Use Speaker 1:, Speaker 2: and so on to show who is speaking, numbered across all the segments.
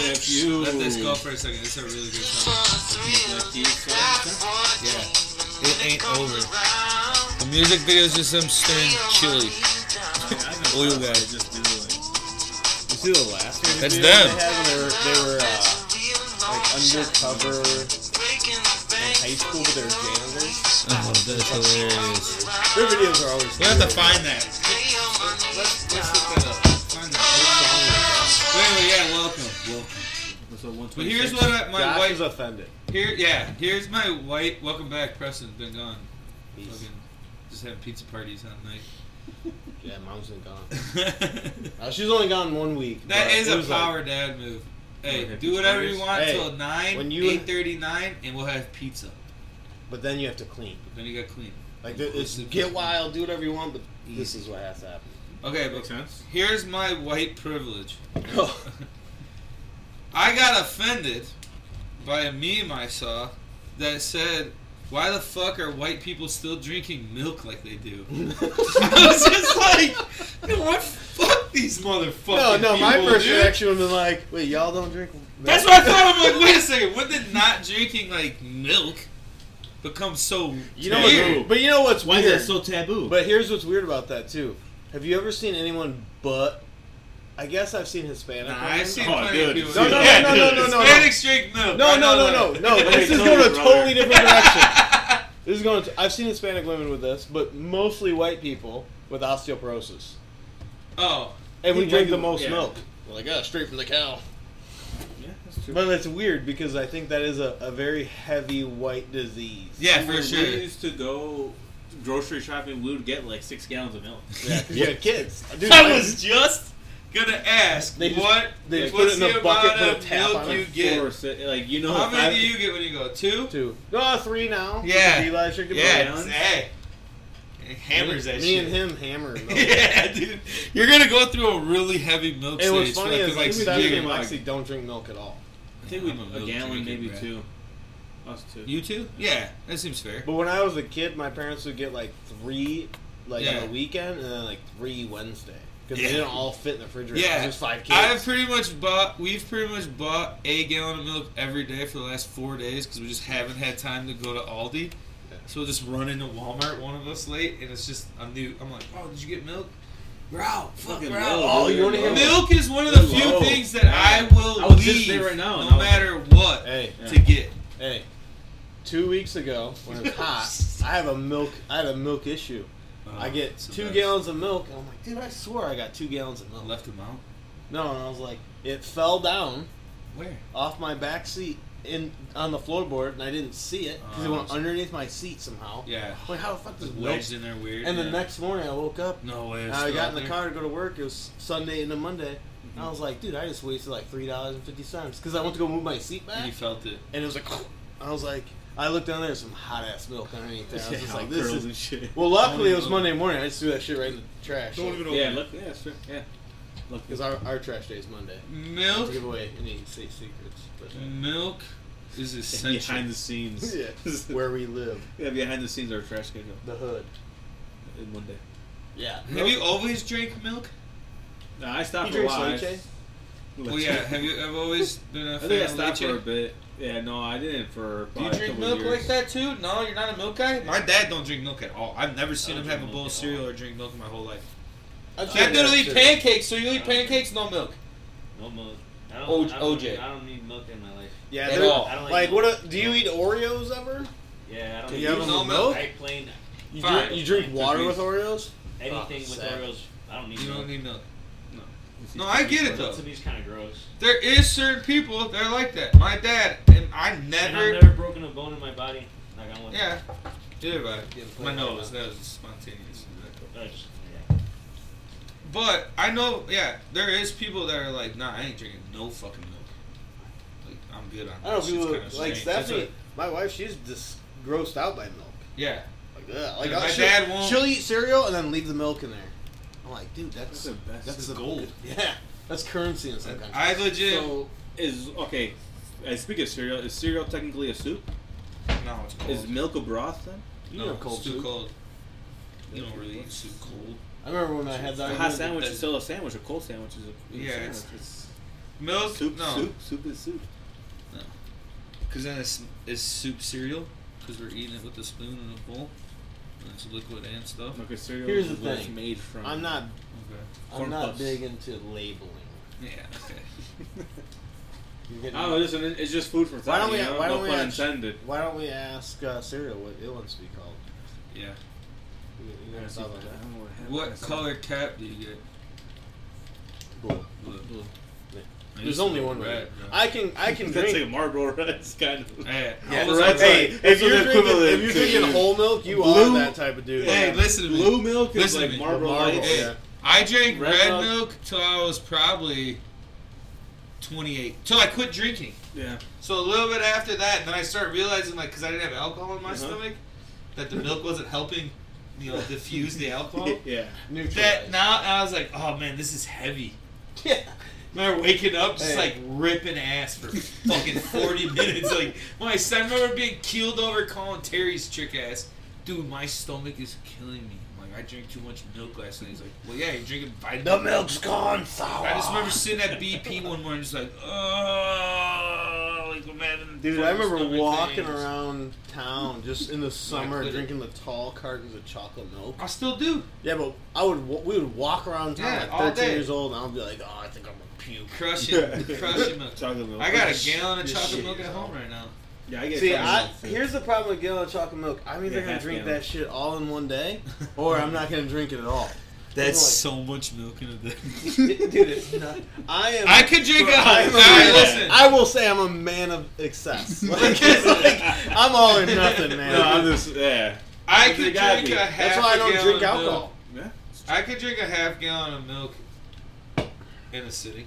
Speaker 1: let this go for a second. It's a really good song. Like, do you sweat and stuff?
Speaker 2: Yeah. It ain't over. The music video is just them stirring chili.
Speaker 1: I haven't
Speaker 2: Blue guy.
Speaker 1: thought to Just do like.
Speaker 3: You see the last one?
Speaker 2: That's
Speaker 3: they had
Speaker 2: them.
Speaker 3: when They were, they were uh, like undercover in high school, but they were janitors.
Speaker 2: Oh, that's hilarious.
Speaker 3: Their videos are always.
Speaker 2: We have to find that.
Speaker 1: Let's, let's look that up. Find that. Wait, wait, yeah, welcome. Welcome. But here's what I, my
Speaker 3: Josh
Speaker 1: wife.
Speaker 3: is offended.
Speaker 1: Here, yeah, here's my white. Welcome back, Preston's been gone.
Speaker 3: He's,
Speaker 1: Fucking just having pizza parties on night.
Speaker 3: yeah, mom's been gone.
Speaker 1: that
Speaker 3: Uh, she's only gone one week. but
Speaker 1: is
Speaker 3: it
Speaker 1: a
Speaker 3: was like-
Speaker 1: power dad move.
Speaker 4: Wanna
Speaker 1: Hey,
Speaker 4: have
Speaker 1: do
Speaker 4: pizza
Speaker 1: whatever you
Speaker 4: parties?
Speaker 1: want
Speaker 3: Hey,
Speaker 1: till nine,
Speaker 3: when you-
Speaker 1: eight thirty nine, and we'll have pizza.
Speaker 3: but then you have to clean.
Speaker 1: But then you got clean.
Speaker 3: Like th- it's get wild, do whatever you want, but this is what has to happen.
Speaker 1: Okay,
Speaker 4: Makes
Speaker 1: but
Speaker 4: sense.
Speaker 1: here's my white privilege. I got offended by a meme I saw that said, "Why the fuck are white people still drinking milk like they do?" I was just like, you know what? Fuck these motherfuckers.
Speaker 3: no, no, my
Speaker 1: people,
Speaker 3: first
Speaker 1: dude.
Speaker 3: reaction would have been like, wait, y'all don't drink.
Speaker 1: That's what I thought. I'm like, wait a second. When did not drinking like milk become so
Speaker 3: You know
Speaker 1: weird?
Speaker 3: what, but you know what's
Speaker 4: Why
Speaker 3: weird?
Speaker 4: is that so taboo?
Speaker 3: But here's what's weird about that too. Have you ever seen anyone but? I guess I've seen Hispanic.
Speaker 1: Nah,
Speaker 3: women.
Speaker 1: I've seen
Speaker 4: Oh,
Speaker 1: plenty of
Speaker 4: dude.
Speaker 1: people.
Speaker 3: No, no, no,
Speaker 1: Yeah,
Speaker 3: no, no, no, no, no.
Speaker 1: Hispanics drink milk.
Speaker 3: No,
Speaker 1: I
Speaker 3: no,
Speaker 1: know
Speaker 3: no, no,
Speaker 1: that.
Speaker 3: no. This is
Speaker 4: Tell
Speaker 3: going a
Speaker 4: your
Speaker 3: totally
Speaker 4: brother.
Speaker 3: different direction. This is going. To, I've seen Hispanic women with this, but mostly white people with osteoporosis,
Speaker 1: Oh,
Speaker 3: and we
Speaker 4: Yeah,
Speaker 3: drink the
Speaker 4: you-
Speaker 3: most
Speaker 4: yeah.
Speaker 3: milk. Well, I got "Ah, straight from the cow.
Speaker 4: yeah, that's true.
Speaker 3: But it's weird because I think that is a, a very heavy white disease.
Speaker 1: yeah, for
Speaker 4: When
Speaker 1: sure.
Speaker 4: We used to go grocery shopping. We would get like six gallons of milk.
Speaker 3: Yeah, 'cause you had kids. Dude,
Speaker 1: I
Speaker 3: I-
Speaker 1: was just gonna ask
Speaker 3: They just-
Speaker 1: what
Speaker 3: they just
Speaker 1: what's
Speaker 3: put it in
Speaker 1: the
Speaker 3: a bucket,
Speaker 1: amount
Speaker 3: put a
Speaker 1: of
Speaker 3: tap
Speaker 1: milk
Speaker 3: on it
Speaker 1: you
Speaker 3: for
Speaker 1: get.
Speaker 4: Or si- like you know,
Speaker 1: How
Speaker 4: if I-
Speaker 1: many do you get when you go? Two?
Speaker 3: two, no, three now.
Speaker 1: Yeah.
Speaker 3: Because Eli shook it
Speaker 1: Yeah,
Speaker 3: down.
Speaker 1: it's- hey. It hammers
Speaker 3: me,
Speaker 1: that
Speaker 3: me
Speaker 1: shit.
Speaker 3: and him hammer. milk.
Speaker 1: yeah, dude. You're gonna go through a really heavy milk
Speaker 3: It
Speaker 1: stage.
Speaker 3: was funny
Speaker 1: for, I
Speaker 3: is
Speaker 1: think,
Speaker 3: like
Speaker 1: like
Speaker 3: Stephanie
Speaker 1: years.
Speaker 3: and
Speaker 4: like-
Speaker 3: Lexi don't drink milk at all.
Speaker 4: I think we
Speaker 1: I'm a
Speaker 4: a
Speaker 1: milk
Speaker 4: gallon,
Speaker 1: drinking
Speaker 4: maybe
Speaker 1: brat.
Speaker 4: two. Us two.
Speaker 1: You too? Yeah, that seems fair.
Speaker 3: But when I was a kid, my parents would get like three, like
Speaker 1: Yeah.
Speaker 3: on a weekend, and then like three Wednesday because
Speaker 1: Yeah.
Speaker 3: they didn't all fit in the refrigerator.
Speaker 1: Yeah,
Speaker 3: There's five kids.
Speaker 1: I've pretty much bought. We've pretty much bought a gallon of milk every day for the last four days because we just haven't had time to go to Aldi.
Speaker 3: Yeah.
Speaker 1: So we'll just run into Walmart, one of us late, and it's just I'm new. I'm like, oh, did you get milk? We're out. Fuck,
Speaker 4: Fucking
Speaker 1: we're
Speaker 4: low,
Speaker 1: out.
Speaker 3: Oh,
Speaker 4: dude,
Speaker 3: you wanna
Speaker 4: low.
Speaker 3: hear
Speaker 1: Milk is one of the
Speaker 4: We're
Speaker 1: few
Speaker 4: low.
Speaker 1: things that I will
Speaker 4: I was
Speaker 1: leave
Speaker 4: just there right now,
Speaker 1: no
Speaker 4: and I was-
Speaker 1: matter what
Speaker 3: Hey,
Speaker 1: to get.
Speaker 3: hey. Two weeks ago, when it was hot, I have a milk. I had a milk issue. I get
Speaker 1: Oh, It's the
Speaker 3: two
Speaker 1: best.
Speaker 3: gallons of milk, and I'm like, dude, I swear I got two gallons of
Speaker 1: I
Speaker 3: milk.
Speaker 1: left them out.
Speaker 3: No, and I was like, it fell down
Speaker 1: Where?
Speaker 3: off my back seat in on the floorboard, and I didn't see it because it
Speaker 1: Oh.
Speaker 3: went underneath my seat somehow.
Speaker 1: Yeah.
Speaker 3: I'm like, how the fuck does
Speaker 1: Just
Speaker 3: milk?
Speaker 1: wedged in there weird.
Speaker 3: And the
Speaker 1: yeah.
Speaker 3: next morning, I woke up
Speaker 1: No way.
Speaker 3: And
Speaker 1: it's
Speaker 3: I
Speaker 1: still
Speaker 3: got
Speaker 1: out
Speaker 3: in the
Speaker 1: there. Mm-hmm.
Speaker 3: car to go to work. It was Sunday into Monday. And I was like, dude, I just wasted like three dollars and fifty cents because I went to go move my seat
Speaker 1: And you
Speaker 3: back,
Speaker 1: felt it.
Speaker 3: and it was like, I was like, I looked down there, there's some hot ass milk underneath there. I was
Speaker 4: Yeah,
Speaker 3: just like, this
Speaker 4: curls
Speaker 3: is.
Speaker 4: and shit.
Speaker 3: Well, luckily it was Monday morning. I just threw that shit right in the trash
Speaker 4: Yeah, look, yeah, sure, yeah. Look,
Speaker 3: because our, our trash day is Monday.
Speaker 1: Milk.
Speaker 3: To give away any state secrets, but
Speaker 1: Milk is
Speaker 4: behind
Speaker 1: essential.
Speaker 4: the scenes.
Speaker 3: yeah, where we live,
Speaker 4: yeah, behind the scenes, our trash schedule
Speaker 3: the hood.
Speaker 4: in one day.
Speaker 3: Yeah.
Speaker 1: Have you always drank milk?
Speaker 4: No, I
Speaker 3: He
Speaker 4: stopped for a
Speaker 3: drinks
Speaker 4: while.
Speaker 3: leche?
Speaker 4: I-
Speaker 1: Well, yeah. Have you? I've always been a
Speaker 4: I think I
Speaker 1: fan of
Speaker 4: stopped
Speaker 1: leche.
Speaker 4: for a bit. Yeah, no, I didn't for.
Speaker 1: Do you
Speaker 4: probably a
Speaker 1: drink
Speaker 4: couple
Speaker 1: milk
Speaker 4: years.
Speaker 1: like that too? No, you're not a milk guy. My dad don't drink milk at all. I've never seen
Speaker 4: don't
Speaker 1: him have a
Speaker 4: drink
Speaker 1: bowl of
Speaker 4: milk at
Speaker 1: cereal
Speaker 4: all.
Speaker 1: or drink milk in my whole life.
Speaker 3: I've
Speaker 1: That dude will eat
Speaker 3: shit.
Speaker 1: pancakes. So you eat
Speaker 4: I don't drink-
Speaker 1: pancakes, no milk.
Speaker 4: No milk. I
Speaker 1: O- I don't- OJ. I
Speaker 4: don't need milk in my life.
Speaker 3: Yeah,
Speaker 1: At
Speaker 3: they're-
Speaker 1: all. I
Speaker 4: don't
Speaker 3: Like, what? A, do you eat Oreos ever?
Speaker 4: Yeah, I
Speaker 3: Do
Speaker 4: don't.
Speaker 3: you have
Speaker 1: Dude, you
Speaker 3: them
Speaker 1: know
Speaker 3: with
Speaker 1: milk?
Speaker 3: milk?
Speaker 4: plain
Speaker 3: You
Speaker 1: Fine.
Speaker 3: drink, you drink water with Oreos? Oh,
Speaker 5: Anything with
Speaker 3: sad.
Speaker 5: Oreos, I don't need
Speaker 1: You
Speaker 5: milk.
Speaker 1: don't need milk. No, I get it though.
Speaker 5: To me, it's kind of gross.
Speaker 1: There is certain people that are like that. My dad and I
Speaker 5: And I've
Speaker 1: never.
Speaker 5: never broken a bone in my body. Like I'm like,
Speaker 1: Yeah. Did I? My
Speaker 5: play
Speaker 1: nose. That was spontaneous.
Speaker 5: I just-
Speaker 1: But I know, yeah, there is people that are like, nah, I ain't drinking no fucking milk. Like, I'm good
Speaker 3: I
Speaker 1: on.
Speaker 3: don't
Speaker 1: that.
Speaker 3: know,
Speaker 1: Shit's
Speaker 3: people
Speaker 1: kinda
Speaker 3: like
Speaker 1: strange. That's
Speaker 3: Stephanie.
Speaker 1: what-
Speaker 3: My wife, she's just grossed out by milk.
Speaker 1: Yeah,
Speaker 3: Like, ugh. like uh,
Speaker 1: Yeah, my
Speaker 3: she'll,
Speaker 1: dad won't-
Speaker 3: She'll eat cereal and then leave the milk in there. I'm like, dude, that's
Speaker 4: That's the best.
Speaker 3: That's
Speaker 4: That's
Speaker 3: the
Speaker 1: gold.
Speaker 3: Yeah, that's currency in some countries.
Speaker 1: I legit.
Speaker 4: So is okay. I speak of cereal. Is cereal technically a soup?
Speaker 1: no, it's cold.
Speaker 4: Is milk a broth then?
Speaker 3: You
Speaker 1: no,
Speaker 3: know cold
Speaker 1: it's too
Speaker 3: soup.
Speaker 1: cold. You don't really eat soup cold.
Speaker 3: I remember when I had
Speaker 4: A
Speaker 3: that.
Speaker 4: hot sandwich is still a sandwich. A cold sandwich is a is a
Speaker 1: Yeah,
Speaker 4: sandwich.
Speaker 1: it's- Milk,
Speaker 4: soup.
Speaker 1: no.
Speaker 4: Soup. Soup is soup.
Speaker 1: Because then it's, it's soup cereal, because we're eating it with a spoon and a bowl. And it's liquid and stuff.
Speaker 4: Like a cereal
Speaker 3: Here's
Speaker 4: is
Speaker 3: the
Speaker 4: what it's
Speaker 3: thing.
Speaker 4: made from.
Speaker 3: I'm not.
Speaker 1: Okay.
Speaker 3: I'm
Speaker 4: Corn
Speaker 3: not
Speaker 4: puffs.
Speaker 3: big into labeling.
Speaker 1: Yeah, okay.
Speaker 3: You're getting-
Speaker 4: Oh, listen, it- it's just food for thought.
Speaker 3: Why don't we-
Speaker 4: you know?
Speaker 3: why
Speaker 4: no
Speaker 3: don't we
Speaker 4: pun
Speaker 3: act-
Speaker 4: intended.
Speaker 3: Why don't we ask uh, cereal what it wants to be called?
Speaker 1: Yeah.
Speaker 3: You, you never thought about that?
Speaker 1: What color cap do you get?
Speaker 3: Blue.
Speaker 1: Blue. Blue.
Speaker 3: Yeah.
Speaker 1: I
Speaker 3: There's
Speaker 1: used
Speaker 3: only
Speaker 1: to go
Speaker 3: one way.
Speaker 1: red, bro.
Speaker 3: I can. I can
Speaker 4: That's like
Speaker 3: drink.
Speaker 4: a Marlboro Reds kind of.
Speaker 1: Hey,
Speaker 3: Yeah,
Speaker 1: all of a
Speaker 4: red's
Speaker 1: sudden-
Speaker 3: hey,
Speaker 4: like-
Speaker 3: if
Speaker 4: it's
Speaker 3: you're
Speaker 4: an
Speaker 3: drinking, if
Speaker 4: equivalent
Speaker 3: you're
Speaker 4: to-
Speaker 3: drinking whole milk, you
Speaker 4: Blue-
Speaker 3: are that type of dude.
Speaker 1: Hey, listen to me.
Speaker 4: Blue milk is
Speaker 1: Listen to me.
Speaker 4: like Marlboro
Speaker 3: Marlboro,
Speaker 4: Lights.
Speaker 1: Hey,
Speaker 3: yeah.
Speaker 1: I drank
Speaker 4: Red
Speaker 1: red,
Speaker 4: milk.
Speaker 1: milk till I was probably 28. Till I quit drinking.
Speaker 4: Yeah.
Speaker 1: So a little bit after that, then I started realizing, like, because I didn't have alcohol in my
Speaker 4: Uh-huh.
Speaker 1: stomach, that the milk wasn't helping, you know, diffuse the alcohol.
Speaker 4: Yeah.
Speaker 1: That
Speaker 3: Neutralized.
Speaker 1: now I was like, oh man, this is heavy.
Speaker 3: Yeah.
Speaker 1: Remember waking up just
Speaker 3: Hey.
Speaker 1: like ripping ass for fucking forty minutes. Like my son, I remember being keeled over calling Terry's trick ass. Dude, my stomach is killing me. I'm like I drank too much milk last night. He's like, well, yeah, you're drinking vitamin.
Speaker 3: The milk's gone sour.
Speaker 1: I just remember sitting at BP one morning, just like, oh, like I'm having.
Speaker 3: Dude, I
Speaker 1: fucking
Speaker 3: remember
Speaker 1: stomach
Speaker 3: walking
Speaker 1: pains."
Speaker 3: around town just in the summer,
Speaker 1: couldn't.
Speaker 3: drinking the tall cartons of chocolate milk.
Speaker 1: I still do.
Speaker 3: Yeah, but I would wa- we would walk around town
Speaker 1: Yeah,
Speaker 3: at
Speaker 1: all
Speaker 3: 13
Speaker 1: day.
Speaker 3: years old, and I'd be like, oh, I think I'm gonna puke.
Speaker 1: Crushing, crushing milk.
Speaker 4: Chocolate milk.
Speaker 1: I got a gallon of
Speaker 3: This
Speaker 1: chocolate
Speaker 3: shit
Speaker 1: milk at
Speaker 3: is
Speaker 1: home
Speaker 3: awful.
Speaker 1: right now.
Speaker 4: Yeah, I get
Speaker 3: See,
Speaker 4: chocolate
Speaker 3: I,
Speaker 4: milk too.
Speaker 3: here's the problem with gallon of chocolate milk. I'm either
Speaker 4: Yeah,
Speaker 3: gonna
Speaker 4: half
Speaker 3: drink
Speaker 4: gallon.
Speaker 3: that shit all in one day, or I'm not gonna drink it at all.
Speaker 1: That's
Speaker 3: Like-
Speaker 1: so much milk in a day.
Speaker 3: Dude, it's not. I am.
Speaker 1: I could drink a
Speaker 3: I am a
Speaker 1: All right,
Speaker 3: man-
Speaker 1: listen.
Speaker 3: I will say I'm a man of excess. Like, it's like, I'm all or nothing, man.
Speaker 4: No, I'm just yeah.
Speaker 1: I
Speaker 4: You
Speaker 1: could
Speaker 4: gotta
Speaker 1: drink
Speaker 4: be.
Speaker 1: a half.
Speaker 3: That's why I
Speaker 1: a
Speaker 3: don't
Speaker 1: gallon
Speaker 3: drink
Speaker 1: of milk.
Speaker 3: alcohol.
Speaker 4: Yeah.
Speaker 1: I could drink a half gallon of milk in a sitting.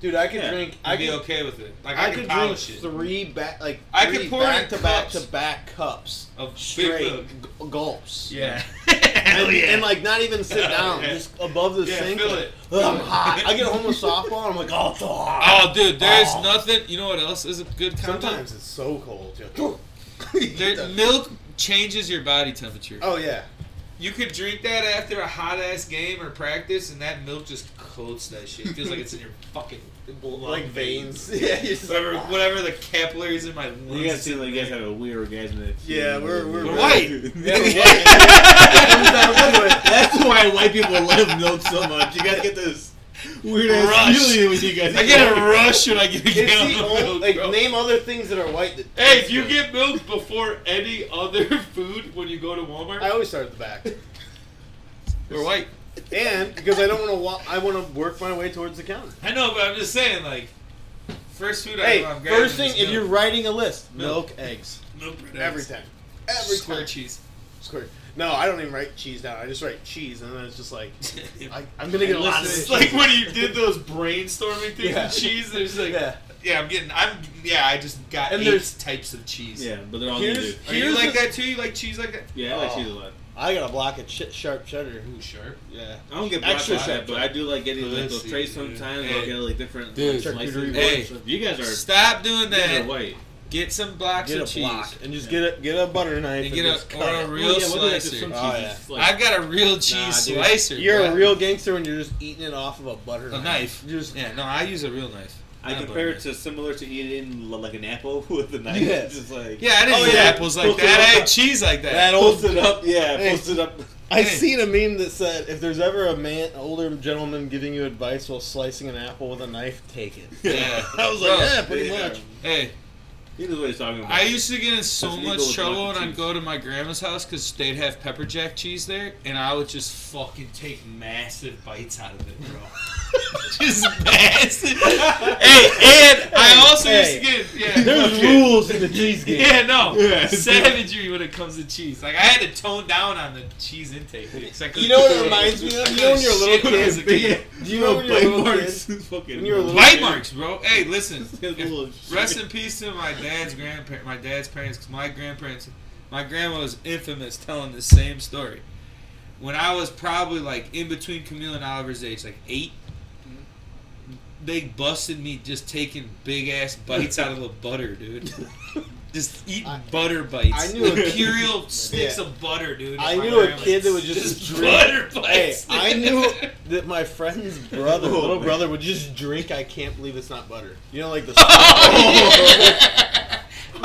Speaker 3: Dude, I could
Speaker 4: Yeah,
Speaker 3: drink.
Speaker 1: I'd
Speaker 3: I
Speaker 1: be
Speaker 3: could,
Speaker 1: okay with it. Like
Speaker 3: I
Speaker 1: I, could,
Speaker 3: could drink
Speaker 1: polish it
Speaker 3: three back like
Speaker 1: I
Speaker 3: three
Speaker 1: could pour it in
Speaker 3: back to back
Speaker 1: cups.
Speaker 3: to back cups
Speaker 1: of big
Speaker 3: straight
Speaker 1: milk.
Speaker 3: g- gulps.
Speaker 1: Yeah.
Speaker 3: And, and like not even sit down,
Speaker 1: Yeah.
Speaker 3: just above the
Speaker 1: Yeah,
Speaker 3: sink.
Speaker 1: feel
Speaker 3: like,
Speaker 1: it.
Speaker 3: "Ugh, I'm hot. I get home with softball, and I'm like, oh, it's so hot.
Speaker 1: oh, dude, there's
Speaker 3: Oh.
Speaker 1: nothing. You know what else is a good combo?
Speaker 3: Sometimes it's so cold. Too.
Speaker 1: There- milk changes your body temperature.
Speaker 3: oh yeah.
Speaker 1: You could drink that after a hot ass game or practice, and that milk just coats that shit. It feels like it's in your fucking lung
Speaker 3: like veins. Yeah, you're just like,
Speaker 1: Whatever, whatever the capillaries in my lungs.
Speaker 4: You guys seem like you guys have a weird orgasm. that-
Speaker 3: Yeah, we're- we're-
Speaker 1: We're white.
Speaker 3: Yeah, but what-
Speaker 4: That's why white people love milk so much. You gotta get this weird ass
Speaker 1: Rush.
Speaker 4: feeling when you guys.
Speaker 1: I get a rush when I get a
Speaker 3: It's the
Speaker 1: gallon of
Speaker 3: only,
Speaker 1: milk,
Speaker 3: like
Speaker 1: bro.
Speaker 3: name other things that are white. That
Speaker 1: Hey, do you get milk before any other food when you go to Walmart?
Speaker 3: I always start at the back,
Speaker 1: We're white.
Speaker 3: and because I don't want to walk, I want to work my way towards the counter.
Speaker 1: I know, but I'm just saying, like, first food
Speaker 3: Hey,
Speaker 1: item I'm grabbing
Speaker 3: first thing,
Speaker 1: is
Speaker 3: if you're
Speaker 1: milk.
Speaker 3: writing a list, milk,
Speaker 1: Milk.
Speaker 3: eggs,
Speaker 1: milk bread
Speaker 3: every
Speaker 1: eggs.
Speaker 3: time, every
Speaker 1: square
Speaker 3: time.
Speaker 1: cheese.
Speaker 3: Square. No, I don't even write cheese down. I just write cheese, and then it's just like I, I'm gonna get a lot of
Speaker 1: It's
Speaker 3: this.
Speaker 1: like when you did those brainstorming things
Speaker 3: Yeah.
Speaker 1: with cheese. There's like, yeah.
Speaker 3: yeah.
Speaker 1: I'm getting, I'm, yeah, I just got
Speaker 3: And
Speaker 1: eight
Speaker 3: there's-
Speaker 1: types of cheese.
Speaker 4: Yeah, but they're all new.
Speaker 3: Here's-
Speaker 4: dude.
Speaker 1: Are you
Speaker 3: Here's
Speaker 1: like
Speaker 3: the-
Speaker 1: that too? You like cheese like that?
Speaker 4: Yeah, I like
Speaker 3: Oh.
Speaker 4: cheese a lot.
Speaker 3: I got a block of ch- sharp cheddar.
Speaker 1: Ooh, sharp.
Speaker 3: Yeah.
Speaker 4: I don't get
Speaker 3: Extra
Speaker 4: extra
Speaker 3: sharp,
Speaker 4: that, but I do like getting like those
Speaker 1: Pussy,
Speaker 4: trays
Speaker 1: dude.
Speaker 4: sometimes. I'll
Speaker 1: Hey.
Speaker 4: get like different
Speaker 3: Dude,
Speaker 4: slices.
Speaker 3: charcuterie
Speaker 1: Hey.
Speaker 4: Hey, you guys are
Speaker 1: Stop doing
Speaker 4: you guys are
Speaker 1: that.
Speaker 4: white.
Speaker 1: Get some blocks
Speaker 3: Get
Speaker 1: of
Speaker 3: a
Speaker 1: cheese.
Speaker 3: block and just get a get a butter knife
Speaker 1: And
Speaker 3: and,
Speaker 1: get a-
Speaker 3: just
Speaker 1: or
Speaker 3: cut
Speaker 1: a
Speaker 3: it.
Speaker 1: real
Speaker 4: Well, yeah, what do they-
Speaker 1: slicer.
Speaker 4: some
Speaker 3: Oh,
Speaker 4: cheese is, like-
Speaker 1: I've got a real cheese
Speaker 4: dude.
Speaker 1: slicer.
Speaker 3: You're
Speaker 1: bro.
Speaker 3: a real gangster when you're just eating it off of a butter
Speaker 1: a knife.
Speaker 3: You're just
Speaker 1: Yeah, no, I use a real knife.
Speaker 4: I
Speaker 1: Not a
Speaker 4: compare
Speaker 1: butter
Speaker 4: it to similar to eating l- like an apple with a knife.
Speaker 3: Yeah.
Speaker 4: Just like
Speaker 1: Yeah, I didn't
Speaker 3: Oh,
Speaker 1: eat
Speaker 3: yeah.
Speaker 1: apples like
Speaker 4: Poke it
Speaker 1: that. I
Speaker 4: up.
Speaker 1: had cheese like that.
Speaker 3: that
Speaker 4: Post
Speaker 3: old.
Speaker 4: it up, yeah.
Speaker 3: Hey.
Speaker 4: Post it up.
Speaker 3: I
Speaker 1: Hey.
Speaker 3: seen a meme that said, "If there's ever a man, older gentleman giving you advice while slicing an apple with a knife, take it."
Speaker 1: Yeah.
Speaker 3: I was
Speaker 1: Bro,
Speaker 3: like, "Yeah, pretty
Speaker 4: yeah.
Speaker 3: much."
Speaker 1: Hey,
Speaker 4: He knows what he's talking about.
Speaker 1: I used to get in so
Speaker 4: That's legal
Speaker 1: much
Speaker 4: with
Speaker 1: trouble when
Speaker 4: mac and
Speaker 1: I'd
Speaker 4: cheese.
Speaker 1: go to my grandma's house because they'd have pepper jack cheese there, and I would just fucking take massive bites out of it, bro. just massive. hey, and I also
Speaker 3: Hey.
Speaker 1: used to get yeah.
Speaker 3: There's
Speaker 4: Okay.
Speaker 3: rules in the cheese game.
Speaker 1: Yeah, no.
Speaker 4: Yeah.
Speaker 1: Savagery when it comes to cheese. Like I had to tone down on the cheese intake. dude, 'cause I couldn't-
Speaker 3: You know what it reminds me of? You know when you're a little
Speaker 1: Shit when I was a
Speaker 3: kid-
Speaker 1: kid.
Speaker 3: Do you know when you're a little kid?
Speaker 4: Fucking
Speaker 3: when you were a little
Speaker 1: Bite marks, bro. Hey, listen. If-
Speaker 4: little
Speaker 1: Rest in peace to my dad's grandparents, my dad's parents, 'cause my grandparents, my grandma was infamous telling the same story. When I was probably like in between Camille and Oliver's age, like 8 they busted me just taking big ass bites out of the butter, dude. Just eat
Speaker 3: I-
Speaker 1: butter bites.
Speaker 3: I knew a-
Speaker 1: imperial sticks of butter, dude.
Speaker 3: I
Speaker 1: My
Speaker 3: knew a
Speaker 1: grandma-
Speaker 3: kid that would just,
Speaker 1: just
Speaker 3: drink.
Speaker 1: butter
Speaker 3: Hey,
Speaker 1: bites.
Speaker 3: I knew that my friend's brother,
Speaker 4: Oh,
Speaker 3: little
Speaker 4: man.
Speaker 3: brother, would just drink. I can't believe it's not butter. You know, like the
Speaker 1: oh,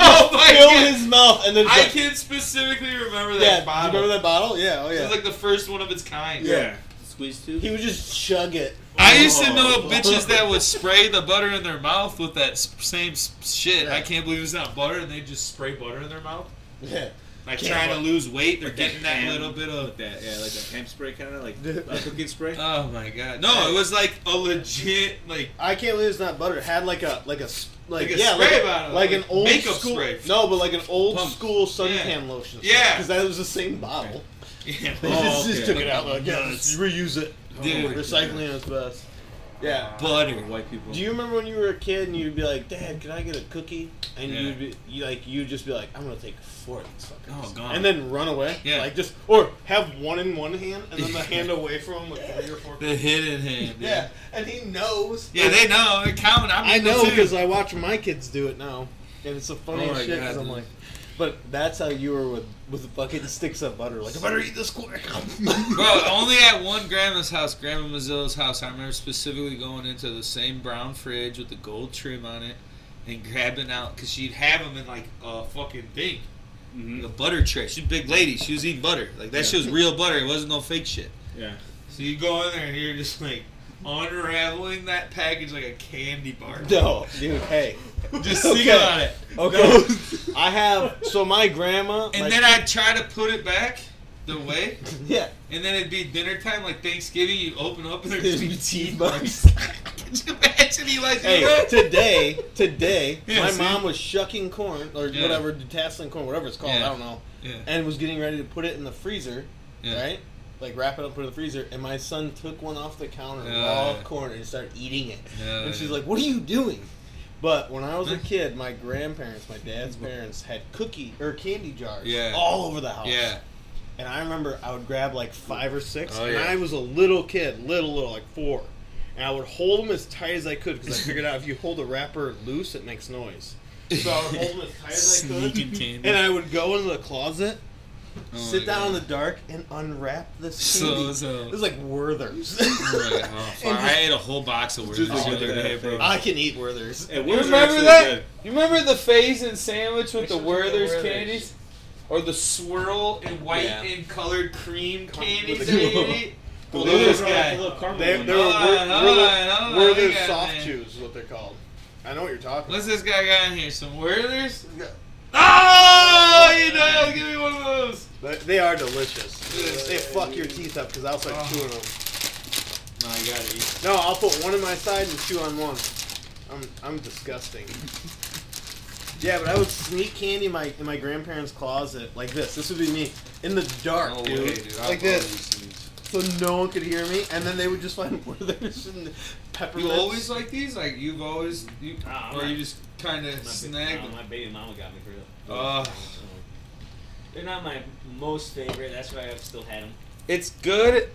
Speaker 1: oh my
Speaker 3: fill
Speaker 1: god!
Speaker 3: his mouth and then.
Speaker 1: I
Speaker 3: just-
Speaker 1: can specifically remember that
Speaker 3: yeah,
Speaker 1: bottle.
Speaker 3: you remember that bottle? Yeah, oh
Speaker 1: It
Speaker 3: yeah.
Speaker 1: was like the first one of its kind.
Speaker 4: Yeah. Squeeze tube.
Speaker 3: he would just chug it.
Speaker 1: I used to know
Speaker 3: Oh.
Speaker 1: bitches that would spray the butter in their mouth with that s- same s- shit.
Speaker 3: Yeah.
Speaker 1: I can't believe it's not butter, and they just spray butter in their mouth.
Speaker 3: Yeah.
Speaker 1: Like
Speaker 3: Yeah.
Speaker 1: trying to lose weight, they're
Speaker 4: that
Speaker 1: getting that
Speaker 4: ham.
Speaker 1: little bit of.
Speaker 4: that, yeah, like a hemp spray kind of like a cooking spray.
Speaker 1: Oh my god! No, it was like a legit like.
Speaker 3: I can't believe it's not butter. It had like a like a s- like,
Speaker 1: Like a
Speaker 3: yeah like,
Speaker 1: spray
Speaker 3: a-
Speaker 1: bottle,
Speaker 3: like
Speaker 1: like
Speaker 3: an old
Speaker 1: makeup
Speaker 3: school
Speaker 1: spray.
Speaker 3: no, but like an old
Speaker 1: Pump.
Speaker 3: school suntan
Speaker 1: Yeah.
Speaker 3: lotion.
Speaker 1: Yeah.
Speaker 3: because that was the same bottle.
Speaker 1: Yeah.
Speaker 3: They
Speaker 4: Oh,
Speaker 3: just, just
Speaker 4: okay.
Speaker 3: took it out. Like, yeah, let's reuse it.
Speaker 1: Dude.
Speaker 3: recycling is best. Yeah.
Speaker 1: butter.
Speaker 4: White people.
Speaker 3: Do you remember when you were a kid and you'd be like, "Dad, can I get a cookie?" And
Speaker 1: Yeah.
Speaker 3: you'd be you like, you'd just be like, "I'm gonna take four of these fuckers,"
Speaker 1: Oh, God.
Speaker 3: and then run away.
Speaker 1: Yeah.
Speaker 3: Like just or have one in one hand and then the hand away from him with three or four.
Speaker 1: The hidden hand. dude.
Speaker 3: Yeah, and he knows.
Speaker 1: Yeah, they know. They're counting. I'm
Speaker 3: I
Speaker 1: eating it
Speaker 3: know
Speaker 1: too.
Speaker 3: because I watch my kids do it now, and it's the
Speaker 1: Oh
Speaker 3: funniest
Speaker 1: my
Speaker 3: shit shit. Because
Speaker 1: God,
Speaker 3: I'm
Speaker 1: dude.
Speaker 3: like, but that's how you were with with fucking sticks of butter. Like, I better eat this quick.
Speaker 1: Bro, only at one grandma's house, Grandma Mazzilla's house, I remember specifically going into the same brown fridge with the gold trim on it and grabbing out because she'd have them in like a fucking thing,
Speaker 4: Mhm.
Speaker 1: a butter tray. She's a big lady. She was eating butter. Like that
Speaker 4: Yeah.
Speaker 1: shit was real butter. It wasn't no fake shit.
Speaker 4: Yeah.
Speaker 1: So you go in there and you're just like unraveling that package like a candy bar.
Speaker 3: no, dude. Hey,
Speaker 1: Just sing
Speaker 3: Okay.
Speaker 1: on it.
Speaker 3: okay. I have so my grandma.
Speaker 1: And
Speaker 3: like-
Speaker 1: then I'd try to put it back the way.
Speaker 3: yeah,
Speaker 1: And then it'd be dinner time, like Thanksgiving. You open up and there's
Speaker 3: There'd be
Speaker 1: just teeth
Speaker 3: teeth
Speaker 1: marks. Could you imagine he like
Speaker 3: hey, today, today,
Speaker 1: Yeah,
Speaker 3: my
Speaker 1: see?
Speaker 3: mom was shucking corn or
Speaker 1: Yeah.
Speaker 3: whatever, detasseling corn, whatever it's called.
Speaker 1: Yeah.
Speaker 3: I don't know,
Speaker 1: Yeah,
Speaker 3: and was getting ready to put it in the freezer.
Speaker 1: yeah.
Speaker 3: right? Like wrap it up, put it in the freezer, and my son took one off the counter,
Speaker 1: Yeah.
Speaker 3: raw corn, and started eating it.
Speaker 1: Yeah,
Speaker 3: and she's
Speaker 1: Uh. yeah.
Speaker 3: like, "What are you doing?" But when I was a kid, my grandparents, my dad's parents, had cookie or candy jars
Speaker 1: Yeah.
Speaker 3: all over the house.
Speaker 1: Yeah.
Speaker 3: And I remember I would grab like five or six,
Speaker 1: Oh,
Speaker 3: and
Speaker 1: yeah.
Speaker 3: I was a little kid, little little, like four, and I would hold them as tight as I could because I figured out if you hold a wrapper loose, it makes noise. So I would hold them as tight as I could,
Speaker 1: Sneaking candy.
Speaker 3: and I would go into the closet
Speaker 1: Oh
Speaker 3: sit
Speaker 1: my
Speaker 3: down
Speaker 1: God.
Speaker 3: in the dark and unwrap this
Speaker 1: So-
Speaker 3: candy.
Speaker 1: so-
Speaker 3: It was like Werther's.
Speaker 1: Right, oh, fuck. I ate a whole box of Werther's
Speaker 4: like
Speaker 1: the other
Speaker 4: that
Speaker 1: day, bro.
Speaker 4: thing.
Speaker 3: I can eat Werther's.
Speaker 4: Hey,
Speaker 1: You
Speaker 4: Werther's are
Speaker 1: remember
Speaker 4: actually
Speaker 1: that?
Speaker 4: good.
Speaker 1: You remember the phase in sandwich with
Speaker 3: Which
Speaker 1: the
Speaker 3: ones were the
Speaker 1: Werther's
Speaker 3: Werther's?
Speaker 1: candies, or the swirl and white
Speaker 4: Yeah.
Speaker 1: and colored cream candies
Speaker 3: with
Speaker 1: that
Speaker 3: the-
Speaker 1: you eat?
Speaker 3: The
Speaker 1: Look at
Speaker 3: Werther's
Speaker 1: this
Speaker 3: guy.
Speaker 1: guy.
Speaker 6: Little caramel
Speaker 3: They,
Speaker 6: one.
Speaker 3: they were
Speaker 1: Hold
Speaker 3: Wer-
Speaker 1: on, hold on, hold on,
Speaker 3: Werther-
Speaker 1: we
Speaker 3: Werther's
Speaker 1: got it,
Speaker 3: soft
Speaker 1: man.
Speaker 3: chews is what they're called. I know what you're talking
Speaker 1: What's this guy got in here? Some Werther's?
Speaker 3: about.
Speaker 1: Oh, you know, give me one of those.
Speaker 3: But they are delicious. They fuck your teeth up because I was like
Speaker 1: Oh.
Speaker 3: chewing them.
Speaker 1: No, I gotta eat.
Speaker 3: No, I'll put one in my side and chew on one. I'm I'm disgusting. Yeah, but I would sneak candy in my in my grandparents' closet like this. This would be me in the dark,
Speaker 1: No
Speaker 3: dude.
Speaker 1: way, Oh, dude. I
Speaker 3: Like
Speaker 1: love
Speaker 3: this,
Speaker 1: these things.
Speaker 3: so no one could hear me, and then they would just find Werther's and peppermint.
Speaker 1: You always like these? Like you've always, you,
Speaker 6: Nah, I'm
Speaker 1: or
Speaker 6: not-
Speaker 1: you just kind of
Speaker 6: My,
Speaker 1: snag
Speaker 6: ba-
Speaker 1: them?
Speaker 6: Uh, my baby mama got me for real.
Speaker 1: Ugh.
Speaker 6: They're not my most favorite. That's why I've still had them.
Speaker 1: It's good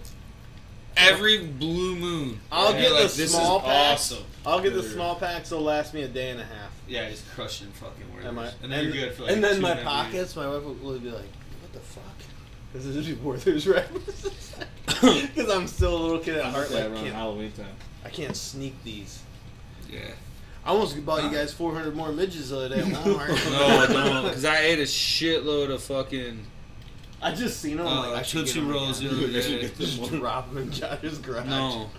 Speaker 1: every blue moon.
Speaker 3: I'll
Speaker 1: You're
Speaker 3: get
Speaker 1: like,
Speaker 3: the
Speaker 1: this
Speaker 3: small
Speaker 1: is
Speaker 3: pack.
Speaker 1: Awesome.
Speaker 3: I'll get the
Speaker 4: They're-
Speaker 3: small packs. They'll last me a day and a half.
Speaker 1: Yeah, he's crushing fucking words.
Speaker 3: Am I?
Speaker 1: And then you're good for like
Speaker 3: and then
Speaker 1: two
Speaker 3: my
Speaker 1: and a half years.
Speaker 3: pockets, my wife would would be like, "What the fuck?" Because this is Werther's wrappers. Because I'm still a little kid at
Speaker 4: I
Speaker 3: heart.
Speaker 4: heard
Speaker 3: Like,
Speaker 4: that around
Speaker 3: can't,
Speaker 4: Halloween time.
Speaker 3: I can't sneak these.
Speaker 1: Yeah.
Speaker 3: I almost bought you guys 400 more midges the other day at Walmart.
Speaker 1: Ah. No, no, because I ate a shitload of fucking.
Speaker 3: I just seen them. I'm
Speaker 1: Uh,
Speaker 3: like, I should
Speaker 1: Tootsie
Speaker 3: get 'em
Speaker 1: Rolls
Speaker 3: again.
Speaker 1: the other
Speaker 3: I should
Speaker 1: day.
Speaker 3: get them one. Drop 'em in Josh's garage.
Speaker 1: No.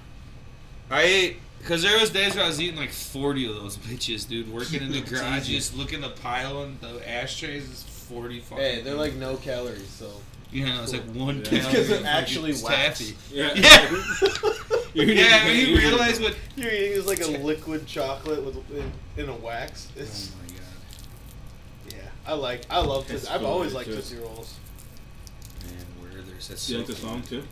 Speaker 1: I ate. Because there was days where I was eating like 40 of those bitches, dude. Working in the garage, just looking at the pile and the ashtrays is 40 fucking.
Speaker 3: Hey, they're like no calories, so.
Speaker 1: Yeah, it's like one
Speaker 4: It's
Speaker 1: pound.
Speaker 4: 'cause
Speaker 3: they're
Speaker 1: of fucking
Speaker 3: actually wax.
Speaker 1: taffy.
Speaker 4: Yeah.
Speaker 1: Yeah.
Speaker 4: You're eating-
Speaker 1: yeah, when you
Speaker 4: you're eating-
Speaker 1: realize what.
Speaker 3: You're eating this like a liquid chocolate with in, in a wax. It's
Speaker 1: Oh my god. Mm.
Speaker 3: yeah. I like. I love Tootsie.
Speaker 4: That's
Speaker 3: I've
Speaker 4: cool,
Speaker 3: always
Speaker 4: dude,
Speaker 3: liked
Speaker 4: too.
Speaker 3: Tootsie Rolls.
Speaker 1: Man, where there's that
Speaker 4: Do you like the song too?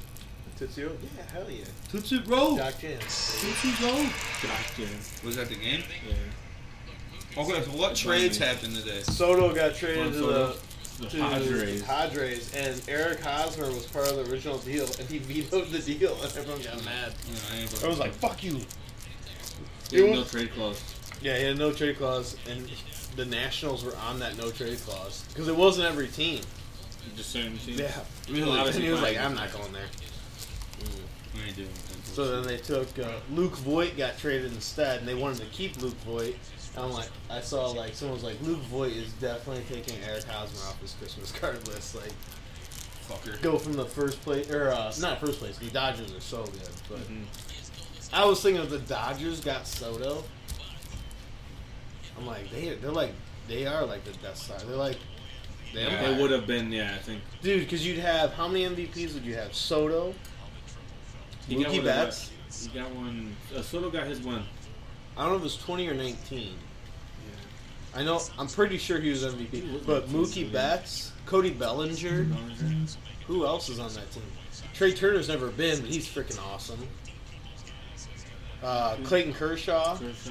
Speaker 3: Tootsie Rolls. Yeah, hell yeah.
Speaker 1: Tootsie Roll.
Speaker 3: Doc Jams.
Speaker 1: Tootsie Roll.
Speaker 4: Gotcha.
Speaker 1: Was that the game?
Speaker 4: Yeah.
Speaker 1: Okay, so what trades happened today?
Speaker 3: Soto got traded
Speaker 4: Juan
Speaker 3: to
Speaker 4: Soto.
Speaker 3: the
Speaker 4: The
Speaker 3: to
Speaker 4: Padres.
Speaker 3: the Padres, and Eric Hosmer was part of the original deal, and he vetoed the deal, and everyone got mad.
Speaker 1: You know, I ain't
Speaker 3: I was like, "Fuck you!"
Speaker 4: There's no trade clause.
Speaker 3: Yeah, he had no trade clause, and the Nationals were on that no trade clause because it wasn't every team.
Speaker 4: Just certain teams.
Speaker 3: Yeah,
Speaker 1: Really?
Speaker 3: and
Speaker 4: Obviously
Speaker 3: he was
Speaker 4: fine.
Speaker 3: like, "I'm not going there."
Speaker 1: I ain't doing that.
Speaker 3: So then they took uh, Luke Voigt got traded instead, and they wanted to keep Luke Voigt. And I'm like, I saw like someone was like, Luke Voigt is definitely taking Eric Hosmer off his Christmas card list. Like,
Speaker 1: fucker.
Speaker 3: go from the first place or uh, not first place. The Dodgers are so good, but
Speaker 4: Mhm. Mm-hmm.
Speaker 3: I was thinking if the Dodgers got Soto, I'm like they they're like they are like the Death Star. They're like they
Speaker 4: Yeah, it would have been, yeah, I think.
Speaker 3: dude because you'd have how many MVPs would you have? Soto,
Speaker 4: He got
Speaker 3: Mookie
Speaker 4: one of the-
Speaker 3: Betts.
Speaker 4: He got one. Uh, Soto got his one.
Speaker 3: I don't know if it was 20 or 19. I know I'm pretty sure he was MVP, but Mookie Betts, Cody Bellinger, who else is on that team? Trey Turner's never been, but he's freaking awesome. Uh, Clayton Kershaw,
Speaker 4: Kershaw.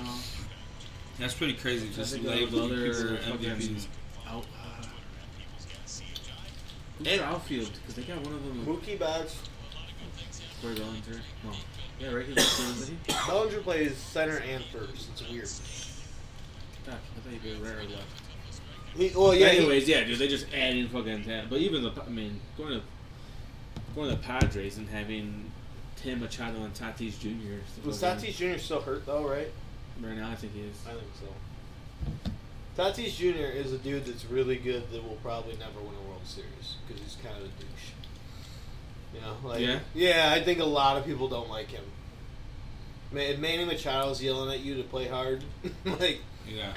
Speaker 1: That's pretty crazy. Just
Speaker 4: think
Speaker 1: label
Speaker 4: another
Speaker 1: people with
Speaker 4: fucking-
Speaker 1: MVPs.
Speaker 4: Out. Uh, who's their outfield? Because they got one of them.
Speaker 3: Mookie Betts.
Speaker 4: Corey Bellinger. No. Yeah, right here. Isn't he?
Speaker 3: Bellinger plays center and first. It's weird.
Speaker 4: Fuck, I thought he did right or left.
Speaker 3: He, well,
Speaker 4: Yeah,
Speaker 3: yeah, he-
Speaker 4: anyways, yeah, dude, they just add in fucking that. But even the, I mean, going to going to the Padres and having Tim Machado and Tatis Jr. is
Speaker 3: was
Speaker 4: fucking-
Speaker 3: Tatis Jr. still hurt though, right?
Speaker 4: right now? I think he is.
Speaker 3: I think so. Tatis Jr. is a dude that's really good that will probably never win a World Series because he's kind of a douche. You know, like
Speaker 4: Yeah?
Speaker 3: I think a lot of people don't like him. Man, Manny Machado's yelling at you to play hard. like
Speaker 1: Yeah.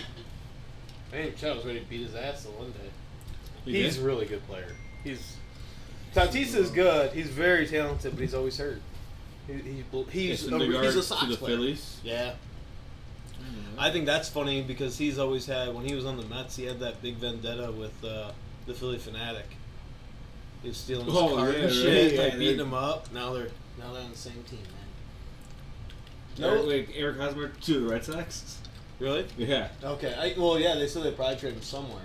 Speaker 3: Manny Machado's ready to beat his ass the one day.
Speaker 4: He
Speaker 3: He's
Speaker 4: did?
Speaker 3: a really good player. He's Tatis is good. He's very talented, but he's always hurt. He, he, he's,
Speaker 4: Yes, in
Speaker 3: a,
Speaker 4: regards
Speaker 3: he's a Sox
Speaker 4: to the
Speaker 3: player.
Speaker 4: Phillies.
Speaker 3: Yeah.
Speaker 4: Mm-hmm.
Speaker 3: I think that's funny because he's always had when he was on the Mets, he had that big vendetta with uh, the Philly fanatic. He was stealing his
Speaker 4: Oh,
Speaker 3: car
Speaker 4: yeah,
Speaker 3: and
Speaker 4: right,
Speaker 3: shit,
Speaker 4: yeah,
Speaker 3: like
Speaker 4: they-
Speaker 3: beating him up. Now they're now they're on the same team, man.
Speaker 4: No,
Speaker 3: No,
Speaker 4: like Eric Hosmer to the Red Sox.
Speaker 3: really?
Speaker 4: Yeah,
Speaker 3: Okay. I, well, yeah, they said they probably traded him somewhere.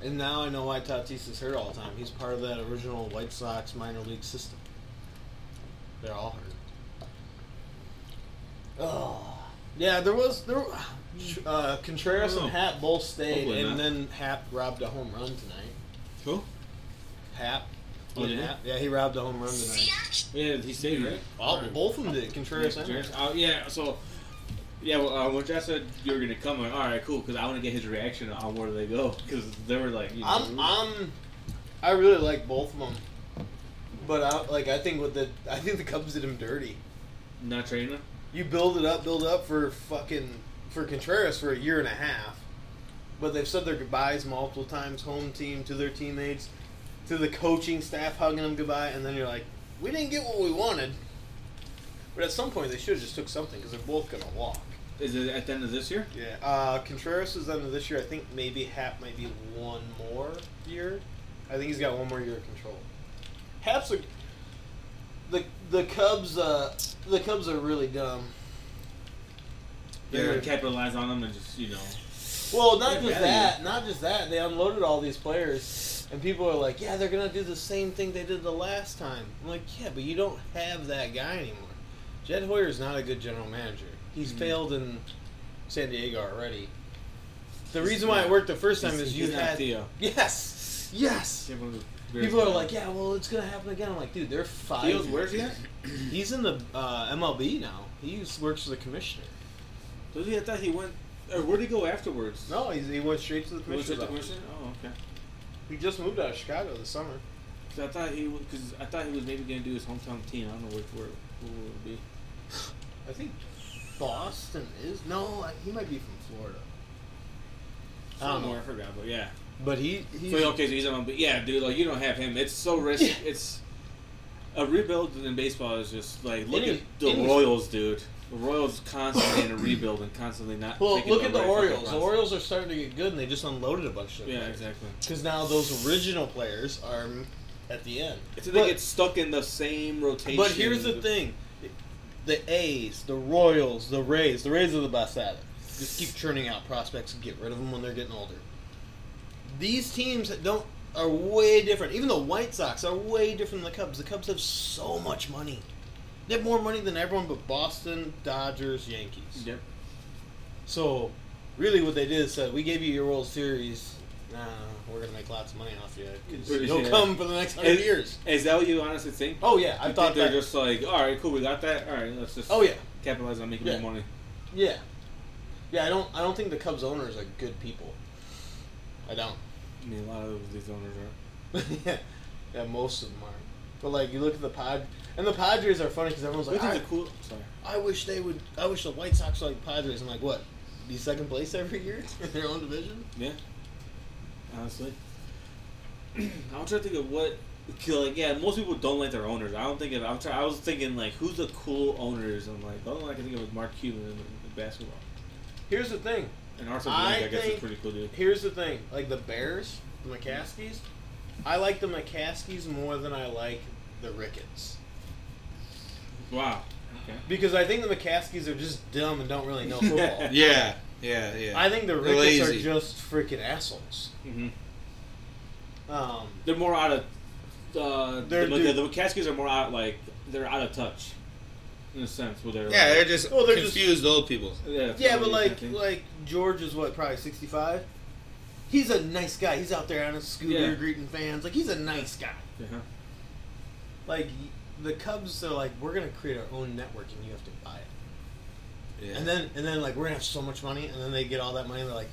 Speaker 3: And now I know why Tatis is hurt all the time. He's part of that original White Sox minor league system. They're all hurt. Oh, yeah. There was there. Uh, Contreras
Speaker 4: Oh.
Speaker 3: and Hap both stayed,
Speaker 4: Hopefully
Speaker 3: and
Speaker 4: not.
Speaker 3: then Hap robbed a home run tonight.
Speaker 4: cool.
Speaker 3: Hap.
Speaker 4: Oh, did he?
Speaker 3: Hap- yeah, he robbed a home run tonight.
Speaker 4: Yeah, he stayed right.
Speaker 3: All, both of them did. Contreras and Hap.
Speaker 4: James- uh, yeah, so yeah, well, uh, when Josh said you were gonna come, I'm like, all right, cool, because I want to get his reaction on where they go, because they were like, you know,
Speaker 3: I'm, I'm, I really like both of them, but I like. I think with the, I think the Cubs did him dirty.
Speaker 4: not trading him.
Speaker 3: You build it up, build it up for fucking for Contreras for a year and a half, but they've said their goodbyes multiple times, home team to their teammates, to the coaching staff, hugging them goodbye, and then you're like, we didn't get what we wanted. But at some point, they should have just took something because they're both gonna walk.
Speaker 4: Is it at the end of this year?
Speaker 3: Yeah. Uh, Contreras is under this year. I think maybe Hap might be one more year. I think he's got one more year of control. Hap's a, the the Cubs. Uh, the Cubs are really dumb.
Speaker 4: They're gonna
Speaker 3: They're-
Speaker 4: capitalize on them and just you know.
Speaker 3: Well, not
Speaker 4: They're
Speaker 3: just
Speaker 4: value.
Speaker 3: that. Not just that. They unloaded all these players, and people are like, "Yeah, they're gonna do the same thing they did the last time." I'm like, "Yeah, but you don't have that guy anymore." Jed Hoyer is not a good general manager. He's failed in San Diego already. The reason why it worked the first time
Speaker 4: He's-
Speaker 3: is you
Speaker 4: he's not
Speaker 3: had
Speaker 4: Theo.
Speaker 3: yes, yes.
Speaker 4: Everyone's very
Speaker 3: People are
Speaker 4: good.
Speaker 3: like, "Yeah, well, it's gonna happen again." I'm like, "Dude, they're five."
Speaker 4: Theo's where's he at?
Speaker 3: He's in the uh, MLB now. He works for the commissioner.
Speaker 4: Does he? I thought he went. Or where'd he go afterwards?
Speaker 3: No, he's, he went straight to the
Speaker 4: He went to
Speaker 3: commissioner.
Speaker 4: the commission. Oh, okay.
Speaker 3: He just moved out of Chicago this summer.
Speaker 4: Cause I thought he because I thought he was maybe gonna do his hometown team. I don't know which where who it would be.
Speaker 3: I think Boston is no. I- He might be from Florida. I don't know.
Speaker 4: I forgot, but yeah.
Speaker 3: But he he's,
Speaker 4: So okay, so he's on. But yeah, dude, like you don't have him. It's so risky. It's a rebuild in baseball is just like look
Speaker 3: Any-
Speaker 4: at the
Speaker 3: any-
Speaker 4: Royals, dude. The Royals constantly in a rebuild and constantly not.
Speaker 3: well.
Speaker 4: picking
Speaker 3: Look at the
Speaker 4: right fucking
Speaker 3: Orioles. The
Speaker 4: prospect.
Speaker 3: Orioles are starting to get good, and they just unloaded a bunch of
Speaker 4: Yeah, exactly.
Speaker 3: Because now those original players are at the end.
Speaker 4: So
Speaker 3: But-
Speaker 4: they get stuck in the same rotation.
Speaker 3: But here's the thing: the A's, the Royals, the Rays. The Rays are the best at it. Just keep churning out prospects and get rid of them when they're getting older. These teams that don't are way different. Even the White Sox are way different than the Cubs. The Cubs have so much money. They have more money than everyone but Boston, Dodgers, Yankees.
Speaker 4: Yep.
Speaker 3: So, really, what they did is said, "We gave you your World Series. Nah, we're gonna make lots of money off you. 'cause
Speaker 4: Yeah.
Speaker 3: You'll come for the next hundred
Speaker 4: And-
Speaker 3: years."
Speaker 4: Is that what you honestly think?
Speaker 3: Oh yeah, I
Speaker 4: You
Speaker 3: thought
Speaker 4: think they're
Speaker 3: that.
Speaker 4: just like, all right, cool, we got that. All right, let's just
Speaker 3: oh yeah,
Speaker 4: capitalize on making
Speaker 3: Yeah.
Speaker 4: more money.
Speaker 3: yeah, yeah. I don't. I don't think the Cubs owners are good people. I don't.
Speaker 4: I mean, a lot of these owners are.
Speaker 3: yeah, yeah. Most of them are. But like, you look at the Pod, and the Padres are funny because everyone's like,
Speaker 4: Which is
Speaker 3: I,
Speaker 4: a cool. Sorry.
Speaker 3: I wish they would. I wish the White Sox were like Padres." I'm like, what? Be second place every year in their own division?
Speaker 4: Yeah. Honestly. I'm trying to think of what. 'cause, Like, yeah, most people don't like their owners. I don't think of. I'm try, I was thinking like, who's the cool owners? I'm like, the only one I can think of is Mark Cuban in, in basketball.
Speaker 3: Here's the thing.
Speaker 4: And Arthur
Speaker 3: I
Speaker 4: Blank, I guess,
Speaker 3: think-
Speaker 4: is pretty cool dude.
Speaker 3: Here's the thing. Like the Bears, the McCaskies. I like the McCaskies more than I like the Ricketts
Speaker 4: Wow. Okay.
Speaker 3: because I think the McCaskies are just dumb and don't really know football.
Speaker 1: Yeah, yeah, yeah.
Speaker 3: I think the
Speaker 1: They're
Speaker 3: Ricketts are
Speaker 1: lazy.
Speaker 3: just freaking assholes.
Speaker 4: hmm
Speaker 3: Um,
Speaker 4: They're more out of. Uh, the,
Speaker 3: They're
Speaker 4: the,
Speaker 3: dude-
Speaker 4: the McCaskies are more out like they're out of touch, in a sense. Where they're
Speaker 1: yeah, they're
Speaker 4: like,
Speaker 1: just
Speaker 3: Well, they're just-
Speaker 1: confused old people.
Speaker 4: yeah,
Speaker 3: yeah,
Speaker 4: totally
Speaker 3: but like
Speaker 4: different thing.
Speaker 3: like George is what probably sixty five. He's a nice guy. He's out there on his scooter
Speaker 4: Yeah.
Speaker 3: greeting fans. Like he's a nice guy.
Speaker 4: Uh-huh.
Speaker 3: Like the Cubs are like we're gonna create our own network and you have to buy it.
Speaker 1: Yeah.
Speaker 3: And then and then like we're gonna have so much money, and then they get all that money. and They're like,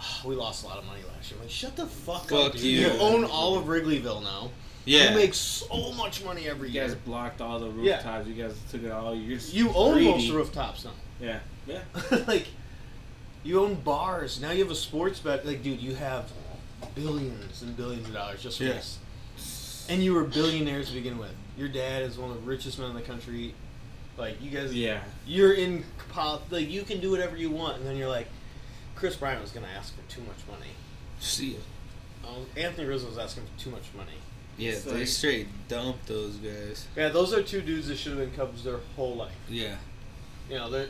Speaker 3: "Ah, we lost a lot of money last year. I'm like, shut the fuck, up,
Speaker 1: Fuck
Speaker 3: dude.
Speaker 1: you.
Speaker 3: You own all of Wrigleyville now.
Speaker 1: yeah.
Speaker 3: You make so much money every
Speaker 4: You guys
Speaker 3: year.
Speaker 4: blocked all the
Speaker 3: Yeah.
Speaker 4: rooftops. You guys took it all. You're just
Speaker 3: You own
Speaker 4: greedy.
Speaker 3: most of the rooftops now.
Speaker 4: Yeah, yeah.
Speaker 3: like, you own bars now. You have a sports bet. Like, dude, you have billions and billions of dollars just for
Speaker 1: Yeah.
Speaker 3: this. And you were billionaires to begin with. Your dad is one of the richest men in the country. Like, you guys,
Speaker 4: Yeah,
Speaker 3: you're in pol- like you can do whatever you want, and then you're like, Chris Bryant was gonna ask for too much money.
Speaker 1: See ya.
Speaker 3: Um, Anthony Rizzo was asking for too much money.
Speaker 1: Yeah,
Speaker 4: It's
Speaker 1: they
Speaker 4: like-
Speaker 1: straight dumped those guys.
Speaker 3: Yeah, those are two dudes that should have been Cubs their whole life.
Speaker 1: Yeah.
Speaker 3: You know, they're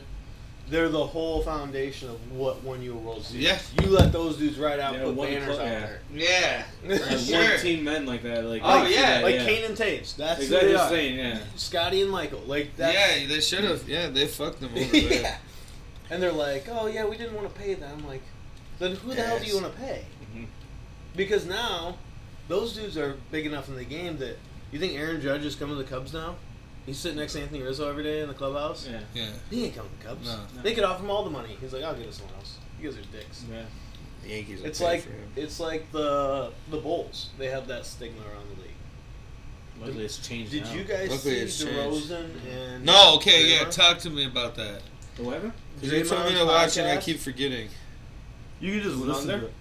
Speaker 3: they're the whole foundation of what won you a World Series.
Speaker 1: Yeah.
Speaker 3: you let those dudes ride out
Speaker 4: Yeah,
Speaker 3: put
Speaker 4: one
Speaker 3: banners
Speaker 4: club,
Speaker 3: out
Speaker 4: yeah.
Speaker 3: there.
Speaker 1: Yeah.
Speaker 4: like
Speaker 1: Sure.
Speaker 4: one team men like that. Like,
Speaker 1: Oh,
Speaker 4: like,
Speaker 1: yeah,
Speaker 4: that,
Speaker 3: like
Speaker 4: yeah.
Speaker 3: Kane and Taves. That's who
Speaker 4: Exactly
Speaker 3: they
Speaker 4: what I'm
Speaker 3: are.
Speaker 4: saying. Yeah,
Speaker 3: Scotty and Michael. Like that's
Speaker 1: Yeah, they should have. Yeah, they fucked them over.
Speaker 3: yeah.
Speaker 1: bad.
Speaker 3: And they're like, oh yeah, we didn't want to pay them. Like, then who the hell do you
Speaker 1: Yes.
Speaker 3: want to pay?
Speaker 4: Mhm.
Speaker 3: Because now, those dudes are big enough in the game that you think Aaron Judge is coming to the Cubs now? He's sitting next to Anthony Rizzo every day in the clubhouse.
Speaker 4: yeah,
Speaker 1: Yeah.
Speaker 3: He ain't coming to the Cubs.
Speaker 1: No.
Speaker 3: They could offer him all the money. He's like, I'll give it to someone else. You guys are dicks.
Speaker 4: yeah.
Speaker 1: The Yankees. will
Speaker 3: It's
Speaker 1: pay
Speaker 3: like
Speaker 1: for him.
Speaker 3: it's like the the Bulls. They have that stigma around the league.
Speaker 4: Luckily, it's changed.
Speaker 3: Did
Speaker 4: now.
Speaker 3: you guys
Speaker 1: Luckily it's
Speaker 3: see
Speaker 1: changed.
Speaker 3: DeRozan and
Speaker 1: No. Okay. Yeah.
Speaker 3: Draymond?
Speaker 1: Talk to me about that.
Speaker 4: The weather?
Speaker 1: Because every time I
Speaker 3: Draymond's
Speaker 1: watch it, I
Speaker 3: podcast?
Speaker 1: keep forgetting.
Speaker 3: You can just
Speaker 4: Went on there?
Speaker 3: it.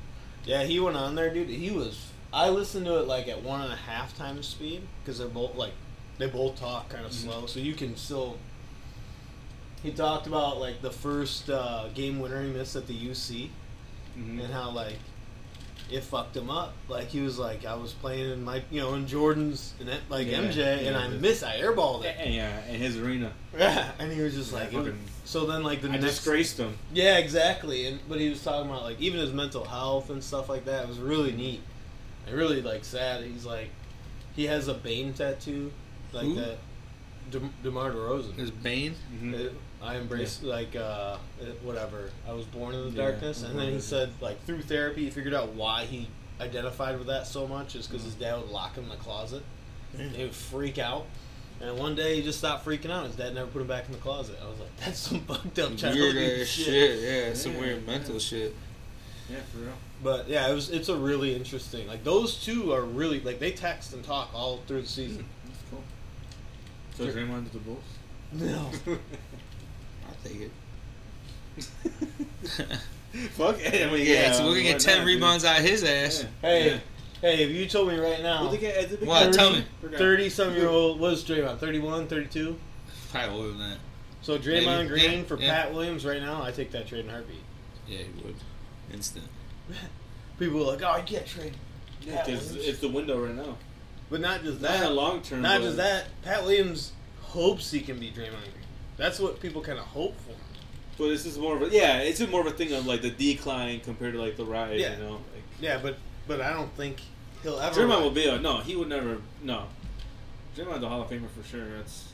Speaker 3: Yeah, he went on there, dude. He was. I listened to it like at one and a half times speed because they're both like they both talk kind of
Speaker 1: Mm-hmm.
Speaker 3: slow, so you can still. He talked about like the first uh, game winner he missed at the UC
Speaker 4: Mm-hmm.
Speaker 3: and how like it fucked him up. Like he was like I was playing in my you know in Jordan's and that- like
Speaker 4: Yeah,
Speaker 3: MJ and
Speaker 4: yeah,
Speaker 3: I
Speaker 4: dude.
Speaker 3: missed I airballed
Speaker 4: Yeah,
Speaker 3: it.
Speaker 4: yeah, in his arena,
Speaker 3: Yeah, and he was just
Speaker 4: Yeah,
Speaker 3: like.
Speaker 4: fucking-
Speaker 3: so then like the
Speaker 4: I
Speaker 3: next
Speaker 4: disgraced him.
Speaker 3: yeah, exactly. And but he was talking about like even his mental health and stuff like that. It was really neat. And really like sad. He's like he has a Bane tattoo like
Speaker 1: Who?
Speaker 3: that. De- Demar Derozan.
Speaker 1: Is Bane?
Speaker 4: Mm-hmm.
Speaker 3: It- I embrace like uh, it- whatever. I was born in the
Speaker 4: Yeah,
Speaker 3: darkness,
Speaker 4: I'm
Speaker 3: and then
Speaker 4: born
Speaker 3: he
Speaker 4: in-
Speaker 3: said like through therapy he figured out why he identified with that so much is because his dad would lock him in the closet. and He would freak out. And one day he just stopped freaking out. His dad never put him back in the closet. I was like, that's some fucked up childhood
Speaker 1: Weird ass
Speaker 3: shit.
Speaker 1: shit. Yeah. Some
Speaker 4: Yeah,
Speaker 1: weird
Speaker 4: yeah.
Speaker 1: mental shit.
Speaker 4: Yeah, for real.
Speaker 3: But yeah, it was it's a really interesting. Like those two are really like they text and talk all through the season.
Speaker 4: That's cool. So Draymond to the Bulls.
Speaker 3: No.
Speaker 1: I'll take it.
Speaker 4: Fuck. I mean,
Speaker 1: yeah, so we're gonna
Speaker 4: why
Speaker 1: get ten
Speaker 4: not, dude?
Speaker 1: rebounds out of his ass.
Speaker 4: Yeah.
Speaker 3: Hey, um,
Speaker 4: Yeah.
Speaker 3: hey, if you told me right now,
Speaker 4: What'd they get at the
Speaker 1: What?
Speaker 4: beginning?
Speaker 1: Tell me.
Speaker 4: Forgot.
Speaker 3: 30 some year old was Draymond 31, 32.
Speaker 1: Probably older than that.
Speaker 3: So Draymond
Speaker 1: Maybe.
Speaker 3: Green
Speaker 1: Yeah,
Speaker 3: for
Speaker 1: yeah.
Speaker 3: Pat Williams right now, I take that trade in a heartbeat.
Speaker 1: Yeah, he would. Instant.
Speaker 3: People are like, "Oh, you can't trade."
Speaker 4: Yeah, 'cause it's the window right now.
Speaker 3: But not just
Speaker 4: Not in
Speaker 3: that.
Speaker 4: the long term.
Speaker 3: Not
Speaker 4: but-
Speaker 3: just that. Pat Williams hopes he can be Draymond Green. That's what people kind of hope for.
Speaker 4: But this is more of a yeah, it's more of a thing of like the decline compared to like the rise.
Speaker 3: Yeah.
Speaker 4: You know, like,
Speaker 3: Yeah, but but I don't think he'll ever.
Speaker 4: Draymond will be a, no. He would never no. Draymond's a Hall of Famer for sure. That's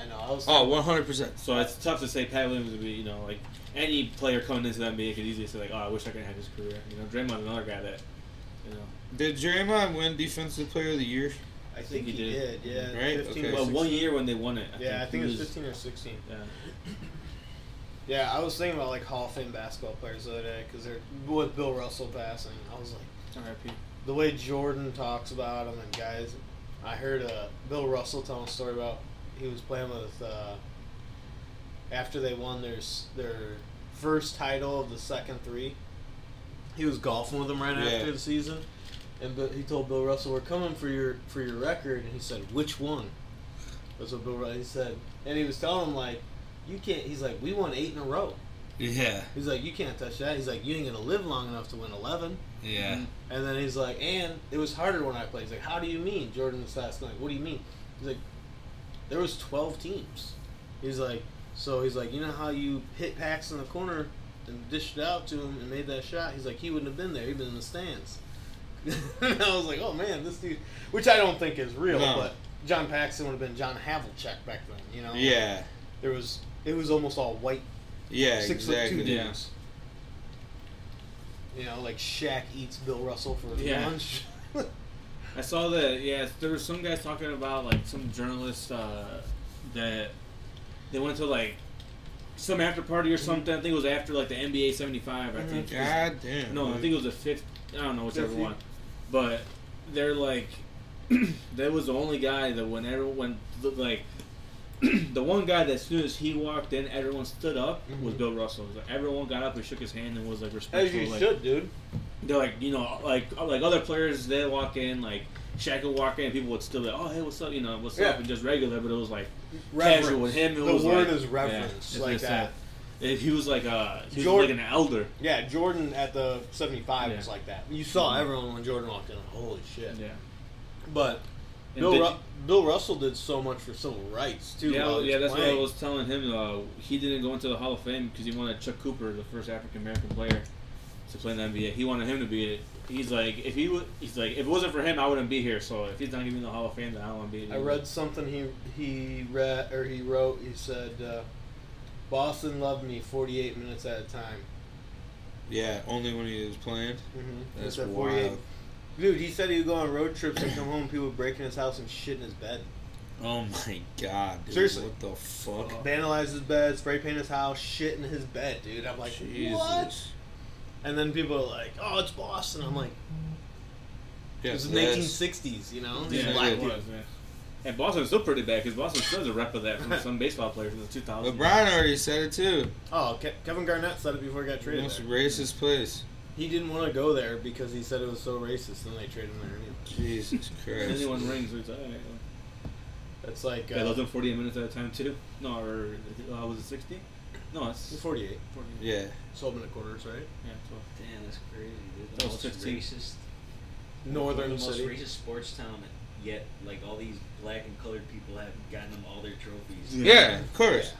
Speaker 3: I know. I was
Speaker 2: Oh, 100%.
Speaker 4: So it's tough to say Pat Williams would be, you know, like any player coming into the NBA could easily say like, oh, I wish I could have his career. You know, Draymond's another guy that, you know,
Speaker 2: Did Draymond win Defensive Player of the Year?
Speaker 3: I think he
Speaker 4: think you
Speaker 3: did.
Speaker 4: did.
Speaker 3: Yeah,
Speaker 2: Right?
Speaker 3: 15
Speaker 2: Okay.
Speaker 3: or
Speaker 4: well, one
Speaker 3: 16.
Speaker 4: year when they won it.
Speaker 3: Yeah, I think it
Speaker 4: he
Speaker 3: was fifteen or sixteen.
Speaker 4: Yeah.
Speaker 3: Yeah, I was thinking about like Hall of Fame basketball players the other day because they're with Bill Russell passing. I was like.
Speaker 4: R.I.P.
Speaker 3: the way Jordan talks about him and guys, I heard uh, Bill Russell telling a story about he was playing with uh, after they won their s- their first title of the second three. He was golfing with him right
Speaker 2: Yeah.
Speaker 3: after the season, and but he told Bill Russell, "We're coming for your for your record," and he said, "Which one?" That's what Bill Russell said, and he was telling him like, "You can't." He's like, "We won eight in a row."
Speaker 1: Yeah,
Speaker 3: He's like, "You can't touch that." He's like, "You ain't gonna live long enough to win 11.
Speaker 1: yeah.
Speaker 2: Mm-hmm.
Speaker 3: And then he's like, and it was harder when I played. He's like, how do you mean? Jordan was last night. What do you mean? He's like, there was 12 teams. He's like, so he's like, you know how you hit Pax in the corner and dished it out to him and made that shot? He's like, he wouldn't have been there. He'd been in the stands. and I was like, oh man, this dude, which I don't think is real,
Speaker 2: No.
Speaker 3: but John Paxton would have been John Havlicek back then, you know?
Speaker 2: Yeah.
Speaker 3: There was, it was almost all white
Speaker 2: Yeah,
Speaker 3: six
Speaker 2: exactly.
Speaker 3: foot two dudes. You know, like Shaq eats Bill Russell for
Speaker 4: Yeah.
Speaker 3: lunch.
Speaker 4: I saw that. Yeah, there was some guys talking about like some journalists uh, that they went to like some after party or something. I think it was after like the NBA '75.
Speaker 3: Oh
Speaker 4: I think.
Speaker 2: God damn.
Speaker 4: No, I think it was a fifth. I don't know whichever
Speaker 3: Fifty.
Speaker 4: one, but they're like, that was the only guy that when everyone like, the one guy that as soon as he walked in, everyone stood up was
Speaker 3: Mhm.
Speaker 4: Bill Russell. It was like, everyone got up and shook his hand and was like respectful.
Speaker 3: As you
Speaker 4: like,
Speaker 3: should, dude.
Speaker 4: They're like you know like like other players they walk in like Shaq would walk in and people would still be like oh hey what's up you know what's
Speaker 3: Yeah.
Speaker 4: up and just regular but it was like
Speaker 3: Reverence.
Speaker 4: casual with him. It
Speaker 3: the
Speaker 4: was
Speaker 3: word
Speaker 4: like-
Speaker 3: is reverence,
Speaker 4: yeah, it's
Speaker 3: like
Speaker 4: just
Speaker 3: that.
Speaker 4: it- he was like uh he was
Speaker 3: Jordan-
Speaker 4: like an elder
Speaker 3: Yeah, Jordan at the '75
Speaker 4: Yeah.
Speaker 3: was like that. You saw everyone when Jordan walked in. Holy shit!
Speaker 4: yeah
Speaker 3: But
Speaker 4: And
Speaker 3: Bill,
Speaker 4: did
Speaker 3: Ru-
Speaker 4: you-
Speaker 3: Bill Russell did so much for civil rights too.
Speaker 4: yeah,
Speaker 3: while he
Speaker 4: yeah, that's what
Speaker 3: playing.
Speaker 4: I was telling him. Uh, he didn't go into the Hall of Fame because he wanted Chuck Cooper, the first African American player to play in the NBA. He wanted him to be it. He's like, if he would, he's like, if it wasn't for him, I wouldn't be here. So if he's not giving the Hall of Fame, then I don't want to be. in it.
Speaker 3: I read something he he read or he wrote. He said, uh, "Boston loved me 48 minutes at a time."
Speaker 2: Yeah, only when he was playing.
Speaker 3: Mm-hmm.
Speaker 2: That's wild.
Speaker 3: Dude, he said he'd go on road trips and come home. People would break in his house and shit in his bed,
Speaker 2: Oh my god, dude.
Speaker 3: Seriously.
Speaker 2: What the fuck?
Speaker 3: vandalize his bed, spray paint his house, shit in his bed, dude. I'm like,
Speaker 2: Jesus.
Speaker 3: what? And then people are like, "Oh, it's Boston." I'm like,
Speaker 2: Yeah,
Speaker 3: "It's the
Speaker 2: that's-
Speaker 3: 1960s, you know."
Speaker 4: Yeah,
Speaker 3: These
Speaker 4: it
Speaker 3: black
Speaker 4: was,
Speaker 3: people.
Speaker 4: man. And Boston's still pretty bad because Boston still has a rep of that from some baseball player from the 2000s.
Speaker 2: LeBron already said it too.
Speaker 3: Oh, Ke- Kevin Garnett said it before he got traded.
Speaker 2: Most
Speaker 3: there.
Speaker 2: racist place.
Speaker 3: He didn't want to go there because he said it was so racist, and they traded him there anyway.
Speaker 2: Jesus
Speaker 4: If
Speaker 2: Christ.
Speaker 4: anyone rings, it's uh, all right.
Speaker 3: That's like
Speaker 4: Yeah, those
Speaker 3: uh,
Speaker 4: are 48 minutes at a time too. No, or uh, was it 60? No, it's
Speaker 3: 48.
Speaker 4: 48.
Speaker 2: Yeah.
Speaker 3: Sold him in quarters, right?
Speaker 4: Yeah, 12.
Speaker 6: Damn, that's crazy. Dude.
Speaker 4: That
Speaker 6: The
Speaker 4: was
Speaker 6: most
Speaker 4: 15.
Speaker 6: racist,
Speaker 3: Northern
Speaker 6: the most
Speaker 3: city.
Speaker 6: racist sports town, and yet like all these black and colored people have gotten them all their trophies.
Speaker 4: Yeah.
Speaker 2: Yeah, of course.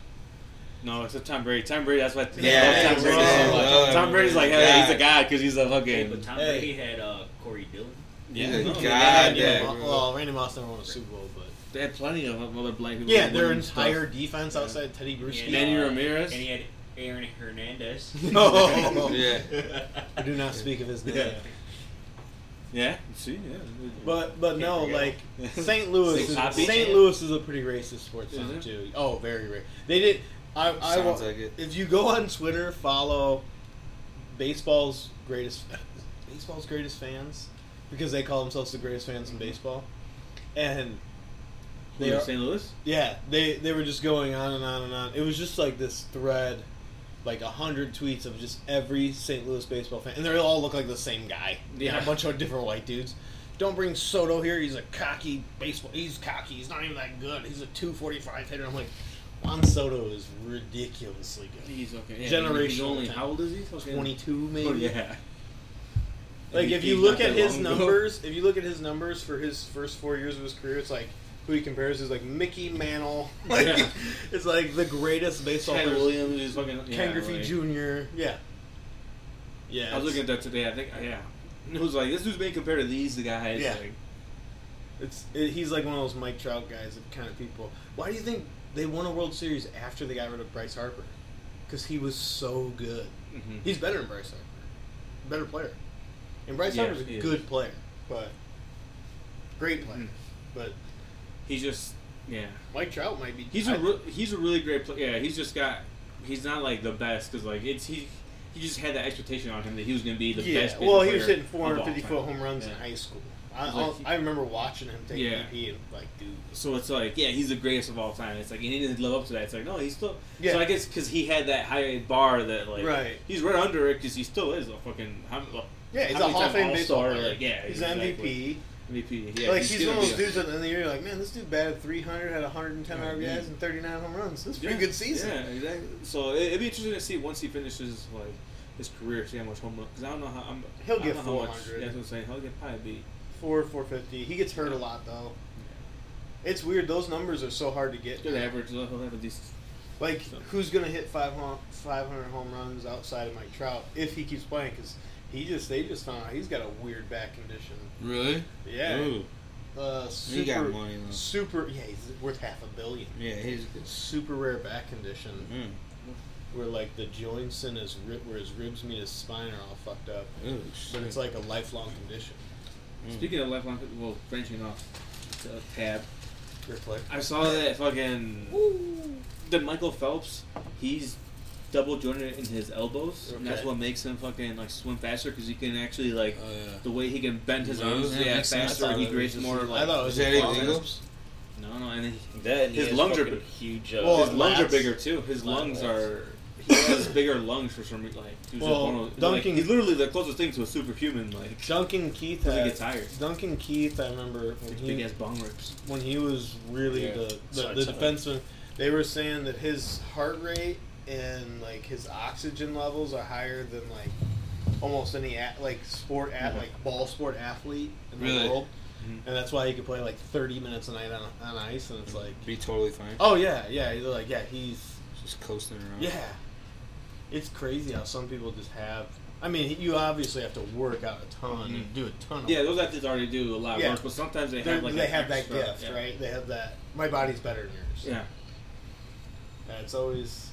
Speaker 4: No, except Tom Brady. Tom Brady, that's what.
Speaker 2: Yeah,
Speaker 4: I love
Speaker 2: yeah,
Speaker 4: Tom, Brady
Speaker 2: yeah,
Speaker 4: so much.
Speaker 2: yeah.
Speaker 4: Tom Brady's like, hey, he's
Speaker 2: God.
Speaker 4: a guy because he's a
Speaker 6: Hey,
Speaker 4: fucking.
Speaker 6: but Tom
Speaker 3: Hey.
Speaker 6: Brady had uh, Corey Dillon.
Speaker 4: yeah,
Speaker 2: he's a
Speaker 4: no,
Speaker 2: god
Speaker 4: they had, uh,
Speaker 2: Yeah,
Speaker 3: Randy
Speaker 2: damn.
Speaker 4: yeah,
Speaker 3: Mo-
Speaker 2: bro.
Speaker 3: well, Randy Moss never won a Super Bowl, but
Speaker 4: they had plenty of other black people.
Speaker 3: yeah,
Speaker 4: that
Speaker 3: their
Speaker 4: won and stuff.
Speaker 3: entire defense outside Teddy Bruschi.
Speaker 6: And,
Speaker 4: Manny
Speaker 6: uh,
Speaker 4: Ramirez?
Speaker 6: And he had Aaron Hernandez.
Speaker 3: No.
Speaker 4: Oh,
Speaker 2: Yeah.
Speaker 3: I do not speak of his name.
Speaker 4: Yeah. Yeah, see, yeah.
Speaker 3: But but no,
Speaker 6: Yeah.
Speaker 3: like St. Louis,
Speaker 4: St.
Speaker 3: is,
Speaker 4: Poppy?
Speaker 3: St. Louis is a pretty racist sports
Speaker 4: Is
Speaker 3: town
Speaker 4: it?
Speaker 3: too. Oh, very racist. They did. I, I wa-
Speaker 2: Sounds like it.
Speaker 3: If you go on Twitter, follow baseball's greatest baseball's greatest fans because they call themselves the greatest fans in baseball, and they
Speaker 4: they
Speaker 3: are,
Speaker 4: St. Louis?
Speaker 3: yeah they they were just going on and on and on. It was just like this thread, like a hundred tweets of just every St. Louis baseball fan, and they all look like the same guy. Yeah,
Speaker 4: Yeah.
Speaker 3: a bunch of different white dudes. Don't bring Soto here. He's a cocky baseball. He's cocky. He's not even that good. He's a two forty five hitter. I'm like, Juan Soto is ridiculously good.
Speaker 4: He's okay. Yeah,
Speaker 3: Generational
Speaker 4: he's only,
Speaker 3: talent.
Speaker 4: how old is he? Fucking-
Speaker 3: Twenty two maybe.
Speaker 4: Oh, yeah.
Speaker 3: Like
Speaker 4: He-
Speaker 3: if you
Speaker 4: he's
Speaker 3: look
Speaker 4: not
Speaker 3: at
Speaker 4: that
Speaker 3: his
Speaker 4: long ago.
Speaker 3: numbers, if you look at his numbers for his first four years of his career, it's like who he compares is like Mickey Mantle. Like
Speaker 4: Yeah.
Speaker 3: it's like the greatest baseball
Speaker 4: Ted
Speaker 3: player.
Speaker 4: Williams is fucking. Yeah,
Speaker 3: Ken Griffey
Speaker 4: like-
Speaker 3: Jr. Yeah. Yeah.
Speaker 4: I was looking at that today. I think, uh, yeah. And It was like, this dude's being compared to these guys.
Speaker 3: Yeah.
Speaker 4: Like,
Speaker 3: It's it, he's like one of those Mike Trout guys of kind of people. Why do you think They won a World Series after they got rid of Bryce Harper because he was so good.
Speaker 4: mm-hmm.
Speaker 3: He's better than Bryce Harper, better player. And Bryce
Speaker 4: Yeah,
Speaker 3: Harper's
Speaker 4: he
Speaker 3: a
Speaker 4: is.
Speaker 3: good player, but great player.
Speaker 4: Mhm.
Speaker 3: But
Speaker 4: He's just yeah.
Speaker 3: Mike Trout might be.
Speaker 4: He's
Speaker 3: I-
Speaker 4: a re- he's a really great player. Yeah, he's just got he's not like the best because like it's he he just had that expectation on him that he was gonna be the
Speaker 3: yeah.
Speaker 4: best. baseball
Speaker 3: well, he was
Speaker 4: player
Speaker 3: hitting
Speaker 4: of all
Speaker 3: 450
Speaker 4: time.
Speaker 3: foot home runs in
Speaker 4: Yeah.
Speaker 3: high school. I,
Speaker 4: He's like-
Speaker 3: I'll- I remember watching him take
Speaker 4: Yeah.
Speaker 3: BP and like, dude,
Speaker 4: So it's like, yeah, he's the greatest of all time. It's like, and he didn't live up to that. It's like, no, he's still.
Speaker 3: Yeah.
Speaker 4: So I guess because he had that high bar that like,
Speaker 3: Right.
Speaker 4: He's right under it because he still is a fucking. How,
Speaker 3: yeah, he's a
Speaker 4: How many
Speaker 3: Hall of
Speaker 4: time
Speaker 3: Fame baseball
Speaker 4: All-Star,
Speaker 3: player.
Speaker 4: like, yeah,
Speaker 3: he's
Speaker 4: exactly.
Speaker 3: MVP.
Speaker 4: MVP. Yeah,
Speaker 3: like he's, one
Speaker 4: gonna
Speaker 3: of
Speaker 4: be
Speaker 3: those
Speaker 4: a-
Speaker 3: dudes at the end of the year, you're like, man, this dude batted 300, had 110
Speaker 4: Yeah,
Speaker 3: RBIs
Speaker 4: yeah.
Speaker 3: and 39 home runs. This is a
Speaker 4: Yeah,
Speaker 3: pretty good season.
Speaker 4: Yeah, exactly. So it, it'd be interesting to see once he finishes like his career, see how much home run. Because I don't know how I'm.
Speaker 3: He'll
Speaker 4: I don't
Speaker 3: get
Speaker 4: know how much-
Speaker 3: 400.
Speaker 4: That's what I'm saying. He'll get probably be.
Speaker 3: Four, 450. He gets hurt a lot though. It's weird. Those numbers are so hard to get.
Speaker 4: Good average. He'll he'll have a decent.
Speaker 3: Like,
Speaker 4: So-
Speaker 3: who's gonna hit five home, 500 home runs outside of Mike Trout if he keeps playing? Because he just they just found out he's got a weird back condition.
Speaker 2: Really?
Speaker 3: Yeah.
Speaker 2: Ooh.
Speaker 3: Uh, super,
Speaker 2: He got money, though.
Speaker 3: super. Yeah, he's worth half a billion.
Speaker 2: Yeah, he's good.
Speaker 3: Super rare back condition
Speaker 2: Mm.
Speaker 3: where like the joints and his rib, where his ribs meet his spine are all fucked up,
Speaker 2: Ooh,
Speaker 3: but
Speaker 2: shit.
Speaker 3: it's like a lifelong condition.
Speaker 2: Mm.
Speaker 4: Speaking of lifelong, well, branching off the tab.
Speaker 3: Reflect.
Speaker 4: I saw that fucking the Michael Phelps. He's double jointed in his elbows, and that's
Speaker 3: Okay.
Speaker 4: what makes him fucking like swim faster because he can actually like
Speaker 2: Oh, yeah.
Speaker 4: the way he can bend his
Speaker 2: Yeah,
Speaker 4: arms,
Speaker 2: that
Speaker 4: yeah,
Speaker 2: makes sense.
Speaker 4: faster.
Speaker 3: I
Speaker 4: and He
Speaker 3: thought it
Speaker 4: creates
Speaker 3: was
Speaker 4: more
Speaker 3: just-
Speaker 4: like
Speaker 3: I thought it
Speaker 2: Is
Speaker 3: was
Speaker 2: that
Speaker 3: just
Speaker 2: illegal?
Speaker 4: no, no, and then
Speaker 6: That and he
Speaker 4: His
Speaker 6: has
Speaker 4: lungs are
Speaker 6: fucking
Speaker 4: big.
Speaker 6: huge. Uh,
Speaker 3: Well,
Speaker 4: his lungs are
Speaker 3: lats.
Speaker 4: bigger too. His
Speaker 6: Lat
Speaker 4: lungs
Speaker 6: lats.
Speaker 4: are. He has bigger lungs for some reason. Like, he was just
Speaker 3: Well,
Speaker 4: one of- like,
Speaker 3: dunking-
Speaker 4: he's literally the closest thing to a superhuman. Like,
Speaker 3: Duncan Keith.
Speaker 4: because he
Speaker 3: had-
Speaker 4: gets tired.
Speaker 3: Duncan Keith. I remember when he
Speaker 4: Big ass bong rips.
Speaker 3: when he was really
Speaker 2: Yeah.
Speaker 3: the the,
Speaker 6: Sorry,
Speaker 3: the
Speaker 6: sorry.
Speaker 3: defenseman, they were saying that his heart rate and like his oxygen levels are higher than like almost any at, like sport at like ball sport athlete in
Speaker 2: Really?
Speaker 3: the world,
Speaker 4: Mhm.
Speaker 3: and that's why he could play like thirty minutes a night on, on ice, and it's like,
Speaker 4: Mm-hmm.
Speaker 2: Be totally fine.
Speaker 3: oh yeah, yeah, they're like yeah, he's
Speaker 2: Just coasting around.
Speaker 3: yeah, it's crazy how some people just have. I mean, you obviously have to work out a ton and do a ton of
Speaker 4: Mm-hmm. Yeah, those athletes already do a
Speaker 3: Uh-huh.
Speaker 4: lot of
Speaker 3: Yeah.
Speaker 4: work, but sometimes they
Speaker 3: They're-
Speaker 4: have like
Speaker 3: they
Speaker 4: an
Speaker 3: have that
Speaker 4: extra-
Speaker 3: gift,
Speaker 4: yeah.
Speaker 3: right? They have that. My body's better than yours.
Speaker 4: Yeah.
Speaker 3: That's always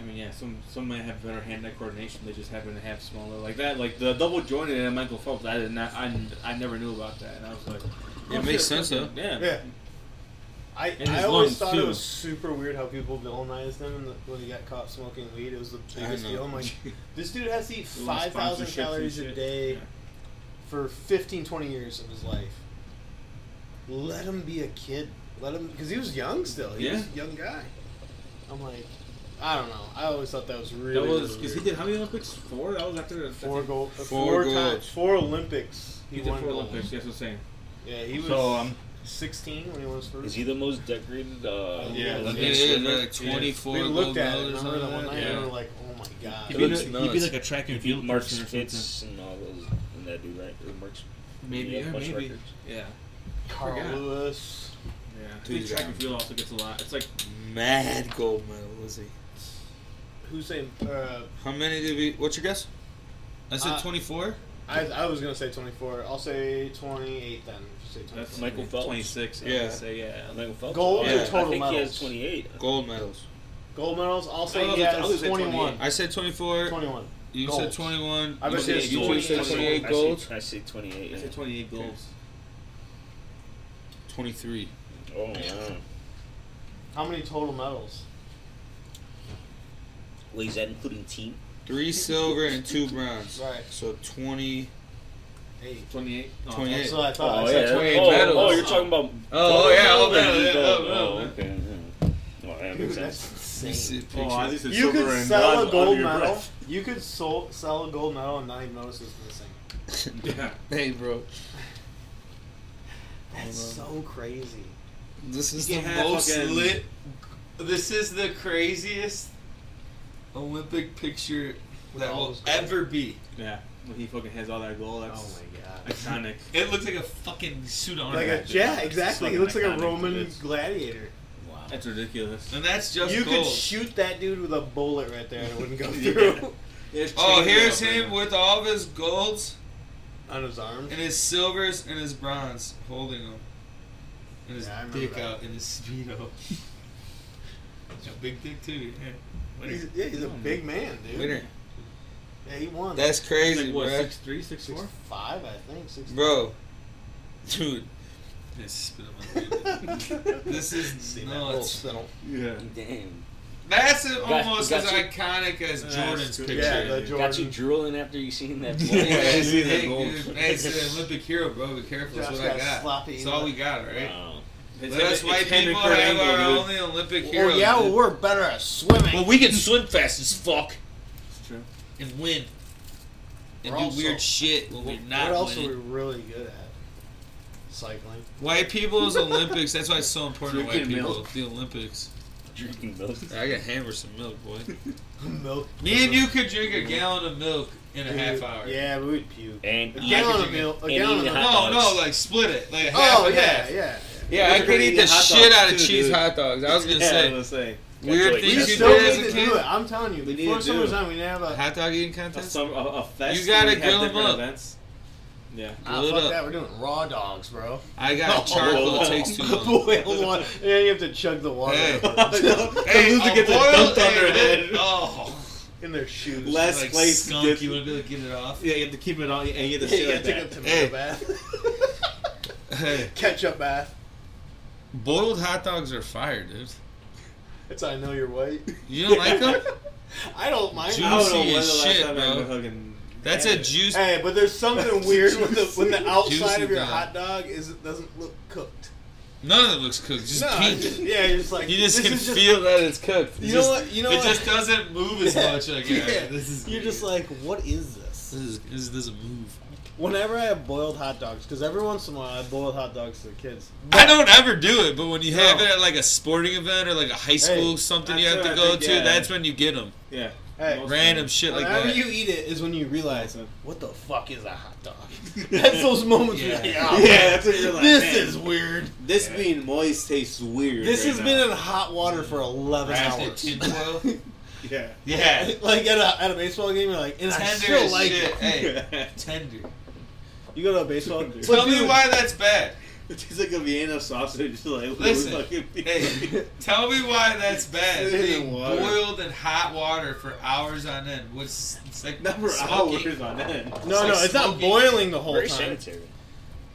Speaker 4: I mean, yeah, some some might have better hand-eye coordination. They just happen to have smaller like that. Like the double jointed and Michael Phelps, I did not, I, I never knew about that, and I was like,
Speaker 2: It
Speaker 4: oh,
Speaker 2: makes
Speaker 4: shit,
Speaker 2: sense, though.
Speaker 4: Yeah.
Speaker 3: yeah. I,
Speaker 4: And his
Speaker 3: I always
Speaker 4: lungs,
Speaker 3: thought
Speaker 4: too.
Speaker 3: it was super weird how people villainized him and the- when he got caught smoking weed. It was the
Speaker 2: I
Speaker 3: biggest deal.
Speaker 2: know.
Speaker 3: I'm like, this dude has to eat
Speaker 4: Little
Speaker 3: 5,000
Speaker 4: sponsorships and
Speaker 3: calories a
Speaker 4: shit.
Speaker 3: day
Speaker 4: Yeah.
Speaker 3: for 15, 20 years of his life. Let him be a kid. Let him, because he was young still. He was
Speaker 4: Yeah.
Speaker 3: a young guy. I'm like, I don't know. I always thought that was really.
Speaker 4: That was
Speaker 3: really
Speaker 4: because he
Speaker 3: weird.
Speaker 4: did how many Olympics? Four. That was after
Speaker 3: four gold, four,
Speaker 2: Four
Speaker 3: times,
Speaker 2: golds.
Speaker 3: four Olympics.
Speaker 4: He did
Speaker 3: won
Speaker 4: four
Speaker 3: gold.
Speaker 4: Olympics. That's what I'm saying.
Speaker 3: Yeah, he was
Speaker 6: So, um,
Speaker 3: 16 when he was first.
Speaker 6: Is he the most decorated? Uh,
Speaker 3: Yeah,
Speaker 2: It
Speaker 6: Olympic
Speaker 2: is,
Speaker 6: swimmer?
Speaker 2: like 24
Speaker 3: we looked
Speaker 2: gold
Speaker 3: at it.
Speaker 2: medals
Speaker 3: Remember
Speaker 2: on
Speaker 3: that one
Speaker 2: that?
Speaker 3: night?
Speaker 2: Yeah.
Speaker 3: We were like, oh my god.
Speaker 2: He
Speaker 6: He'd
Speaker 2: beat
Speaker 6: be,
Speaker 2: looks
Speaker 6: he'd be like
Speaker 2: nuts.
Speaker 6: a track and
Speaker 2: beat
Speaker 6: field
Speaker 2: Mark
Speaker 6: Mark Spitz and all those and that dude right or Mark
Speaker 4: Maybe.
Speaker 6: Yeah,
Speaker 4: Yeah,
Speaker 6: bunch of
Speaker 4: maybe.
Speaker 6: records.
Speaker 4: Yeah.
Speaker 3: Carl
Speaker 4: forgot.
Speaker 3: Lewis.
Speaker 4: Yeah. I
Speaker 2: Dude,
Speaker 4: think track and
Speaker 2: yeah.
Speaker 4: field also gets a lot. It's like
Speaker 2: Mad gold medal, was he?
Speaker 3: Hussein. Uh,
Speaker 2: How many did we. What's your guess? I said
Speaker 3: Uh,
Speaker 2: 24?
Speaker 3: I, I was going to say 24. I'll say 28 then. Just say 24.
Speaker 4: that's
Speaker 6: Michael Phelps.
Speaker 4: 26. I
Speaker 2: Yeah.
Speaker 4: would say yeah.
Speaker 6: Michael Phelps.
Speaker 3: Gold
Speaker 2: or
Speaker 6: yeah.
Speaker 3: total
Speaker 6: I think he
Speaker 3: medals?
Speaker 6: has 28.
Speaker 2: Gold medals.
Speaker 3: Gold medals. I'll say
Speaker 4: I'll
Speaker 3: he
Speaker 4: just-
Speaker 3: has
Speaker 4: I'll just say
Speaker 3: 21.
Speaker 2: I said 24.
Speaker 3: 21.
Speaker 2: You said
Speaker 3: Goals.
Speaker 2: 21.
Speaker 3: I bet
Speaker 2: you
Speaker 3: she has
Speaker 2: said- you said
Speaker 3: 28
Speaker 6: I
Speaker 2: 28
Speaker 6: say-
Speaker 2: gold.
Speaker 6: I say 28.
Speaker 4: I
Speaker 6: Yeah.
Speaker 4: say 28 goals.
Speaker 2: 23.
Speaker 6: Oh wow.
Speaker 3: How many total medals?
Speaker 6: Well, is that including team?
Speaker 2: Three silver and two bronze.
Speaker 3: Right.
Speaker 2: So 20.
Speaker 3: Eight.
Speaker 4: 28. No,
Speaker 2: 28.
Speaker 3: That's what I thought. I
Speaker 6: oh,
Speaker 3: said
Speaker 6: yeah.
Speaker 2: 28
Speaker 6: oh,
Speaker 2: medals.
Speaker 6: oh, you're talking about.
Speaker 2: Oh,
Speaker 6: gold
Speaker 2: yeah,
Speaker 6: medal
Speaker 2: oh, yeah,
Speaker 6: and
Speaker 2: yeah,
Speaker 6: gold.
Speaker 2: oh,
Speaker 6: Oh,
Speaker 2: yeah.
Speaker 6: okay. yeah. Well, that
Speaker 3: Dude,
Speaker 6: makes
Speaker 3: that's
Speaker 6: sense.
Speaker 2: You
Speaker 3: insane.
Speaker 2: said
Speaker 4: Oh,
Speaker 2: picture-
Speaker 4: I just said
Speaker 3: You
Speaker 4: silver
Speaker 3: could
Speaker 4: and
Speaker 3: sell a
Speaker 6: under
Speaker 3: gold
Speaker 6: your
Speaker 3: medal.
Speaker 6: breath.
Speaker 3: You could sol- sell a gold medal and not even notice it's missing.
Speaker 4: Yeah.
Speaker 2: Hey, bro.
Speaker 3: That's so crazy.
Speaker 2: This is
Speaker 1: You
Speaker 2: the
Speaker 1: can have
Speaker 2: most
Speaker 1: fucking-
Speaker 2: lit.
Speaker 1: This is the craziest Olympic picture that
Speaker 3: all
Speaker 1: will
Speaker 3: those goals.
Speaker 1: ever be.
Speaker 4: Yeah. When he fucking has all that gold, that's
Speaker 3: Oh my god.
Speaker 4: iconic.
Speaker 1: It looks like a fucking suit on
Speaker 3: Like a, yeah, exactly. He
Speaker 4: fucking
Speaker 3: looks like a
Speaker 4: iconic.
Speaker 3: Roman
Speaker 4: It's-
Speaker 3: gladiator.
Speaker 6: Wow.
Speaker 4: That's ridiculous.
Speaker 1: And that's just
Speaker 3: you
Speaker 1: gold.
Speaker 3: could shoot that dude with a bullet right there and it wouldn't go through.
Speaker 1: oh, here's him with all of his golds
Speaker 3: On his arm.
Speaker 1: and his silvers and his bronze holding them. And his
Speaker 3: Yeah, I remember
Speaker 1: dick
Speaker 3: that.
Speaker 1: out in his speedo. He's a big dick too. Yeah.
Speaker 3: He's, yeah, he's a big man, dude.
Speaker 2: Winner.
Speaker 3: Yeah, he won.
Speaker 2: That's crazy,
Speaker 4: Like, what,
Speaker 2: bro.
Speaker 4: six three, six
Speaker 3: six
Speaker 4: four?
Speaker 3: five, I think. Six
Speaker 2: Bro, dude,
Speaker 1: Yeah, spit on my baby. This is
Speaker 3: See that little
Speaker 1: nuts.
Speaker 3: spittle.
Speaker 4: Yeah.
Speaker 5: Damn.
Speaker 1: That's a- almost
Speaker 5: got
Speaker 1: as
Speaker 5: you.
Speaker 1: iconic as
Speaker 4: That's
Speaker 1: Jordan's
Speaker 4: good.
Speaker 1: picture.
Speaker 3: Yeah, the
Speaker 1: dude.
Speaker 5: Got you
Speaker 3: Jordan.
Speaker 5: drooling after you seen that.
Speaker 2: Yeah,
Speaker 5: blood.
Speaker 1: Yeah,
Speaker 2: I see
Speaker 1: hey,
Speaker 2: that
Speaker 1: dude,
Speaker 2: gold.
Speaker 1: hey, it's an Olympic hero, bro. Be careful. That's
Speaker 3: Josh
Speaker 1: what I
Speaker 3: got
Speaker 1: got.
Speaker 3: sloppy,
Speaker 1: That's all
Speaker 3: you
Speaker 1: we
Speaker 3: know?
Speaker 1: got, right?
Speaker 6: Um,
Speaker 5: Wow.
Speaker 4: It's
Speaker 1: Let us
Speaker 4: Henry-
Speaker 1: white
Speaker 4: it's Henry
Speaker 1: people
Speaker 4: Kurt
Speaker 1: have
Speaker 4: Angle,
Speaker 1: our
Speaker 4: dude.
Speaker 1: only Olympic
Speaker 3: Oh
Speaker 1: heroes.
Speaker 3: yeah, well,
Speaker 1: dude.
Speaker 3: we're better at swimming.
Speaker 2: Well, we can swim fast as fuck
Speaker 4: It's true.
Speaker 2: and win and
Speaker 3: We're
Speaker 2: do
Speaker 3: also-
Speaker 2: weird shit when we're not
Speaker 3: what else
Speaker 2: winning.
Speaker 3: are we really good at? Cycling.
Speaker 1: White people's Olympics. That's why it's so important to white
Speaker 4: Drinking
Speaker 1: people.
Speaker 4: milk.
Speaker 1: The Olympics.
Speaker 5: Drinking those.
Speaker 1: I got hammer some milk, boy.
Speaker 3: Milk.
Speaker 1: Me and you could drink a gallon of milk in a half hour.
Speaker 3: Yeah, we would puke.
Speaker 5: And
Speaker 3: A
Speaker 5: eat-
Speaker 3: gallon of milk. A
Speaker 5: and
Speaker 3: gallon of
Speaker 5: eat
Speaker 3: milk.
Speaker 5: hot
Speaker 1: No,
Speaker 5: dogs.
Speaker 1: no, like split it, like half.
Speaker 3: Oh
Speaker 1: and
Speaker 3: yeah,
Speaker 1: half.
Speaker 3: yeah.
Speaker 2: Yeah, I
Speaker 4: We're
Speaker 2: could
Speaker 4: gonna
Speaker 2: eat
Speaker 4: eat
Speaker 2: the
Speaker 4: hot dogs
Speaker 2: shit out of
Speaker 4: too,
Speaker 2: cheese
Speaker 4: dude.
Speaker 2: hot dogs. I was gonna
Speaker 4: Yeah,
Speaker 2: say
Speaker 4: I was gonna say.
Speaker 2: weird
Speaker 5: like
Speaker 2: things
Speaker 3: We
Speaker 5: You
Speaker 1: Did
Speaker 3: still
Speaker 1: do as
Speaker 3: need
Speaker 1: a
Speaker 3: to do
Speaker 1: kid?
Speaker 3: it. I'm telling you.
Speaker 4: We need
Speaker 3: Before
Speaker 4: to
Speaker 3: summer's
Speaker 4: do it.
Speaker 3: done, we need to have a.
Speaker 1: Hot dog eating
Speaker 4: A,
Speaker 1: contest.
Speaker 4: summer, a, a fest.
Speaker 1: You gotta
Speaker 4: where we have
Speaker 1: grill 'em
Speaker 4: different
Speaker 1: up.
Speaker 4: Events. Yeah.
Speaker 3: Ah,
Speaker 1: Load
Speaker 3: fuck
Speaker 1: up.
Speaker 3: that. We're doing raw dogs, bro.
Speaker 1: I got charcoal.
Speaker 4: Oh.
Speaker 1: It takes too long.
Speaker 3: Boiled water. Yeah, you have to chug the water
Speaker 1: Hey.
Speaker 4: The loser
Speaker 1: a
Speaker 4: gets it
Speaker 1: boiled
Speaker 4: dumped on their
Speaker 1: egg.
Speaker 4: head.
Speaker 1: Oh,
Speaker 3: in their shoes.
Speaker 4: Last
Speaker 1: like
Speaker 4: place
Speaker 1: skunk.
Speaker 4: gets-
Speaker 1: You want to get it off?
Speaker 4: Yeah, you have to keep it on, and you have to
Speaker 3: Yeah,
Speaker 4: shit
Speaker 3: you
Speaker 4: like
Speaker 3: gotta take a
Speaker 4: that.
Speaker 3: tomato
Speaker 1: Hey.
Speaker 3: bath.
Speaker 1: Hey,
Speaker 3: Ketchup bath.
Speaker 1: boiled hot dogs are fire, dude.
Speaker 3: It's I know you're white.
Speaker 1: You don't like them?
Speaker 3: I don't mind.
Speaker 1: Juicy
Speaker 4: I don't know
Speaker 1: as
Speaker 4: when the last
Speaker 1: shit,
Speaker 4: time
Speaker 1: bro.
Speaker 4: I fucking.
Speaker 1: That's
Speaker 4: had
Speaker 1: a
Speaker 4: it.
Speaker 1: juice.
Speaker 3: Hey, but there's something weird when the when the outside
Speaker 1: Juicy
Speaker 3: of your
Speaker 1: dog.
Speaker 3: hot dog is it doesn't look cooked.
Speaker 1: None of it looks cooked. Just
Speaker 3: no,
Speaker 1: pink.
Speaker 3: just- yeah, you're just like
Speaker 2: you just
Speaker 3: this
Speaker 2: can
Speaker 3: is just,
Speaker 2: feel that it's cooked.
Speaker 3: You
Speaker 2: Just-
Speaker 3: know what? You know
Speaker 1: it
Speaker 3: what?
Speaker 1: just doesn't move as
Speaker 3: Yeah.
Speaker 1: much. Like, yeah,
Speaker 3: Yeah.
Speaker 1: this is.
Speaker 3: You're just like, what is this?
Speaker 1: This is this doesn't move.
Speaker 3: Whenever I have boiled hot dogs, because every once in a while I boiled hot dogs for the kids.
Speaker 1: I don't ever do it, but when you have
Speaker 3: No.
Speaker 1: it at like a sporting event or like a high school something you
Speaker 4: that's
Speaker 1: have to
Speaker 4: what
Speaker 1: go
Speaker 4: I think,
Speaker 1: to,
Speaker 4: yeah.
Speaker 1: that's when you get them.
Speaker 4: Yeah.
Speaker 3: Hey,
Speaker 4: Most
Speaker 1: Random
Speaker 4: times.
Speaker 1: shit like
Speaker 3: whenever
Speaker 1: that.
Speaker 3: you eat it is when you realize, what the fuck is a hot dog? That's those moments. where
Speaker 1: Yeah.
Speaker 3: you're
Speaker 4: Yeah,
Speaker 3: like, "Oh,
Speaker 4: that's what you're like.
Speaker 3: this
Speaker 4: man,
Speaker 3: is weird.
Speaker 4: This being moist tastes weird.
Speaker 3: This
Speaker 4: right
Speaker 3: has
Speaker 4: now.
Speaker 3: been in hot water for 11
Speaker 1: Wrapped in
Speaker 3: hours.
Speaker 1: tinfoil.
Speaker 4: Yeah.
Speaker 1: yeah.
Speaker 3: like at a, at a baseball game, you're like, and I
Speaker 1: Tender
Speaker 3: still
Speaker 1: as
Speaker 3: like
Speaker 1: shit.
Speaker 3: it.
Speaker 1: Hey, tender.
Speaker 3: You go to a baseball
Speaker 4: Tell
Speaker 3: game.
Speaker 1: Tell me why that's bad.
Speaker 4: It tastes like a Vienna sausage. Like,
Speaker 1: Listen,
Speaker 4: fucking
Speaker 1: Hey, tell me why that's bad.
Speaker 4: Sit in
Speaker 1: Being
Speaker 4: water.
Speaker 1: boiled in hot water for hours on end. What's it's like
Speaker 4: Not for
Speaker 1: smoking.
Speaker 4: hours on end.
Speaker 3: No,
Speaker 1: like
Speaker 3: no, it's not
Speaker 1: smoking.
Speaker 3: boiling the whole
Speaker 5: Very
Speaker 3: time.
Speaker 5: sanitary.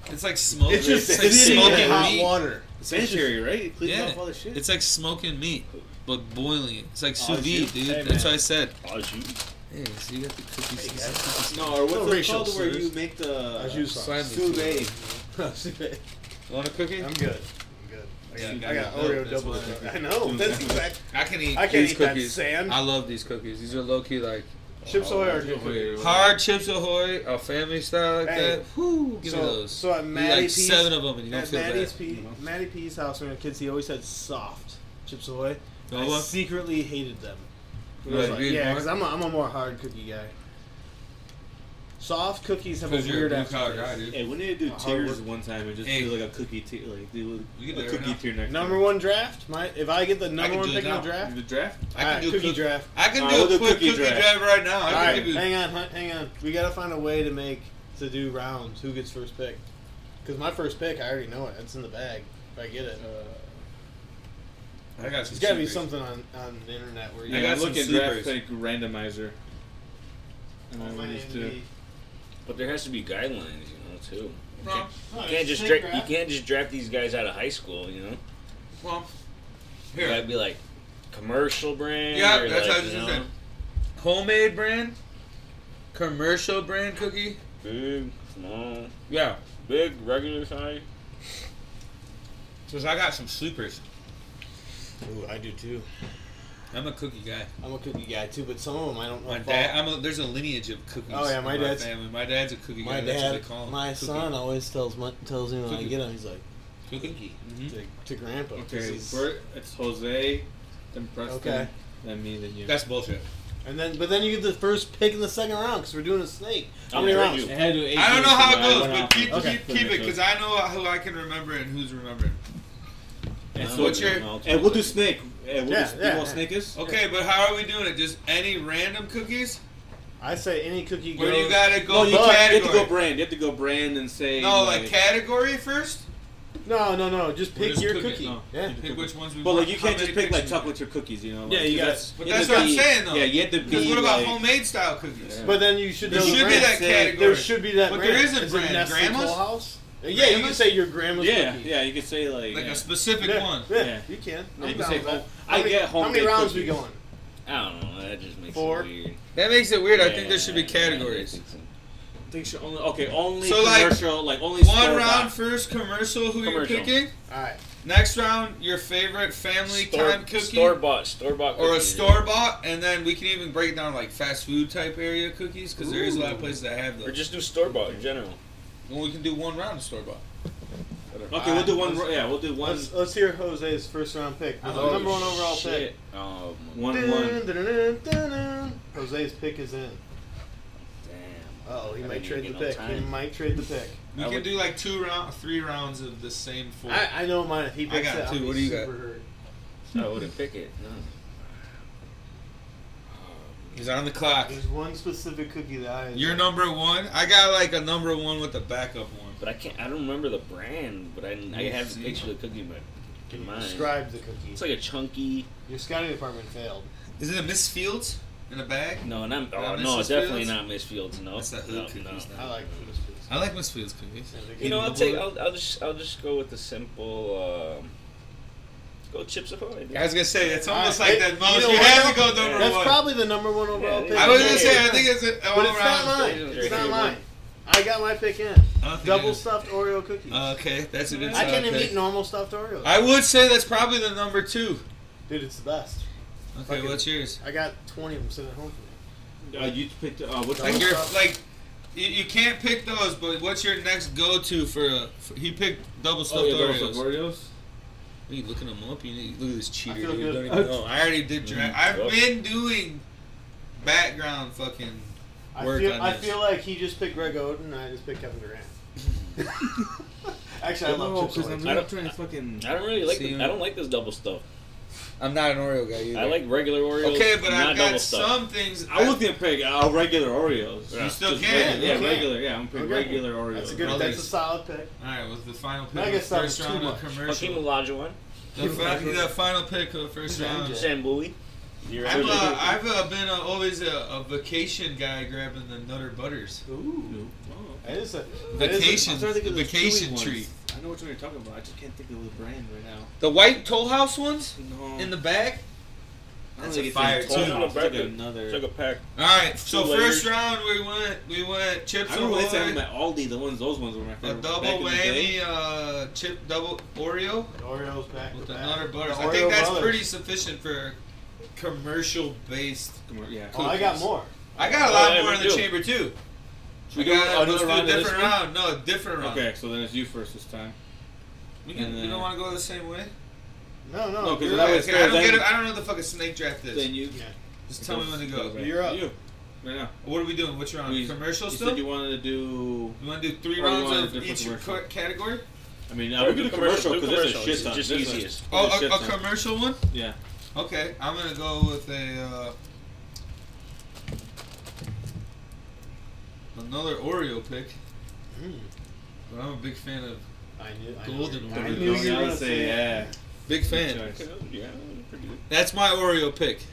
Speaker 1: It's like smoking.
Speaker 3: It's just
Speaker 4: It's like
Speaker 3: sitting
Speaker 4: smoking
Speaker 3: in hot
Speaker 1: meat.
Speaker 3: water.
Speaker 4: Sanitary, right? It cleans
Speaker 1: Yeah.
Speaker 4: off all the shit.
Speaker 1: It's like smoking meat, but boiling it. It's like
Speaker 3: Oh,
Speaker 1: sous vide,
Speaker 3: shit.
Speaker 1: dude.
Speaker 3: Hey,
Speaker 1: That's
Speaker 3: man.
Speaker 1: what I said.
Speaker 4: Oh,
Speaker 5: Au jus.
Speaker 1: Hey, so you got the cookies.
Speaker 3: Hey,
Speaker 4: no, or
Speaker 3: No
Speaker 4: what's it
Speaker 3: racial
Speaker 4: called where
Speaker 3: slurs.
Speaker 4: you make
Speaker 1: Uh,
Speaker 4: the
Speaker 3: I use
Speaker 1: Slime
Speaker 3: sauce.
Speaker 1: is
Speaker 4: sous vide?
Speaker 1: Want a cookie?
Speaker 3: I'm good. I'm good. I got,
Speaker 1: Yeah,
Speaker 3: I
Speaker 1: I
Speaker 3: got
Speaker 1: got
Speaker 3: Oreo
Speaker 1: milk, that's
Speaker 3: double.
Speaker 1: why.
Speaker 3: I know. That's exact.
Speaker 1: I can eat
Speaker 3: I can't
Speaker 2: These
Speaker 3: eat that
Speaker 2: cookies.
Speaker 3: sand.
Speaker 2: I love these cookies. These are low key like
Speaker 3: Chips Ahoy
Speaker 4: Oh,
Speaker 3: are good.
Speaker 2: Ahoy.
Speaker 1: hard chips ahoy, a family style like
Speaker 3: Hey,
Speaker 1: that. Whoo, give
Speaker 3: so,
Speaker 1: me those.
Speaker 3: So at
Speaker 1: Eat
Speaker 3: Matty
Speaker 1: like
Speaker 3: P's,
Speaker 1: seven of them, and you don't
Speaker 3: at
Speaker 1: feel
Speaker 3: Matty's
Speaker 1: bad.
Speaker 3: P, Matty P's house when we were kids, he always had soft Chips Ahoy.
Speaker 1: No,
Speaker 3: I
Speaker 1: what?
Speaker 3: secretly hated them.
Speaker 1: You
Speaker 3: I was
Speaker 1: like
Speaker 3: like,
Speaker 1: green
Speaker 3: yeah,
Speaker 1: more?
Speaker 3: because I'm a, I'm a more hard cookie guy. Soft cookies have a
Speaker 1: 'Cause you're a
Speaker 3: weird
Speaker 1: blue collar guy,
Speaker 3: aftertaste.
Speaker 1: dude.
Speaker 4: Hey, we need to do
Speaker 3: A hard
Speaker 4: tiers
Speaker 3: work-
Speaker 4: one time and just
Speaker 1: Hey.
Speaker 4: do like a cookie tier, like do
Speaker 1: We can
Speaker 4: a
Speaker 1: do it
Speaker 4: cookie
Speaker 1: right now.
Speaker 4: tier next.
Speaker 3: Number
Speaker 4: time.
Speaker 3: one draft. My if I get the number
Speaker 1: can
Speaker 3: one
Speaker 1: do it
Speaker 3: pick in the
Speaker 1: now.
Speaker 3: draft,
Speaker 4: The draft.
Speaker 1: I can
Speaker 3: alright,
Speaker 1: do a
Speaker 3: cookie
Speaker 1: cookie-
Speaker 3: draft.
Speaker 1: I can
Speaker 4: All
Speaker 1: do
Speaker 4: right,
Speaker 1: a
Speaker 4: we'll do
Speaker 1: quick
Speaker 4: cookie
Speaker 1: cookie,
Speaker 4: drive.
Speaker 1: drive right now. I
Speaker 3: All
Speaker 1: can
Speaker 3: right,
Speaker 1: give you-
Speaker 3: hang on, hun- hang on. We gotta find a way to make to do rounds. Who gets first pick? Because my first pick, I already know it. It's in the bag. If I get it,
Speaker 1: Uh, I got some
Speaker 3: there's gotta be
Speaker 1: secrets.
Speaker 3: something on on the internet where you.
Speaker 1: I
Speaker 4: Yeah,
Speaker 1: got some
Speaker 4: look at draft
Speaker 1: sleepers.
Speaker 4: pick randomizer. And
Speaker 3: Oh,
Speaker 4: then
Speaker 3: my
Speaker 4: we
Speaker 3: name
Speaker 4: just do-
Speaker 3: be-
Speaker 5: But there has to be guidelines, you know, too. You
Speaker 1: Well,
Speaker 5: can't,
Speaker 3: no,
Speaker 5: you
Speaker 3: it's
Speaker 5: can't just
Speaker 3: pick
Speaker 5: dra- you
Speaker 3: draft.
Speaker 5: can't just draft these guys out of high school, you know.
Speaker 1: well,
Speaker 5: You
Speaker 1: here.
Speaker 5: gotta be like commercial brand.
Speaker 1: Yeah,
Speaker 5: or,
Speaker 1: that's
Speaker 5: like,
Speaker 1: how I was
Speaker 5: you
Speaker 1: just
Speaker 5: know,
Speaker 1: saying. Homemade brand, commercial brand cookie.
Speaker 5: Big, small,
Speaker 2: yeah.
Speaker 5: big, regular size.
Speaker 1: Cause I got some sleepers.
Speaker 3: Ooh, I do too.
Speaker 1: I'm a cookie guy.
Speaker 3: I'm a cookie guy too, but some of them I don't know.
Speaker 1: My
Speaker 3: if
Speaker 1: dad, I'm a, there's a lineage of cookies.
Speaker 3: Oh, yeah,
Speaker 1: in
Speaker 3: my dad's-
Speaker 1: my family. My dad's a cookie
Speaker 3: I'll- my
Speaker 1: guy. That's what
Speaker 3: dad,
Speaker 1: they call him.
Speaker 3: my
Speaker 1: Cookie.
Speaker 3: son always tells my, tells me when I
Speaker 1: Cookie.
Speaker 3: get him, he's like
Speaker 1: Cookie. Mhm.
Speaker 3: to, to grandpa. This
Speaker 4: Okay,
Speaker 3: is-
Speaker 4: Bert, it's Jose, then Preston,
Speaker 3: Okay.
Speaker 4: then me, then you.
Speaker 1: That's bullshit.
Speaker 3: and then but then you get the first pick in the second round because we're doing a snake. How
Speaker 5: I'm
Speaker 3: many
Speaker 5: sure
Speaker 3: rounds?
Speaker 5: you-
Speaker 4: I had to do eight
Speaker 1: I don't know
Speaker 4: years,
Speaker 1: how
Speaker 4: so
Speaker 1: it
Speaker 4: I
Speaker 1: goes,
Speaker 4: went
Speaker 1: but
Speaker 4: off.
Speaker 1: keep
Speaker 3: Okay.
Speaker 1: keep, keep it because I know who I can remember and who's remembering.
Speaker 4: And
Speaker 5: I
Speaker 4: so
Speaker 5: wouldn't
Speaker 4: it's your.
Speaker 5: know. I'll
Speaker 4: And
Speaker 5: try
Speaker 4: we'll
Speaker 5: to-
Speaker 4: do snake. And we'll
Speaker 3: Yeah,
Speaker 4: do,
Speaker 3: yeah,
Speaker 4: You want
Speaker 3: yeah.
Speaker 4: snake is?
Speaker 1: Okay, but how are we doing it? Just any random cookies?
Speaker 3: I say any cookie.
Speaker 1: Where
Speaker 3: goes,
Speaker 1: you gotta go
Speaker 4: No, Oh, you,
Speaker 1: category?
Speaker 4: have to go brand. You have to go brand and say.
Speaker 1: no, like category first.
Speaker 3: No, no, no. Just
Speaker 1: We're
Speaker 3: pick
Speaker 1: just
Speaker 3: your
Speaker 1: cooking.
Speaker 3: cookie.
Speaker 4: No.
Speaker 3: Yeah.
Speaker 1: Pick which ones we
Speaker 4: But
Speaker 1: want.
Speaker 4: like you
Speaker 1: how
Speaker 4: can't
Speaker 1: many
Speaker 4: just pick like
Speaker 1: pictures
Speaker 4: tuck
Speaker 1: we
Speaker 4: with your cookies, you know. Like,
Speaker 3: Yeah, you
Speaker 4: that's-
Speaker 1: But
Speaker 4: you
Speaker 1: that's
Speaker 4: have
Speaker 1: what
Speaker 4: to
Speaker 1: I'm
Speaker 4: be-
Speaker 1: saying, though.
Speaker 4: Yeah, you have to
Speaker 1: want.
Speaker 4: be.
Speaker 1: Because what about
Speaker 4: like-
Speaker 1: homemade style cookies?
Speaker 4: Yeah.
Speaker 3: But then you should
Speaker 1: There
Speaker 3: know the
Speaker 1: should be
Speaker 3: brand.
Speaker 1: that category.
Speaker 3: There should be that
Speaker 1: But
Speaker 3: brand.
Speaker 1: there is a
Speaker 3: Is
Speaker 1: brand.
Speaker 3: It Nestle
Speaker 1: Grandma's?
Speaker 3: Toll House? Yeah, you can
Speaker 1: Grandma's?
Speaker 3: say your grandma's
Speaker 4: Yeah,
Speaker 3: cookie.
Speaker 4: yeah, you could say like.
Speaker 1: Like
Speaker 4: yeah.
Speaker 1: a specific
Speaker 3: Yeah,
Speaker 1: one.
Speaker 3: Yeah,
Speaker 4: Yeah.
Speaker 3: you can.
Speaker 4: Yeah, you
Speaker 3: I'm
Speaker 4: can
Speaker 3: down
Speaker 4: say
Speaker 3: with that.
Speaker 4: home- I
Speaker 3: How many-
Speaker 4: get
Speaker 3: How many
Speaker 4: homemade
Speaker 3: rounds we
Speaker 4: cookies.
Speaker 3: going?
Speaker 6: I don't know. That just makes
Speaker 3: Four.
Speaker 6: it weird.
Speaker 2: That makes it weird. I think
Speaker 6: Yeah,
Speaker 2: there should be
Speaker 6: I think
Speaker 2: categories.
Speaker 6: so.
Speaker 4: I think she only okay only
Speaker 1: So, like,
Speaker 4: commercial like, only
Speaker 1: One
Speaker 4: store
Speaker 1: round
Speaker 4: bought.
Speaker 1: first commercial. Who you're
Speaker 5: Commercial.
Speaker 1: picking?
Speaker 3: All right.
Speaker 1: Next round, your favorite family time cookie
Speaker 5: store bought, store bought,
Speaker 1: or a store bought, and then we can even break down like fast food type area cookies because there is a lot of places that have
Speaker 5: or
Speaker 1: those.
Speaker 5: just do store bought in general.
Speaker 1: well, we can do one round of store bought.
Speaker 4: Okay, we'll do one. ro- Yeah, we'll do one.
Speaker 3: Let's, let's hear Jose's first round pick. The
Speaker 5: Oh,
Speaker 3: number one overall
Speaker 4: shit.
Speaker 6: Oh, my-
Speaker 4: One
Speaker 3: pick.
Speaker 4: one.
Speaker 3: Dun, dun, dun, dun, dun. Jose's pick is in.
Speaker 6: damn.
Speaker 3: Oh, he
Speaker 6: I
Speaker 3: might
Speaker 6: didn't
Speaker 3: trade
Speaker 6: even get
Speaker 3: the
Speaker 6: no
Speaker 3: pick. He
Speaker 6: time.
Speaker 3: might trade the pick.
Speaker 1: We
Speaker 6: I
Speaker 1: can
Speaker 6: would-
Speaker 1: do like two round, three rounds of the same four.
Speaker 3: I, I know mine. If he
Speaker 1: I
Speaker 3: picks
Speaker 1: got
Speaker 3: it, I'll
Speaker 1: two.
Speaker 3: be
Speaker 1: What do you got?
Speaker 3: super hurt.
Speaker 6: I wouldn't pick it. No.
Speaker 1: He's on the clock.
Speaker 3: There's one specific cookie that I.
Speaker 1: You're number one. I got like a number one with a backup one.
Speaker 6: But I can't. I don't remember the brand. But I, I have the
Speaker 1: see.
Speaker 6: picture of the cookie in my
Speaker 3: Can
Speaker 6: in
Speaker 3: you
Speaker 6: mind.
Speaker 3: describe the cookie?
Speaker 6: It's like a chunky.
Speaker 3: Your scouting department failed.
Speaker 1: Is it a Miss Fields in a bag?
Speaker 6: No, not.
Speaker 1: Not
Speaker 6: Oh,
Speaker 1: Mrs.
Speaker 6: no,
Speaker 1: Fields?
Speaker 6: definitely not Miss Fields. No,
Speaker 1: That's the hood
Speaker 6: no,
Speaker 1: cookies
Speaker 6: no.
Speaker 1: now.
Speaker 3: I like Buddha's
Speaker 1: I like Miss Fields cookies.
Speaker 6: You
Speaker 3: cookies.
Speaker 6: know, I'll take. I'll, I'll just. I'll just go with the simple. Um, go chips ahoy. dude.
Speaker 1: I was gonna say it's almost
Speaker 3: Alright,
Speaker 1: like that
Speaker 3: it-
Speaker 1: most.
Speaker 3: you
Speaker 1: You,
Speaker 3: know what?
Speaker 1: have to go number
Speaker 3: That's
Speaker 1: one.
Speaker 3: probably the number one overall
Speaker 6: Yeah,
Speaker 3: pick.
Speaker 1: I was gonna
Speaker 6: Yeah,
Speaker 1: say
Speaker 6: yeah.
Speaker 1: I think it's a all
Speaker 3: But it's not
Speaker 1: around.
Speaker 3: mine.
Speaker 6: Yeah.
Speaker 3: It's not
Speaker 6: Yeah.
Speaker 3: mine. I got my pick in.
Speaker 1: I don't think it
Speaker 3: Double
Speaker 1: is.
Speaker 3: stuffed Oreo cookies.
Speaker 1: okay, Uh, that's a good.
Speaker 3: I can't
Speaker 1: solid
Speaker 3: even
Speaker 1: pick.
Speaker 3: eat normal stuffed Oreos.
Speaker 1: I would say that's probably the number two.
Speaker 3: Dude, it's the best.
Speaker 1: Okay,
Speaker 3: Fucking-
Speaker 1: what's yours?
Speaker 3: I got 20 of them sitting at home for me.
Speaker 4: Uh, you picked. Uh, what
Speaker 1: Like
Speaker 3: Double
Speaker 1: your
Speaker 3: stuffed.
Speaker 1: like, you, you can't pick those. But what's your next go to for, a? for- He picked double stuffed
Speaker 4: Oh, yeah,
Speaker 1: Oreos.
Speaker 4: those are Oreos.
Speaker 1: Are you looking them up? You need, look at this cheater.
Speaker 3: I feel
Speaker 1: dude. You
Speaker 3: good.
Speaker 1: don't even know. I already did draft. I've
Speaker 5: Yep.
Speaker 1: been doing background fucking.
Speaker 3: I
Speaker 1: Work
Speaker 3: feel,
Speaker 1: on
Speaker 3: I
Speaker 1: this.
Speaker 3: feel like he just picked Greg Oden and I just picked Kevin Durant. Actually, I love Chips Ahoy.
Speaker 4: I'm
Speaker 6: not
Speaker 4: trying to fucking.
Speaker 6: I don't really like.
Speaker 1: See,
Speaker 6: The, I don't like this double stuff.
Speaker 2: I'm not an Oreo guy either.
Speaker 6: I like regular Oreos.
Speaker 1: Okay, but
Speaker 6: not
Speaker 1: I've
Speaker 6: double
Speaker 1: got
Speaker 6: stuff.
Speaker 1: some things.
Speaker 4: I was gonna pick uh, regular Oreos.
Speaker 1: You still
Speaker 4: Just
Speaker 1: can.
Speaker 4: regular- Yeah,
Speaker 3: You can.
Speaker 4: regular. Yeah, I'm picking
Speaker 3: Okay.
Speaker 4: regular Oreos.
Speaker 3: That's a good.
Speaker 1: Well,
Speaker 3: That's a
Speaker 1: these-
Speaker 3: solid pick.
Speaker 1: All right, was the final
Speaker 3: Now I
Speaker 1: pick of
Speaker 3: guess
Speaker 1: the
Speaker 3: that
Speaker 1: first
Speaker 3: was
Speaker 1: round
Speaker 3: too
Speaker 1: of
Speaker 3: much.
Speaker 6: Hakeem
Speaker 1: commercial?
Speaker 6: Olajuwon,
Speaker 1: The, fi- the final pick of the first
Speaker 3: Okay.
Speaker 1: round.
Speaker 3: Yeah.
Speaker 6: Shamboui.
Speaker 5: You're
Speaker 1: I've, uh, I've uh, been uh, always a, a vacation guy grabbing the Nutter Butters.
Speaker 3: Ooh,
Speaker 4: Oh.
Speaker 3: that is a that is a-
Speaker 1: Vacation,
Speaker 4: I'm trying to think of those chewy
Speaker 1: vacation
Speaker 4: ones.
Speaker 1: treat.
Speaker 4: I know which one you're talking about. I just can't think of the brand right now.
Speaker 2: the white Toll House ones
Speaker 4: No.
Speaker 2: in the bag.
Speaker 4: I don't
Speaker 1: That's
Speaker 4: think
Speaker 1: a
Speaker 4: it's
Speaker 1: fire
Speaker 4: in
Speaker 1: too.
Speaker 4: Total House. It's like
Speaker 5: It's
Speaker 4: another.
Speaker 5: It's like a pack.
Speaker 1: All right, so
Speaker 5: Two
Speaker 1: first
Speaker 5: layers.
Speaker 1: round we went we went chips
Speaker 4: I remember last time
Speaker 1: Ahoy,
Speaker 4: at Aldi, the ones those ones were my
Speaker 1: a
Speaker 4: favorite.
Speaker 1: double
Speaker 4: back in the day.
Speaker 1: whammy, uh, chip double Oreo
Speaker 3: Oreos back
Speaker 1: with
Speaker 3: to
Speaker 1: the
Speaker 3: back.
Speaker 1: Nutter Butters.
Speaker 3: The
Speaker 1: I think
Speaker 3: Oreo
Speaker 1: that's
Speaker 3: Brothers.
Speaker 1: pretty sufficient for commercial based.
Speaker 4: Come on, Yeah.
Speaker 3: Oh, I got more.
Speaker 1: I got a
Speaker 5: Oh,
Speaker 1: lot
Speaker 5: yeah,
Speaker 1: more
Speaker 5: we
Speaker 1: in the
Speaker 5: do.
Speaker 1: chamber too.
Speaker 4: Should
Speaker 1: We
Speaker 4: we do
Speaker 1: got let's
Speaker 4: another
Speaker 1: do a
Speaker 4: round of this
Speaker 1: different
Speaker 4: one?
Speaker 1: round. No, a different round.
Speaker 4: Okay, so then it's you first this time.
Speaker 1: We, can,
Speaker 4: And
Speaker 1: we
Speaker 4: then-
Speaker 1: don't want to go the same way.
Speaker 3: No, no.
Speaker 4: No, 'cause
Speaker 3: you're
Speaker 4: that
Speaker 3: right.
Speaker 4: was-
Speaker 1: Okay, I don't
Speaker 4: then-
Speaker 1: get it. I don't know what the fucking snake draft is.
Speaker 4: Then you.
Speaker 3: Yeah.
Speaker 1: Just tell me when to go.
Speaker 3: You're up.
Speaker 4: You. Right now.
Speaker 1: What are we doing? What's your on?
Speaker 4: We-
Speaker 1: Uh, Commercial
Speaker 4: You
Speaker 1: still?
Speaker 4: said you wanted to do.
Speaker 1: You want to do three
Speaker 4: Or you
Speaker 1: rounds
Speaker 4: want a
Speaker 1: of
Speaker 4: different
Speaker 1: each
Speaker 4: commercial?
Speaker 1: co- category?
Speaker 4: I mean,
Speaker 5: Or
Speaker 4: I'm
Speaker 5: do
Speaker 4: gonna commercial
Speaker 5: do
Speaker 4: because there's a
Speaker 5: commercial.
Speaker 4: shit
Speaker 5: It's
Speaker 4: ton.
Speaker 5: just
Speaker 4: This
Speaker 5: easiest.
Speaker 4: one-
Speaker 1: Oh,
Speaker 4: there's
Speaker 1: a,
Speaker 4: shit
Speaker 1: a
Speaker 4: ton.
Speaker 1: commercial one?
Speaker 4: Yeah.
Speaker 1: Okay, I'm gonna go with a uh, another Oreo pick.
Speaker 3: Mm.
Speaker 1: But I'm a big fan of
Speaker 3: I knew. I
Speaker 1: Golden
Speaker 3: knew, I
Speaker 1: Oreo.
Speaker 3: knew you were
Speaker 4: I
Speaker 3: gonna
Speaker 4: would say,
Speaker 3: say that.
Speaker 4: yeah.
Speaker 1: big fan.
Speaker 4: Good choice.
Speaker 5: Yeah, pretty good.
Speaker 1: That's my Oreo pick.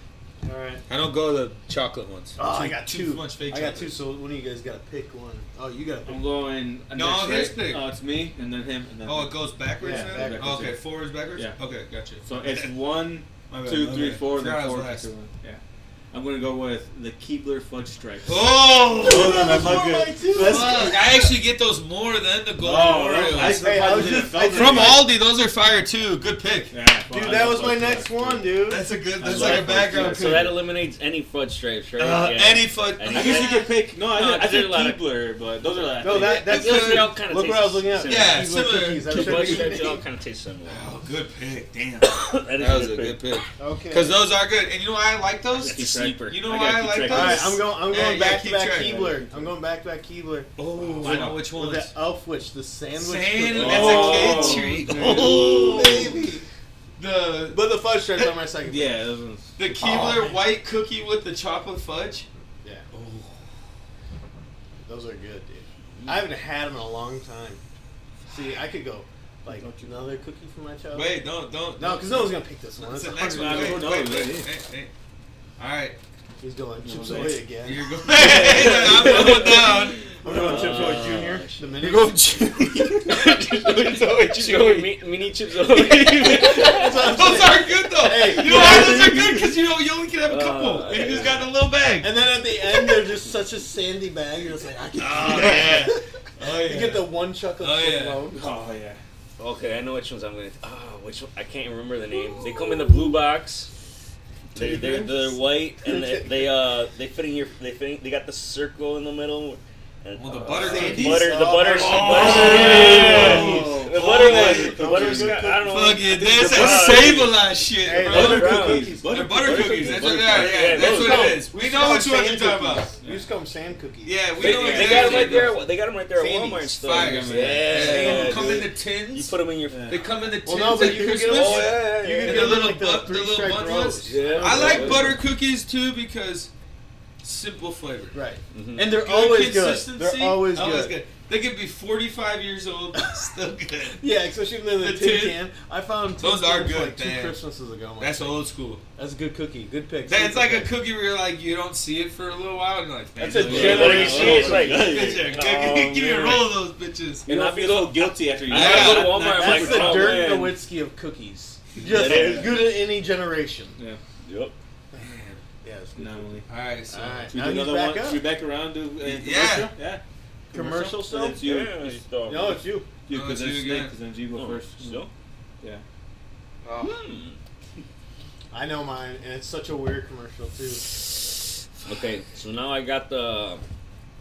Speaker 3: All right.
Speaker 1: I don't go the chocolate ones.
Speaker 3: Oh, I got
Speaker 1: Too
Speaker 3: two.
Speaker 1: much fake
Speaker 3: I got
Speaker 1: chocolate.
Speaker 3: two. So one of you guys got to pick one. Oh, you got to pick.
Speaker 4: I'm going.
Speaker 1: No, his
Speaker 4: next, right?
Speaker 1: pick.
Speaker 4: Oh, it's me, and then him, and then.
Speaker 1: Oh,
Speaker 4: him.
Speaker 1: it goes backwards
Speaker 3: Yeah,
Speaker 1: now?
Speaker 3: backwards,
Speaker 1: Oh, okay,
Speaker 4: yeah.
Speaker 1: forwards, backwards?
Speaker 4: Yeah.
Speaker 1: Okay, gotcha.
Speaker 4: So it's one,
Speaker 1: My bad,
Speaker 4: two,
Speaker 1: my
Speaker 4: three,
Speaker 1: bad.
Speaker 4: four, and
Speaker 1: Forgot I
Speaker 4: then
Speaker 1: was
Speaker 4: four.
Speaker 1: last.
Speaker 4: Yeah. I'm gonna go with the Keebler fudge stripes.
Speaker 1: Oh!
Speaker 4: Hold on, I'm not
Speaker 3: Where am I
Speaker 4: good.
Speaker 3: too?
Speaker 4: Let's-
Speaker 1: Fuck, I actually get those more than the golden
Speaker 4: Oh,
Speaker 1: Oreos.
Speaker 4: I-
Speaker 3: Hey, I was just- I
Speaker 1: From Aldi, those are fire too. Good pick.
Speaker 4: Yeah,
Speaker 3: Dude, that was my next one, dude.
Speaker 1: That's a good.
Speaker 4: I
Speaker 1: That's
Speaker 4: like
Speaker 1: like a
Speaker 4: those
Speaker 1: background pick.
Speaker 4: too.
Speaker 6: So that eliminates any fudge stripes, right?
Speaker 1: Uh,
Speaker 6: yeah.
Speaker 1: Any fun.
Speaker 6: I
Speaker 4: I
Speaker 6: think
Speaker 4: guess you could pick. No,
Speaker 6: No,
Speaker 4: I, I
Speaker 6: there's
Speaker 4: said
Speaker 6: a lot of-
Speaker 4: Keebler, but those are like.
Speaker 3: No, that that's
Speaker 1: That's good.
Speaker 6: They all kind of
Speaker 3: Look what I was looking at.
Speaker 1: Yeah,
Speaker 3: These little
Speaker 1: similar.
Speaker 3: cookies. I
Speaker 6: The
Speaker 3: was trying
Speaker 6: fudge
Speaker 3: to
Speaker 6: stripes
Speaker 3: get
Speaker 6: they all
Speaker 3: a
Speaker 6: kind of taste similar.
Speaker 1: Oh, good pick. Damn.
Speaker 6: that is
Speaker 2: That was a good pick.
Speaker 3: name. Okay.
Speaker 1: Because those are good. And you know why I like
Speaker 6: That's the
Speaker 1: those?
Speaker 6: sleeper.
Speaker 1: You know
Speaker 6: I
Speaker 1: why
Speaker 6: gotta
Speaker 1: I
Speaker 6: keep
Speaker 1: like
Speaker 6: track
Speaker 3: All
Speaker 6: of
Speaker 3: right,
Speaker 6: this.
Speaker 3: I'm going. I'm
Speaker 1: Yeah,
Speaker 3: going
Speaker 1: yeah,
Speaker 3: back to
Speaker 1: keep
Speaker 3: back
Speaker 1: track.
Speaker 3: Keebler. I'm going back to back Keebler.
Speaker 1: Oh, I know which
Speaker 3: With
Speaker 1: ones.
Speaker 3: that elf witch, the sandwich.
Speaker 1: Sand.
Speaker 3: cookie.
Speaker 1: That's
Speaker 4: Oh,
Speaker 1: a kid treat.
Speaker 4: man.
Speaker 1: Oh,
Speaker 3: baby.
Speaker 1: The
Speaker 3: But the fudge stripes are my second.
Speaker 4: Yeah, those ones.
Speaker 1: the Keebler white cookie with the chocolate fudge.
Speaker 3: Yeah. Those are good, dude. I haven't had them in a long time. See, I could go Like another cookie for my child.
Speaker 1: Wait, don't, don't.
Speaker 3: no, because no one's gonna pick this one.
Speaker 1: That's
Speaker 3: It's
Speaker 1: the next one.
Speaker 4: $100.
Speaker 1: Wait,
Speaker 4: No,
Speaker 1: wait,
Speaker 4: no,
Speaker 1: wait,
Speaker 4: no.
Speaker 1: wait, wait. All right,
Speaker 3: He's going chips
Speaker 4: No,
Speaker 3: away
Speaker 4: thanks.
Speaker 3: again.
Speaker 1: you're going. I'm going down.
Speaker 3: I'm going chips away,
Speaker 5: Uh,
Speaker 3: Junior. The mini.
Speaker 2: You're going Chips Ahoy
Speaker 5: Going mi- mini chips away.
Speaker 3: That's what I'm
Speaker 1: Those
Speaker 3: saying.
Speaker 1: are good though.
Speaker 3: Hey,
Speaker 1: you know why those are good? Because you know you only can have a couple.
Speaker 5: Uh,
Speaker 1: and you just got a little bag.
Speaker 3: And then at the end, they're just such a sandy bag. You're just like, I can.
Speaker 1: Oh, yeah. Oh,
Speaker 3: You get the one chuck of
Speaker 1: Oh, yeah.
Speaker 3: alone.
Speaker 4: Oh yeah.
Speaker 5: okay, I know which ones I'm gonna. Ah, which one? I can't remember the name. They come in the blue box. They're, they're, they're white and they, they uh they fit in your they fit in, they got the circle in the middle. And,
Speaker 1: Well, the
Speaker 5: uh,
Speaker 1: butter
Speaker 5: the
Speaker 1: cookies.
Speaker 5: butter the butter
Speaker 3: Oh,
Speaker 5: oh,
Speaker 3: oh,
Speaker 5: the butter
Speaker 1: oh,
Speaker 5: one the
Speaker 3: yeah.
Speaker 5: butter I don't know uh,
Speaker 1: Fuck it, that's
Speaker 5: They're
Speaker 1: a
Speaker 5: brown.
Speaker 1: save a lot shit,
Speaker 3: Hey,
Speaker 1: bro.
Speaker 3: those
Speaker 5: Butter
Speaker 3: are
Speaker 5: brownies.
Speaker 3: cookies.
Speaker 1: They're butter cookies. That's what they are. Yeah,
Speaker 5: Yeah,
Speaker 1: that's
Speaker 5: those
Speaker 1: what
Speaker 5: are-
Speaker 1: it is. We know which
Speaker 3: one
Speaker 1: ones you're talking about.
Speaker 3: You just call them Sam cookies.
Speaker 1: Yeah, we
Speaker 5: They,
Speaker 1: know
Speaker 5: they
Speaker 1: exactly.
Speaker 5: got them right
Speaker 1: what
Speaker 5: there. They got 'em right there at
Speaker 3: Sandy's.
Speaker 5: Walmart stores.
Speaker 1: Fire, man.
Speaker 5: Yeah,
Speaker 1: They come in
Speaker 5: dude.
Speaker 1: the Oh,
Speaker 5: You
Speaker 1: tins.
Speaker 5: put them in your.
Speaker 1: They come in the
Speaker 3: Well,
Speaker 1: tins
Speaker 3: no,
Speaker 1: at
Speaker 3: but you can get
Speaker 1: Christmas.
Speaker 3: them all.
Speaker 5: yeah,
Speaker 3: You can get
Speaker 1: And the
Speaker 3: them
Speaker 1: little
Speaker 3: like the
Speaker 1: butt- the
Speaker 3: three
Speaker 1: little
Speaker 3: striped
Speaker 1: butt
Speaker 3: rows.
Speaker 5: Yeah,
Speaker 1: I
Speaker 5: yeah.
Speaker 1: like butter cookies too because simple flavor.
Speaker 3: Right.
Speaker 5: Mhm.
Speaker 3: And they're
Speaker 1: Mm. Good
Speaker 3: always good.
Speaker 1: consistency.
Speaker 3: They're always good.
Speaker 1: They could be 45 years old, still good.
Speaker 3: Yeah, especially when they're in the,
Speaker 1: The
Speaker 3: tin
Speaker 1: tin-
Speaker 3: can. I found tin
Speaker 1: Those are
Speaker 3: cans
Speaker 1: good,
Speaker 3: like two
Speaker 1: man.
Speaker 3: Christmases ago. I'm like,
Speaker 1: That's old school.
Speaker 3: That's a good cookie. Good pick. Good
Speaker 1: That's like a
Speaker 3: pick.
Speaker 1: cookie where you're like you don't see it for a little while and you're like, man,
Speaker 3: That's a
Speaker 1: those
Speaker 5: Yeah,
Speaker 1: are
Speaker 3: general-
Speaker 5: like, you see, it's like,
Speaker 1: good.
Speaker 5: oh,
Speaker 1: Give me a
Speaker 5: man.
Speaker 1: roll of those bitches.
Speaker 4: You
Speaker 5: And
Speaker 4: don't
Speaker 5: I
Speaker 4: feel
Speaker 5: feel-
Speaker 4: so guilty after you.
Speaker 1: I gotta go to
Speaker 5: Walmart, I'm
Speaker 3: That's
Speaker 5: like,
Speaker 3: the
Speaker 5: oh,
Speaker 3: Dirk
Speaker 5: man.
Speaker 3: Nowitzki of cookies. Just
Speaker 5: That is.
Speaker 3: good at any generation.
Speaker 4: Yeah.
Speaker 5: Yep.
Speaker 3: Yeah, it's good.
Speaker 4: Anomaly.
Speaker 1: All right, so
Speaker 3: All right,
Speaker 4: Should we
Speaker 3: now
Speaker 4: do
Speaker 3: he's
Speaker 4: another
Speaker 3: back
Speaker 4: one?
Speaker 3: up.
Speaker 4: Should we back around to uh, commercial?
Speaker 1: Yeah. Oh,
Speaker 4: Yeah.
Speaker 3: Commercial
Speaker 4: And
Speaker 3: still?
Speaker 4: It's you.
Speaker 5: Yeah,
Speaker 4: It's
Speaker 5: it's dog.
Speaker 3: No, it's you.
Speaker 4: you
Speaker 1: No,
Speaker 4: because
Speaker 1: it's
Speaker 4: it's
Speaker 1: you again.
Speaker 4: Nick, 'cause then you go
Speaker 5: Oh,
Speaker 4: first.
Speaker 5: so?
Speaker 4: Yeah.
Speaker 1: oh,
Speaker 5: Hmm.
Speaker 3: I know mine, and it's such a weird commercial too.
Speaker 5: Okay, so now I got the.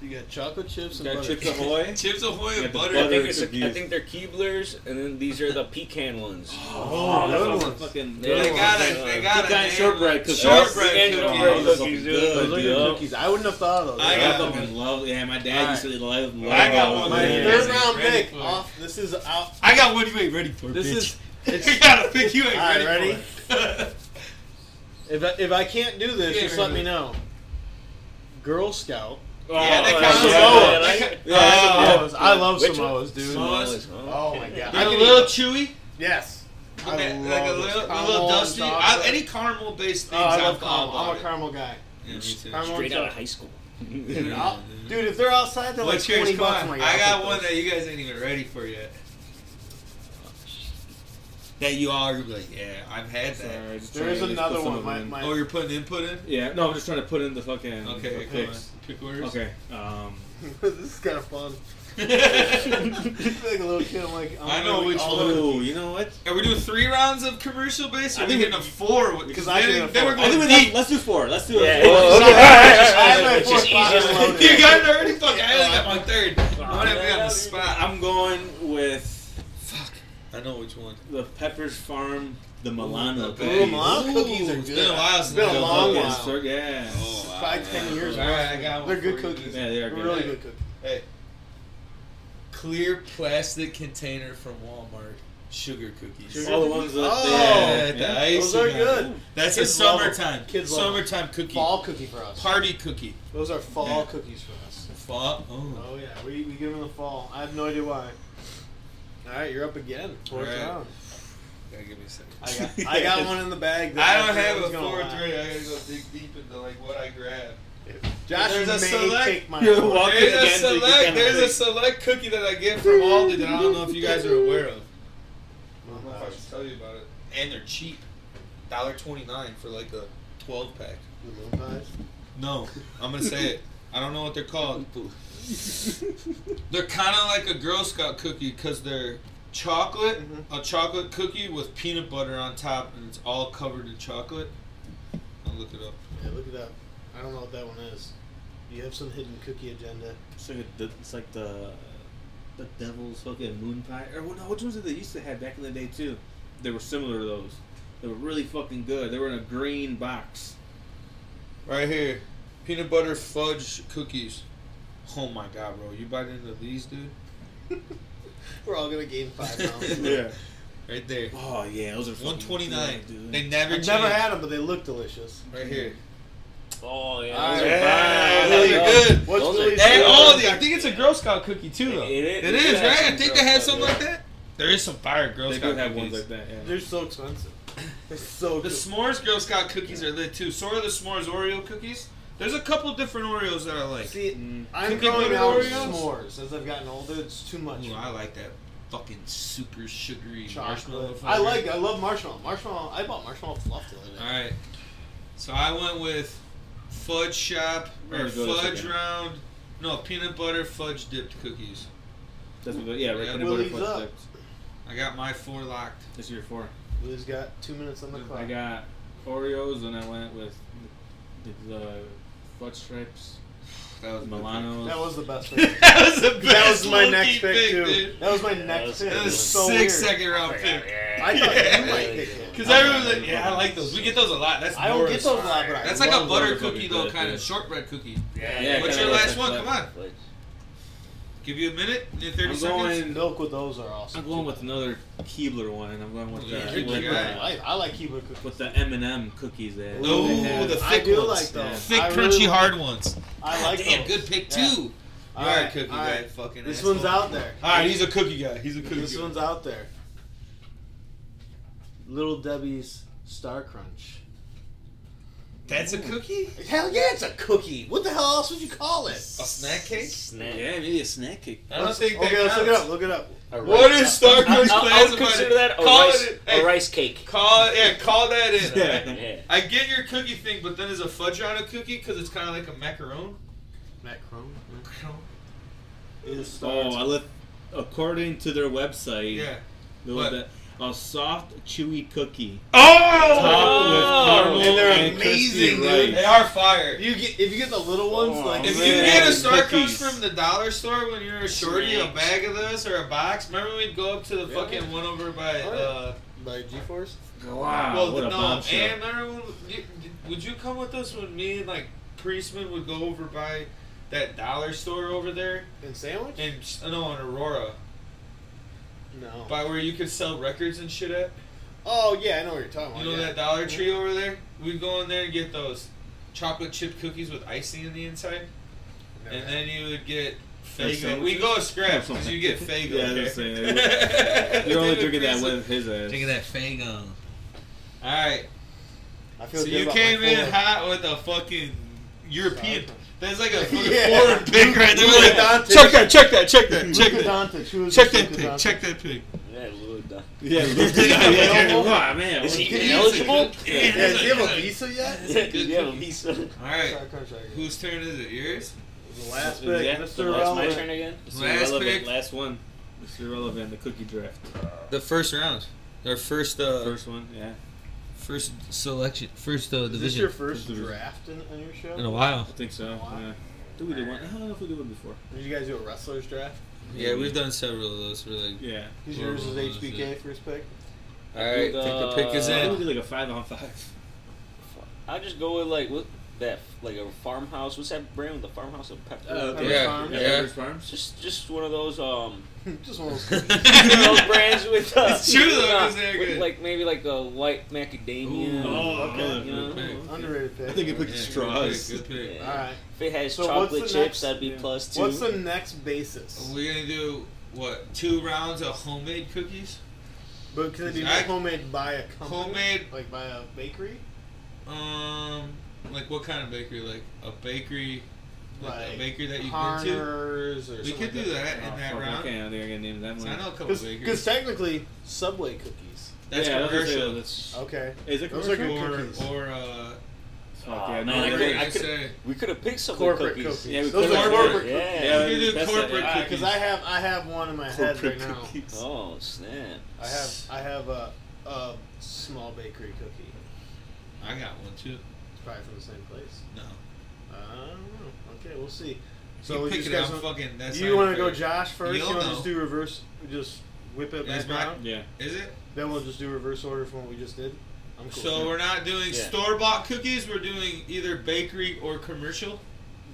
Speaker 3: You got chocolate chips
Speaker 4: You
Speaker 3: and
Speaker 4: got
Speaker 3: butter.
Speaker 4: Chips Ahoy.
Speaker 1: chips ahoy and
Speaker 4: Yeah, the
Speaker 1: butter.
Speaker 5: I
Speaker 4: butter.
Speaker 5: think, it's a, I
Speaker 4: cookies.
Speaker 5: think they're Keeblers, and then these are the pecan ones.
Speaker 3: Oh,
Speaker 4: that's
Speaker 3: good
Speaker 4: awesome.
Speaker 3: ones.
Speaker 4: Fucking.
Speaker 5: Yeah.
Speaker 1: They got it. They got it.
Speaker 4: Pecan
Speaker 1: man.
Speaker 4: shortbread cookies.
Speaker 1: Shortbread
Speaker 5: Pecan
Speaker 1: cookies.
Speaker 5: shortbread
Speaker 1: Those
Speaker 5: cookies,
Speaker 4: are
Speaker 5: dude.
Speaker 4: good,
Speaker 3: Those are
Speaker 5: Yep.
Speaker 3: your cookies. I wouldn't have thought of those.
Speaker 1: I
Speaker 4: I
Speaker 1: got one.
Speaker 4: fucking love. Yeah, my dad
Speaker 3: Alright.
Speaker 4: used to love. love
Speaker 1: I got one.
Speaker 3: My
Speaker 1: Yeah.
Speaker 3: third
Speaker 1: Yeah.
Speaker 3: round
Speaker 1: Ready
Speaker 3: pick.
Speaker 1: for it.
Speaker 3: Off. This is out.
Speaker 1: I got one you ain't ready for.
Speaker 3: This is.
Speaker 1: It's, you gotta pick you ain't
Speaker 3: All right,
Speaker 1: ready.
Speaker 3: ready?
Speaker 1: For it.
Speaker 3: If I, if I can't do this,
Speaker 1: Yeah,
Speaker 3: just let
Speaker 1: right.
Speaker 3: me know. Girl Scout.
Speaker 1: yeah, that
Speaker 5: Oh,
Speaker 1: counts.
Speaker 3: yeah,
Speaker 1: Oh, that
Speaker 4: yeah,
Speaker 5: yeah,
Speaker 4: that's
Speaker 1: counts.
Speaker 4: a-
Speaker 1: Oh,
Speaker 3: Samoas. I love
Speaker 5: Which
Speaker 3: Samoas, dude.
Speaker 1: Samoa.
Speaker 3: Oh my god.
Speaker 1: They're
Speaker 3: I
Speaker 1: a
Speaker 3: can
Speaker 1: little
Speaker 3: eat-
Speaker 1: chewy.
Speaker 3: Yes. I
Speaker 1: Like a
Speaker 3: love those.
Speaker 1: little, a little
Speaker 3: Caramel
Speaker 1: dusty.
Speaker 3: and
Speaker 1: I,
Speaker 3: chocolate.
Speaker 1: any caramel based
Speaker 3: Oh,
Speaker 1: things,
Speaker 3: I
Speaker 1: I'm
Speaker 3: love
Speaker 1: all
Speaker 3: caramel. I'm
Speaker 1: about
Speaker 3: a
Speaker 1: it.
Speaker 3: caramel guy.
Speaker 1: Yeah, me too.
Speaker 3: Caramel
Speaker 5: Straight out of
Speaker 3: chocolate.
Speaker 5: high school.
Speaker 3: Dude,
Speaker 1: Yeah,
Speaker 3: I'll-
Speaker 1: dude.
Speaker 3: dude, if they're outside, they're like
Speaker 1: What's yours?
Speaker 3: twenty
Speaker 1: Come
Speaker 3: bucks. I'm
Speaker 1: on.
Speaker 3: like,
Speaker 1: I
Speaker 3: I'll
Speaker 1: got one
Speaker 3: take
Speaker 1: that you guys ain't even ready for yet. That you all are gonna be like, yeah, I've had that.
Speaker 4: Sorry, just
Speaker 3: There
Speaker 4: trying
Speaker 3: is
Speaker 4: to at least put
Speaker 3: another
Speaker 4: some
Speaker 3: one.
Speaker 4: of
Speaker 3: My,
Speaker 4: them in.
Speaker 3: my,
Speaker 1: Oh, you're putting input in?
Speaker 4: Yeah. No, I'm just trying to put in the fucking.
Speaker 1: Okay,
Speaker 4: the
Speaker 1: come on.
Speaker 4: picks.
Speaker 1: Pick orders.
Speaker 4: Okay. Um.
Speaker 3: this is kind of fun. It's like a little kid. I'm like,
Speaker 1: I know which
Speaker 3: all
Speaker 1: one.
Speaker 4: Oh, you know what?
Speaker 1: Are we doing three rounds of commercial base? Or
Speaker 4: I
Speaker 1: are we
Speaker 4: think
Speaker 1: hitting a four?
Speaker 3: Because
Speaker 1: with- Because
Speaker 3: I
Speaker 1: then,
Speaker 3: think a
Speaker 1: then
Speaker 3: four.
Speaker 1: we're
Speaker 4: I
Speaker 1: going
Speaker 4: think
Speaker 1: deep.
Speaker 4: we let's do four. Let's do
Speaker 5: Yeah.
Speaker 4: it.
Speaker 5: Oh,
Speaker 3: okay.
Speaker 5: I
Speaker 3: have my
Speaker 5: it's just
Speaker 3: fourth bottle
Speaker 5: easier.
Speaker 3: loaded.
Speaker 1: you guys already fucking. I only got my third. I'm gonna be on the spot. I'm,
Speaker 4: I'm going with
Speaker 1: fuck. I know which one.
Speaker 4: the Pepper's Farm, the Milano.
Speaker 1: Ooh,
Speaker 3: Ooh,
Speaker 4: cookies.
Speaker 3: Milano cookies are
Speaker 1: It's
Speaker 3: good.
Speaker 1: been a while since
Speaker 3: It's been a
Speaker 1: I've
Speaker 3: long
Speaker 1: done
Speaker 4: Fucking
Speaker 3: while.
Speaker 4: stir- Yeah.
Speaker 1: Oh, wow.
Speaker 3: Five, ten years.
Speaker 1: All right, I got one.
Speaker 3: They're good
Speaker 1: for you.
Speaker 3: cookies.
Speaker 4: Yeah, they are good.
Speaker 3: Really good cookies.
Speaker 1: Hey. Clear plastic container from Walmart. Sugar cookies.
Speaker 3: Sugar-
Speaker 4: All the ones that
Speaker 3: Oh,
Speaker 1: Yeah,
Speaker 4: they-
Speaker 1: the
Speaker 4: yeah.
Speaker 1: icing
Speaker 3: Those are
Speaker 1: on it.
Speaker 3: good.
Speaker 1: That's
Speaker 3: Kids
Speaker 1: a
Speaker 3: love 'em.
Speaker 1: summertime.
Speaker 3: Kids love 'em.
Speaker 1: summertime cookie.
Speaker 3: Fall cookie for us.
Speaker 1: Party cookie.
Speaker 3: Those are fall
Speaker 1: Yeah.
Speaker 3: cookies for us.
Speaker 1: Fall. Oh.
Speaker 3: Oh yeah, we, we give them the fall. I have no idea why. All right, you're up again. Fourth
Speaker 1: All right.
Speaker 3: round.
Speaker 1: Gotta give me a second.
Speaker 3: I got, I got one in the bag.
Speaker 1: I
Speaker 3: that
Speaker 1: don't
Speaker 3: think
Speaker 1: have
Speaker 3: was
Speaker 1: a
Speaker 3: gonna
Speaker 1: four
Speaker 3: lie.
Speaker 1: three. I gotta go dig deep into like what I grabbed.
Speaker 3: Josh,
Speaker 1: There's
Speaker 3: you
Speaker 1: a
Speaker 3: may
Speaker 1: select.
Speaker 3: take my.
Speaker 4: You're
Speaker 3: fourth.
Speaker 4: welcome. Walking
Speaker 1: There's a
Speaker 4: again, so you
Speaker 1: select.
Speaker 4: can
Speaker 1: There's a
Speaker 4: break.
Speaker 1: select cookie that I get from Aldi that I don't know if you guys are aware of. I don't know if I should tell you about it. And they're cheap. Dollar twenty nine for like a twelve pack.
Speaker 3: The moon pies?
Speaker 1: No, I'm gonna say it. I don't know what they're called. they're kind of like a Girl Scout cookie because they're chocolate,
Speaker 3: Mm-hmm.
Speaker 1: a chocolate cookie with peanut butter on top, and it's all covered in chocolate. I'll look it up.
Speaker 3: Yeah, look it up. I don't know what that one is. You have some hidden cookie agenda.
Speaker 4: It's like, a, it's like the the devil's fucking moon pie. Or no, which ones did they used to have back in the day too? They were similar to those. They were really fucking good. They were in a green box.
Speaker 1: Right here, peanut butter fudge cookies. Oh my god, bro! You bite into these, dude?
Speaker 3: We're all gonna gain five pounds.
Speaker 1: Yeah. Right there,
Speaker 4: Oh yeah, those are fucking
Speaker 1: one twenty nine.
Speaker 4: good, dude.
Speaker 1: They
Speaker 3: I've
Speaker 1: never. change.
Speaker 3: never had them, but they look delicious.
Speaker 1: Right here.
Speaker 5: Oh yeah,
Speaker 3: All
Speaker 5: those are
Speaker 3: right.
Speaker 5: fine.
Speaker 1: Yeah, those are good.
Speaker 3: What's
Speaker 5: Those are
Speaker 3: really
Speaker 5: good.
Speaker 1: And all the, I think it's a Girl Scout cookie too, though.
Speaker 5: It is.
Speaker 1: It is,
Speaker 5: Yeah,
Speaker 1: right? I
Speaker 5: it's
Speaker 1: think
Speaker 5: a
Speaker 1: they
Speaker 5: Girl
Speaker 1: had
Speaker 5: Scout,
Speaker 1: something
Speaker 5: yeah.
Speaker 1: like that. There is some fire Girl
Speaker 4: They
Speaker 1: Scout
Speaker 4: do have ones
Speaker 1: cookies.
Speaker 4: like that. Yeah.
Speaker 3: They're so expensive. They're so
Speaker 1: The
Speaker 3: good.
Speaker 1: s'mores Girl Scout cookies are lit too. So are the s'mores Oreo cookies. There's a couple different Oreos that I like.
Speaker 3: See,
Speaker 4: Mm.
Speaker 3: I'm
Speaker 1: Cookie
Speaker 3: growing
Speaker 1: butter
Speaker 3: out of
Speaker 1: Oreos?
Speaker 3: s'mores. As I've gotten older, it's too much.
Speaker 1: Ooh, I like that fucking super sugary marshmallow.
Speaker 3: Chocolate.
Speaker 1: flavor.
Speaker 3: I like. I love marshmallow. Marshmallow. I bought marshmallow fluff the other day.
Speaker 1: All right. So I went with fudge shop
Speaker 4: We're
Speaker 1: or
Speaker 4: gonna go this
Speaker 1: fudge
Speaker 4: again.
Speaker 1: round. No, peanut butter fudge dipped cookies.
Speaker 4: That's what, yeah, right.
Speaker 1: Yeah,
Speaker 4: peanut
Speaker 3: Willie's
Speaker 4: butter
Speaker 3: up.
Speaker 4: fudge chips.
Speaker 1: I got my four locked.
Speaker 4: This year four.
Speaker 3: Lou's got two minutes on the clock.
Speaker 4: I got Oreos, and I went with the, the fudge stripes,
Speaker 1: That was my
Speaker 4: Milano's.
Speaker 3: that was the best.
Speaker 1: pick.
Speaker 3: Pick.
Speaker 1: that was the best.
Speaker 3: that was my
Speaker 1: low-key
Speaker 3: next pick, too.
Speaker 1: dude.
Speaker 3: That was my
Speaker 5: Yeah, that
Speaker 3: next
Speaker 5: was
Speaker 3: pick.
Speaker 5: good.
Speaker 1: That
Speaker 3: It
Speaker 1: was
Speaker 3: was so
Speaker 1: six
Speaker 3: weird.
Speaker 1: second
Speaker 4: Oh,
Speaker 1: round pick.
Speaker 3: I thought
Speaker 1: Yeah.
Speaker 3: you might pick it.
Speaker 1: Because everyone's like, yeah, I like those. We get those a lot. That's
Speaker 3: I don't
Speaker 1: Norris.
Speaker 3: get those a lot, but I
Speaker 1: That's like a
Speaker 3: love
Speaker 1: butter
Speaker 4: those.
Speaker 1: cookie though,
Speaker 4: Good,
Speaker 1: kind of
Speaker 4: good.
Speaker 1: shortbread cookie.
Speaker 5: Yeah,
Speaker 4: Yeah,
Speaker 1: What's
Speaker 4: kinda
Speaker 1: your
Speaker 4: like
Speaker 1: last
Speaker 4: that
Speaker 1: one?
Speaker 4: fudge.
Speaker 1: Come on. Give you a minute and 30
Speaker 4: I'm
Speaker 1: seconds.
Speaker 4: going.
Speaker 3: Milk with those are awesome.
Speaker 4: I'm going with another Keebler one, and I'm going with the
Speaker 1: Yeah,
Speaker 3: Keebler
Speaker 1: good
Speaker 4: Keebler
Speaker 1: guy.
Speaker 4: one.
Speaker 3: I, I like Keebler cookies.
Speaker 4: with the M and M cookies there.
Speaker 1: No,
Speaker 3: Ooh, man.
Speaker 1: the
Speaker 3: I
Speaker 1: thick
Speaker 3: do
Speaker 1: ones.
Speaker 3: like those.
Speaker 1: Thick,
Speaker 3: I
Speaker 1: crunchy,
Speaker 3: really like-
Speaker 1: hard ones.
Speaker 3: I like
Speaker 1: Damn,
Speaker 3: those.
Speaker 1: good pick
Speaker 3: Yeah.
Speaker 1: too.
Speaker 3: All
Speaker 1: You're a
Speaker 3: right,
Speaker 1: cookie
Speaker 3: all right.
Speaker 1: guy, fucking
Speaker 3: This
Speaker 1: asshole.
Speaker 3: one's out there.
Speaker 1: All right, he's a cookie guy. He's a cookie
Speaker 3: This
Speaker 1: guy.
Speaker 3: one's out there. Little Debbie's Star Crunch.
Speaker 1: That's a cookie?
Speaker 3: Hell yeah, it's a cookie. What the hell else would you call it?
Speaker 1: A snack cake?
Speaker 5: Snack.
Speaker 4: Yeah, maybe a snack cake.
Speaker 1: I don't think that
Speaker 3: okay, let's look it
Speaker 1: counts.
Speaker 3: up. Look it up.
Speaker 5: A
Speaker 1: What
Speaker 5: rice-
Speaker 1: is Star
Speaker 5: I,
Speaker 1: Crunch
Speaker 5: I- I would
Speaker 1: classified?
Speaker 5: consider that a
Speaker 1: Call
Speaker 5: rice,
Speaker 1: it-
Speaker 5: a
Speaker 1: hey,
Speaker 5: rice cake.
Speaker 1: Call yeah, call that in.
Speaker 4: Yeah.
Speaker 3: Oh!
Speaker 1: alright?
Speaker 5: Yeah.
Speaker 1: I get your cookie thing, but then is a fudge round a cookie because it's kind of like a macaron.
Speaker 3: Macaron is Star
Speaker 4: Oh, I left. According to their website,
Speaker 1: Yeah.
Speaker 4: there
Speaker 1: what?
Speaker 4: was a- a soft, chewy cookie
Speaker 1: Oh,
Speaker 4: topped with caramel
Speaker 3: and they're
Speaker 4: and crispy
Speaker 3: amazing,
Speaker 4: rice.
Speaker 3: dude.
Speaker 1: they are fire.
Speaker 3: If you get if you get the little ones,
Speaker 4: Oh,
Speaker 3: like
Speaker 1: If you
Speaker 4: Man,
Speaker 1: get a Star Crunch
Speaker 4: cookies.
Speaker 1: from the dollar store when you're a shorty, a bag of those or a box, remember we'd go up to the
Speaker 3: Yeah.
Speaker 1: fucking one over by,
Speaker 3: Oh, yeah.
Speaker 1: uh,
Speaker 3: by G-force,
Speaker 4: Wow,
Speaker 1: well,
Speaker 4: Ah, what a
Speaker 1: no,
Speaker 4: bombshell!
Speaker 1: and remember when, you, would you come with us when me and like Priestman would go over by that dollar store over there
Speaker 3: and sandwich?
Speaker 1: and no, in Aurora,
Speaker 3: No.
Speaker 1: by where you could sell records and shit at?
Speaker 3: Oh yeah, I know what you're talking about.
Speaker 1: You know
Speaker 3: yeah.
Speaker 1: that Dollar Tree over there? We'd go in there and get those chocolate chip cookies with icing in the inside,
Speaker 3: Never
Speaker 1: and
Speaker 3: had
Speaker 1: then you would get
Speaker 4: Like
Speaker 1: Fago.
Speaker 4: sandwiches?
Speaker 1: We go scrap because you get Fago.
Speaker 4: Yeah, I was
Speaker 1: okay?
Speaker 4: saying, You're only drinking that with his ass.
Speaker 1: that Fago. All right,
Speaker 3: it. I feel
Speaker 1: so
Speaker 3: good
Speaker 1: you
Speaker 3: about
Speaker 1: came
Speaker 3: my
Speaker 1: in
Speaker 3: forward.
Speaker 1: hot with a fucking European.
Speaker 3: Sorry.
Speaker 1: That's like a fucking
Speaker 3: Yeah.
Speaker 1: foreign pig right there.
Speaker 3: Luka
Speaker 1: Like,
Speaker 3: Doncic.
Speaker 1: check that, check that, check that, check
Speaker 3: Luka
Speaker 1: that,
Speaker 3: Doncic, who is
Speaker 1: check
Speaker 3: this
Speaker 1: that
Speaker 3: Luka
Speaker 1: pig,
Speaker 3: Doncic?
Speaker 1: check that pig.
Speaker 5: Yeah, Lou Doc.
Speaker 4: Yeah,
Speaker 1: Yeah, yeah.
Speaker 4: Wow, man.
Speaker 5: Is he
Speaker 3: Can you
Speaker 5: ineligible?
Speaker 1: use
Speaker 5: Yeah.
Speaker 1: it?
Speaker 3: Yeah, do you have a visa yet?
Speaker 5: Yeah,
Speaker 1: good
Speaker 5: you have a
Speaker 1: cookie.
Speaker 5: visa?
Speaker 1: All right,
Speaker 3: Star Crunch, I guess.
Speaker 1: whose turn is it? Yours.
Speaker 3: The last pick,
Speaker 5: Is that the
Speaker 3: Mr.
Speaker 5: last my turn
Speaker 3: Relevant.
Speaker 5: again?
Speaker 4: It's
Speaker 1: Last
Speaker 4: irrelevant.
Speaker 1: pick.
Speaker 4: Last one. It's irrelevant. The cookie draft.
Speaker 1: The first round. Our first uh
Speaker 4: First one. Yeah.
Speaker 1: first selection first uh
Speaker 3: Is this your first
Speaker 4: Division.
Speaker 3: draft in, on your show?
Speaker 1: while.
Speaker 4: I think so.
Speaker 3: Wow.
Speaker 4: Yeah. Did we do one? I don't know if we did one before.
Speaker 3: Did you guys do a wrestler's draft?
Speaker 1: Yeah, we've done several of those. We're like
Speaker 4: Yeah.
Speaker 3: Because
Speaker 1: Whoa,
Speaker 3: yours
Speaker 1: whoa, whoa,
Speaker 3: is HBK first pick.
Speaker 1: Alright,
Speaker 5: Dude,
Speaker 1: think the pick is
Speaker 5: uh,
Speaker 4: I
Speaker 1: in.
Speaker 4: think we did like a five on five.
Speaker 5: I'll just go with like what that like a farmhouse. What's that brand with the farmhouse of pepper?
Speaker 4: Uh,
Speaker 3: Pepperidge
Speaker 1: yeah,
Speaker 3: Farm.
Speaker 1: yeah.
Speaker 4: Pepperidge Farms.
Speaker 5: just just one of those um
Speaker 3: Just one of those.
Speaker 5: those brands with uh,
Speaker 1: It's true, though,
Speaker 5: with, uh,
Speaker 1: 'cause they're
Speaker 5: with,
Speaker 1: good.
Speaker 5: like maybe like a white macadamia.
Speaker 1: Ooh.
Speaker 4: Oh, okay.
Speaker 5: You know?
Speaker 1: Good pick.
Speaker 3: Underrated pick.
Speaker 4: I think it picked straws.
Speaker 1: Good pick. Good pick.
Speaker 5: Yeah.
Speaker 3: All right.
Speaker 5: If it has
Speaker 3: So what's
Speaker 5: chocolate
Speaker 3: the
Speaker 5: chips,
Speaker 3: next-
Speaker 5: that'd be
Speaker 4: yeah.
Speaker 5: plus two.
Speaker 3: What's the next basis?
Speaker 1: We're gonna do what? Two rounds of homemade cookies.
Speaker 3: But could it be
Speaker 1: I-
Speaker 3: homemade by a company?
Speaker 1: Homemade-
Speaker 3: Like by a bakery?
Speaker 1: Um, like what kind of bakery? Like a bakery, like, a
Speaker 3: Like
Speaker 1: bakery that you've been to.
Speaker 3: Harner's or
Speaker 1: We could do that in that
Speaker 4: Oh, fuck,
Speaker 1: round.
Speaker 4: Okay, I think I can name that one.
Speaker 1: So I know a couple
Speaker 3: Because
Speaker 1: bakeries.
Speaker 3: technically, Subway cookies.
Speaker 1: That's
Speaker 4: yeah, I was gonna say,
Speaker 1: commercial. Oh,
Speaker 4: That's,
Speaker 3: Okay.
Speaker 4: is it
Speaker 3: Those are
Speaker 4: commercial?
Speaker 3: good.
Speaker 1: Or
Speaker 3: cookies.
Speaker 1: or uh,
Speaker 4: Fuck, yeah,
Speaker 5: Aw,
Speaker 4: no,
Speaker 5: man, I
Speaker 1: what do
Speaker 4: they're
Speaker 5: could-
Speaker 1: you
Speaker 4: good.
Speaker 5: I could-
Speaker 1: say?
Speaker 5: We could have picked some
Speaker 3: Corporate
Speaker 5: cookies.
Speaker 3: cookies.
Speaker 4: Yeah, we
Speaker 3: Those
Speaker 4: could-
Speaker 3: are corporate
Speaker 5: Yeah.
Speaker 3: cookies.
Speaker 1: We could do
Speaker 4: that's
Speaker 1: corporate
Speaker 4: it. Ah,
Speaker 1: cookies.
Speaker 3: Because I have I have one in my head right
Speaker 4: Corporate
Speaker 3: now.
Speaker 4: cookies.
Speaker 5: Oh snap!
Speaker 3: I have I have a, a small bakery cookie.
Speaker 1: I got one too.
Speaker 3: It's probably from the same place.
Speaker 1: No.
Speaker 3: I don't know. Okay, we'll see.
Speaker 1: So
Speaker 3: So
Speaker 1: you
Speaker 3: we
Speaker 1: pick
Speaker 3: just
Speaker 1: it.
Speaker 3: guys
Speaker 1: I'm fucking. That's
Speaker 3: you
Speaker 1: not
Speaker 3: want to
Speaker 1: fair.
Speaker 3: go Josh first?
Speaker 1: You'll
Speaker 3: you want to
Speaker 1: know.
Speaker 3: just do reverse? Just whip it
Speaker 1: Yes,
Speaker 3: back
Speaker 1: Mike.
Speaker 3: around.
Speaker 4: Yeah.
Speaker 1: Is it?
Speaker 3: Then we'll just do reverse order from what we just did. I'm cool.
Speaker 1: So we're not doing
Speaker 5: Yeah.
Speaker 1: store bought cookies. We're doing either bakery or commercial.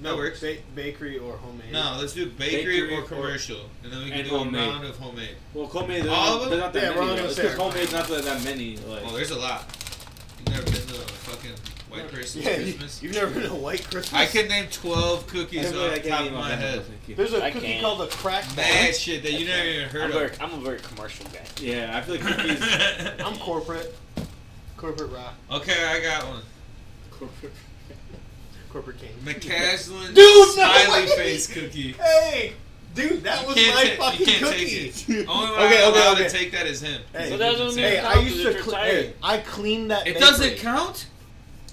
Speaker 3: no
Speaker 1: that works.
Speaker 3: ba- bakery or homemade.
Speaker 1: No, let's do bakery,
Speaker 4: Bakery
Speaker 1: or
Speaker 4: or-
Speaker 1: commercial, and then we can
Speaker 4: and
Speaker 1: do
Speaker 4: homemade.
Speaker 1: a round of homemade.
Speaker 4: Well, homemade. There's
Speaker 1: All
Speaker 4: not,
Speaker 1: of them?
Speaker 4: there's not that
Speaker 3: Yeah, we're
Speaker 4: many.
Speaker 3: all gonna
Speaker 4: It's
Speaker 3: say
Speaker 4: 'cause
Speaker 3: it.
Speaker 4: homade's not that, that many. Like,
Speaker 1: Oh, there's a lot. You never been to a fucking white person
Speaker 3: Yeah, you,
Speaker 1: Christmas.
Speaker 3: you've never been to White Christmas.
Speaker 1: I can name 12 cookies
Speaker 4: Everybody,
Speaker 1: off
Speaker 4: I
Speaker 1: the
Speaker 4: can't
Speaker 1: top of
Speaker 4: name
Speaker 1: my
Speaker 4: off
Speaker 1: head.
Speaker 4: everything.
Speaker 3: There's a
Speaker 5: I
Speaker 3: cookie
Speaker 5: can't.
Speaker 3: called a crack
Speaker 1: Mad
Speaker 3: Match.
Speaker 1: shit that you never even
Speaker 5: I'm,
Speaker 1: heard
Speaker 5: very,
Speaker 1: of.
Speaker 5: I'm a very commercial guy.
Speaker 4: Yeah, I feel like cookies.
Speaker 3: I'm corporate. Corporate rock.
Speaker 1: okay, I got one.
Speaker 4: corporate.
Speaker 3: Corporate king.
Speaker 1: McCaslin
Speaker 3: Dude, no
Speaker 1: smiley
Speaker 3: way!
Speaker 1: face cookie.
Speaker 3: Hey, dude, that
Speaker 1: You
Speaker 3: was
Speaker 1: can't
Speaker 3: my
Speaker 1: ta- you
Speaker 3: fucking
Speaker 1: can't
Speaker 3: cookie.
Speaker 1: take it. Only one
Speaker 3: Okay,
Speaker 1: I'm
Speaker 3: okay,
Speaker 1: allowed
Speaker 3: okay.
Speaker 1: to take that is him.
Speaker 3: Hey,
Speaker 5: So that's what I'm
Speaker 3: hey,
Speaker 5: saying.
Speaker 3: I used
Speaker 5: Because
Speaker 3: to.
Speaker 5: it's
Speaker 3: Cl-
Speaker 5: retired.
Speaker 3: hey, I cleaned that.
Speaker 1: It
Speaker 3: bakery.
Speaker 1: doesn't count.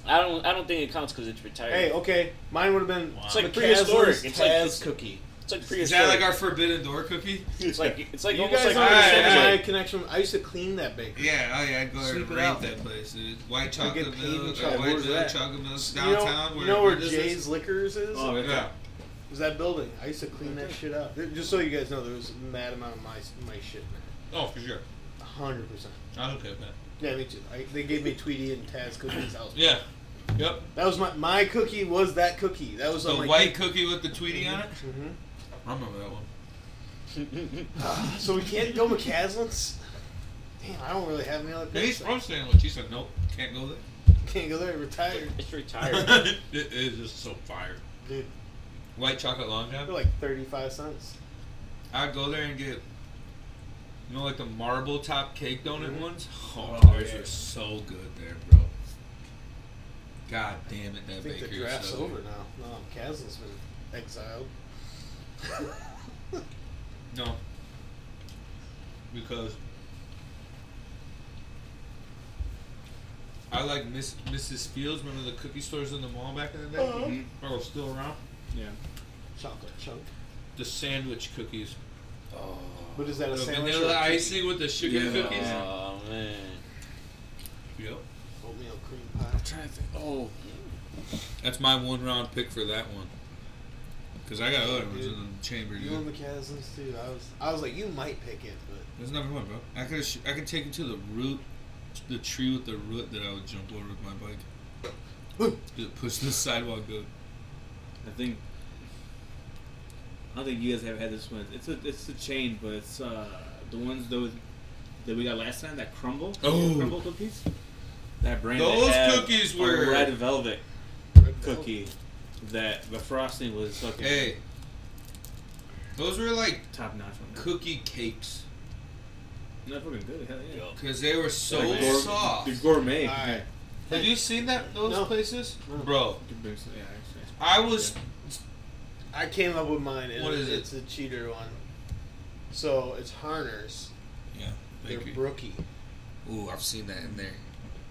Speaker 5: I don't. I don't think it counts because it's retired.
Speaker 3: Hey, okay, mine would have been.
Speaker 5: It's like
Speaker 3: McCaslin's
Speaker 5: prehistoric. It's like-
Speaker 3: Taz cookie.
Speaker 5: it's like
Speaker 1: Is that
Speaker 5: prehistoric.
Speaker 1: like our forbidden door cookie?
Speaker 5: it's like it's like
Speaker 3: you
Speaker 5: almost
Speaker 3: guys
Speaker 5: like
Speaker 1: are-
Speaker 5: prehistoric.
Speaker 3: understand
Speaker 1: Alright,
Speaker 3: my connection. I used to clean that bakery.
Speaker 1: Yeah, oh yeah, I'd go there and
Speaker 3: Snoop it
Speaker 1: rape
Speaker 3: out.
Speaker 1: that place, dude. White
Speaker 3: I get
Speaker 1: chocolate
Speaker 3: paid in
Speaker 1: milk, or
Speaker 3: chocolate.
Speaker 1: white
Speaker 3: Where's
Speaker 1: milk,
Speaker 3: that?
Speaker 1: chocolate milk,
Speaker 3: You know-
Speaker 1: downtown.
Speaker 3: you know where
Speaker 1: this
Speaker 3: Jay's
Speaker 1: is?
Speaker 3: Liquors is?
Speaker 4: Oh, right
Speaker 1: Yeah.
Speaker 4: there.
Speaker 3: It was that building? I used to clean that shit up. Th- Just so you guys know, there was a mad amount of my my shit. in
Speaker 1: Oh, for sure.
Speaker 3: there. A hundred percent.
Speaker 1: I'm okay with that.
Speaker 3: Yeah, me too. I, they gave me Tweety and Taz cookies. I was,
Speaker 1: Yeah. Yep.
Speaker 3: That was my my cookie. Was that cookie? That was
Speaker 1: The
Speaker 3: on my
Speaker 1: white cookie with the Tweety on it?
Speaker 3: hmm
Speaker 1: I remember that one.
Speaker 3: so we can't go McCaslin's. Damn, I don't really have any other cookies.
Speaker 1: He's from sandwich. He said, nope, can't go there.
Speaker 3: Can't go there. Retired,
Speaker 5: It's retired.
Speaker 1: it is just so fire.
Speaker 3: dude.
Speaker 1: White chocolate long john.
Speaker 3: They're like thirty-five cents.
Speaker 1: I'd go there and get, you know, like the marble top cake donut
Speaker 3: Mhm.
Speaker 1: ones. Oh,
Speaker 3: Oh,
Speaker 1: those
Speaker 3: yeah.
Speaker 1: were so good there, bro. God damn it,
Speaker 3: I
Speaker 1: that
Speaker 3: think the
Speaker 1: bakery
Speaker 3: draft's
Speaker 1: was so
Speaker 3: over
Speaker 1: good.
Speaker 3: now. No, McCaslin's been exiled.
Speaker 1: No, because I like Miss Mrs. Fields. Remember the cookie stores in the mall back in the day?
Speaker 3: Uh-huh.
Speaker 1: mm Oh, still around.
Speaker 4: Yeah.
Speaker 3: Chocolate chunk.
Speaker 1: The sandwich cookies.
Speaker 3: But is that a
Speaker 1: The
Speaker 3: sandwich?
Speaker 1: vanilla
Speaker 3: or a cookie?
Speaker 1: icing with the sugar cookies.
Speaker 5: Oh man.
Speaker 1: Yep.
Speaker 3: Oatmeal cream pie.
Speaker 4: trying to think. Oh,
Speaker 1: That's my one round pick for that one. Because I got other ones
Speaker 3: Dude.
Speaker 1: in the chamber.
Speaker 3: You
Speaker 1: Dude.
Speaker 3: and McCaslin's too. I was I was like, you might pick it, but
Speaker 1: There's another one, bro. I could sh- I could take you to the root, the tree with the root that I would jump over with my bike. Just push the sidewalk up.
Speaker 4: I think. I don't think you guys have had this one. It's a it's a chain, but it's uh, the ones that, was, that we got last time that crumble.
Speaker 1: Oh.
Speaker 4: crumble cookies. That brand. they
Speaker 1: Those
Speaker 4: have
Speaker 1: cookies
Speaker 4: a
Speaker 1: were-
Speaker 4: red velvet
Speaker 3: Red Velvet.
Speaker 4: cookie. That the frosting was fucking
Speaker 1: Hey, those were like
Speaker 4: top notch one.
Speaker 1: cookie cakes
Speaker 4: Not fucking good. Hell yeah.
Speaker 1: because they were so
Speaker 4: They're gour-
Speaker 1: soft.
Speaker 4: They're gourmet.
Speaker 3: All right.
Speaker 1: Have you seen that those
Speaker 3: No.
Speaker 1: places,
Speaker 3: No.
Speaker 1: bro?
Speaker 4: Yeah, actually.
Speaker 1: I was
Speaker 3: I came up with mine. And
Speaker 1: What is it?
Speaker 3: It's a cheater one. So it's Harners.
Speaker 1: yeah.
Speaker 3: They're
Speaker 1: Bakery.
Speaker 3: brookie.
Speaker 1: Ooh, I've seen that in there.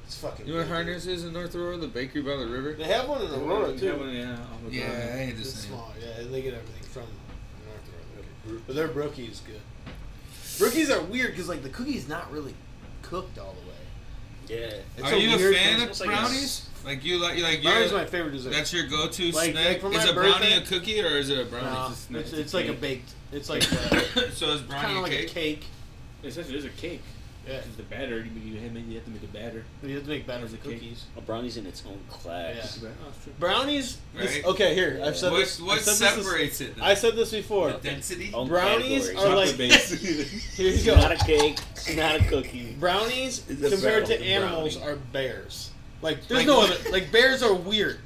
Speaker 3: It's fucking.
Speaker 1: You know what
Speaker 3: good, dude.
Speaker 1: Harness is in North Aurora, the bakery by the river?
Speaker 3: They have one in Aurora
Speaker 4: Yeah,
Speaker 3: too.
Speaker 4: one, yeah, off of
Speaker 1: Yeah, I
Speaker 4: Broadway.
Speaker 1: hate
Speaker 3: It's
Speaker 1: this thing.
Speaker 3: smaller. Yeah, and they get everything from North Aurora. Okay. But their brookie is good. Brookies are weird because like the cookie's not really cooked all the way.
Speaker 5: Yeah.
Speaker 3: It's
Speaker 1: Are you a
Speaker 3: weird
Speaker 1: fan
Speaker 3: concept.
Speaker 1: of
Speaker 5: like a
Speaker 1: brownies? Like you like you like
Speaker 3: Brownies
Speaker 1: you're,
Speaker 3: is my favorite dessert.
Speaker 1: that's your go-to
Speaker 3: Like-
Speaker 1: snack.
Speaker 3: like for
Speaker 1: is
Speaker 3: my
Speaker 1: a brownie
Speaker 3: birthday-
Speaker 1: a cookie or is it a
Speaker 3: No,
Speaker 1: brownie?
Speaker 4: It's just-
Speaker 3: it's,
Speaker 4: it's a
Speaker 3: it's like a
Speaker 4: cake.
Speaker 3: baked. It's like uh,
Speaker 1: so is
Speaker 3: kind
Speaker 1: brownie
Speaker 3: of
Speaker 1: a
Speaker 3: like
Speaker 1: cake?
Speaker 3: a cake.
Speaker 4: Essentially, there's a cake.
Speaker 3: Yeah,
Speaker 4: It's the batter. You, you, have, you have to make the batter.
Speaker 3: you have to make better
Speaker 4: As
Speaker 3: the
Speaker 4: a cake.
Speaker 3: cookies.
Speaker 5: A brownie's in its own class.
Speaker 4: Oh, that's true.
Speaker 3: Brownies. this-
Speaker 1: Right.
Speaker 3: okay, here I've said
Speaker 1: What
Speaker 3: this.
Speaker 1: what
Speaker 3: I've said this is-
Speaker 1: separates it? Though?
Speaker 3: I Oh. said this before.
Speaker 1: the density.
Speaker 5: Own
Speaker 3: Brownies
Speaker 5: category.
Speaker 3: are
Speaker 4: Chocolate
Speaker 3: like-
Speaker 4: base.
Speaker 3: Here you
Speaker 5: It's
Speaker 3: go.
Speaker 5: not a cake. It's not a cookie.
Speaker 3: Brownies
Speaker 5: It's a
Speaker 3: compared to
Speaker 5: brownie.
Speaker 3: animals are bears. Like there's
Speaker 1: Like-
Speaker 3: no other. Like bears are weird.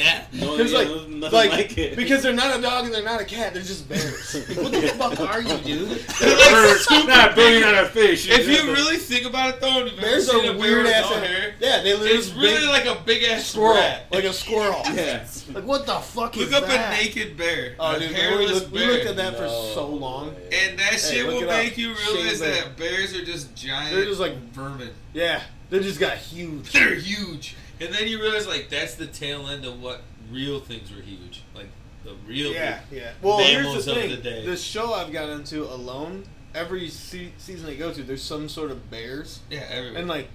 Speaker 1: Oh, yeah.
Speaker 4: No,
Speaker 3: Because
Speaker 4: yeah,
Speaker 3: like,
Speaker 4: there's nothing
Speaker 3: like,
Speaker 4: like, it.
Speaker 3: because they're not a dog and they're not a cat. They're just bears. Like, what the fuck are you, dude?
Speaker 4: not burning out a fish.
Speaker 1: If you really think about it though, if you've
Speaker 3: Bears
Speaker 1: ever
Speaker 3: are
Speaker 1: seen a bear
Speaker 3: weird
Speaker 1: with
Speaker 3: ass.
Speaker 1: no hair,
Speaker 3: Yeah, they literally
Speaker 1: It's
Speaker 3: just
Speaker 1: really
Speaker 3: big
Speaker 1: like a big ass
Speaker 3: squirrel,
Speaker 1: rat.
Speaker 3: like a squirrel.
Speaker 4: Yeah.
Speaker 3: Like what the fuck
Speaker 1: Look
Speaker 3: is
Speaker 1: up
Speaker 3: that?
Speaker 1: a naked bear,
Speaker 3: Oh,
Speaker 1: a
Speaker 3: dude, we,
Speaker 1: hairless
Speaker 3: looked, we
Speaker 1: bear,
Speaker 3: looked at that
Speaker 5: No
Speaker 3: for so long.
Speaker 5: way.
Speaker 1: and that shit
Speaker 3: look
Speaker 1: will
Speaker 3: it up.
Speaker 1: make you
Speaker 3: Shane
Speaker 1: realize
Speaker 3: Bear.
Speaker 1: that bears are just giant.
Speaker 3: They're just like-
Speaker 1: vermin.
Speaker 3: Yeah, they just got huge.
Speaker 1: they're huge. And then you realize like that's the tail end of what real things were huge, like the real.
Speaker 3: Yeah, yeah. Well, here's
Speaker 1: Mammals
Speaker 3: the
Speaker 1: of
Speaker 3: thing:
Speaker 1: the day.
Speaker 3: this show I've got into alone. Every se- season I go to, there's some sort of bears,
Speaker 1: yeah, everywhere.
Speaker 3: and like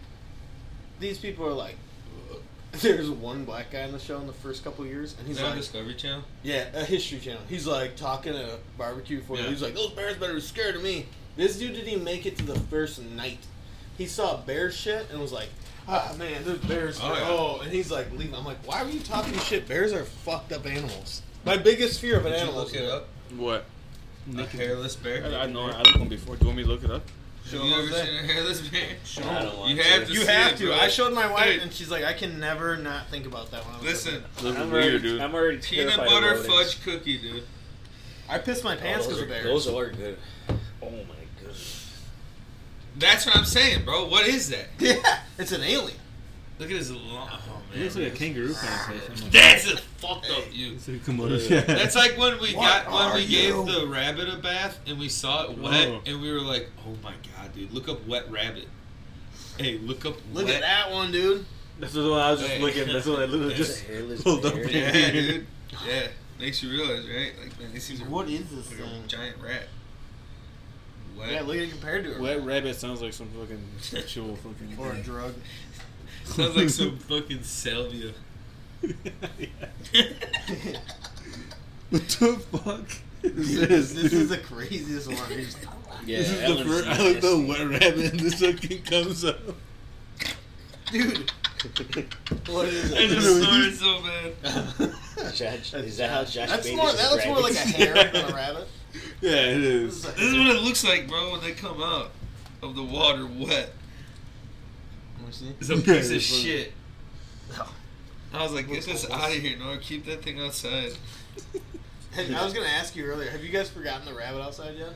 Speaker 3: these people are like. There's one black guy on the show in the first couple years, and
Speaker 1: Is
Speaker 3: he's
Speaker 1: that on
Speaker 3: like,
Speaker 1: Discovery Channel?
Speaker 3: "Yeah, a History Channel." He's like talking at a barbecue for
Speaker 1: Yeah.
Speaker 3: He's like, "Those bears better be scared of me." This dude didn't even make it to the first night. He saw bear shit and was like, "Ah man, there's bears."
Speaker 1: Oh,
Speaker 3: Oh,
Speaker 1: yeah.
Speaker 3: and he's like, "Leave." I'm like, "Why were you talking shit? Bears are fucked up animals." My biggest fear of an
Speaker 1: Did you
Speaker 3: animal.
Speaker 1: look it up?
Speaker 2: What?
Speaker 1: A hairless bear.
Speaker 2: I, I know. I looked one before. Do you want me to look it up?
Speaker 1: Have you ever seen a hairless man?
Speaker 5: I don't want
Speaker 1: You have to.
Speaker 3: You
Speaker 1: see
Speaker 3: have
Speaker 1: it,
Speaker 3: to.
Speaker 1: bro.
Speaker 3: I showed my wife,
Speaker 1: Dude.
Speaker 3: and she's like, I can never not think about that one.
Speaker 1: Listen,
Speaker 2: Those are
Speaker 5: I'm
Speaker 2: weird,
Speaker 5: already,
Speaker 2: dude.
Speaker 5: I'm already
Speaker 1: peanut
Speaker 5: terrified of
Speaker 1: butter
Speaker 5: rodents.
Speaker 1: fudge cookie, dude.
Speaker 3: I pissed my pants
Speaker 5: Oh,
Speaker 3: because
Speaker 5: those,
Speaker 3: of
Speaker 5: are,
Speaker 3: bears.
Speaker 5: those are good. Oh my goodness.
Speaker 1: That's what I'm saying, bro. What is that?
Speaker 3: yeah, it's an alien.
Speaker 1: Look at his long. Oh
Speaker 4: It looks like a
Speaker 1: man.
Speaker 4: kangaroo kind of fish.
Speaker 1: That's a fucked up you.
Speaker 4: It's like a Komodo. Yeah.
Speaker 1: That's like when we
Speaker 3: What
Speaker 1: got when
Speaker 3: are
Speaker 1: we
Speaker 3: you?
Speaker 1: gave the rabbit a bath and we saw it wet
Speaker 4: Oh.
Speaker 1: and we were like, oh my god, dude, look up wet rabbit. Hey, look up
Speaker 3: Look
Speaker 1: wet.
Speaker 3: at that one, dude.
Speaker 4: That's the one I was just
Speaker 1: Hey.
Speaker 4: looking. That's the one I literally
Speaker 5: It's
Speaker 4: just
Speaker 5: a hairless
Speaker 4: pulled up.
Speaker 5: bear.
Speaker 1: Yeah, dude. Yeah, makes you realize, right? Like, man, this is a-
Speaker 3: What is this
Speaker 1: like
Speaker 3: thing?
Speaker 1: a giant rat. Wet.
Speaker 3: Yeah, look at it compared to a
Speaker 4: Wet rabbit sounds like some fucking sexual fucking.
Speaker 3: or a drug.
Speaker 1: Sounds like some fucking salvia.
Speaker 4: What the fuck is
Speaker 3: This, is the craziest one. He's-
Speaker 5: Yeah,
Speaker 4: This is
Speaker 5: that
Speaker 4: the
Speaker 5: one's
Speaker 4: first. I looked
Speaker 5: nasty.
Speaker 4: up wet rabbit and this fucking comes up.
Speaker 3: Dude, what is
Speaker 1: I
Speaker 3: it?
Speaker 1: just snorted so bad.
Speaker 5: Josh, is that how Josh
Speaker 3: That's
Speaker 5: Bates
Speaker 3: more. That looks more like a
Speaker 5: described
Speaker 3: hair
Speaker 5: it?
Speaker 3: than a rabbit.
Speaker 4: Yeah, it
Speaker 3: This is
Speaker 4: is.
Speaker 3: a
Speaker 1: This is
Speaker 3: hair.
Speaker 1: what it looks like, bro, when they come out of the water wet.
Speaker 3: Let me see.
Speaker 1: It's a
Speaker 4: Yeah,
Speaker 1: piece of
Speaker 4: it's funny.
Speaker 1: shit.
Speaker 3: Oh.
Speaker 1: I was like, get this out of here, Nor. Keep that thing outside.
Speaker 3: Hey, I was gonna ask you earlier. Have you guys forgotten the rabbit outside yet?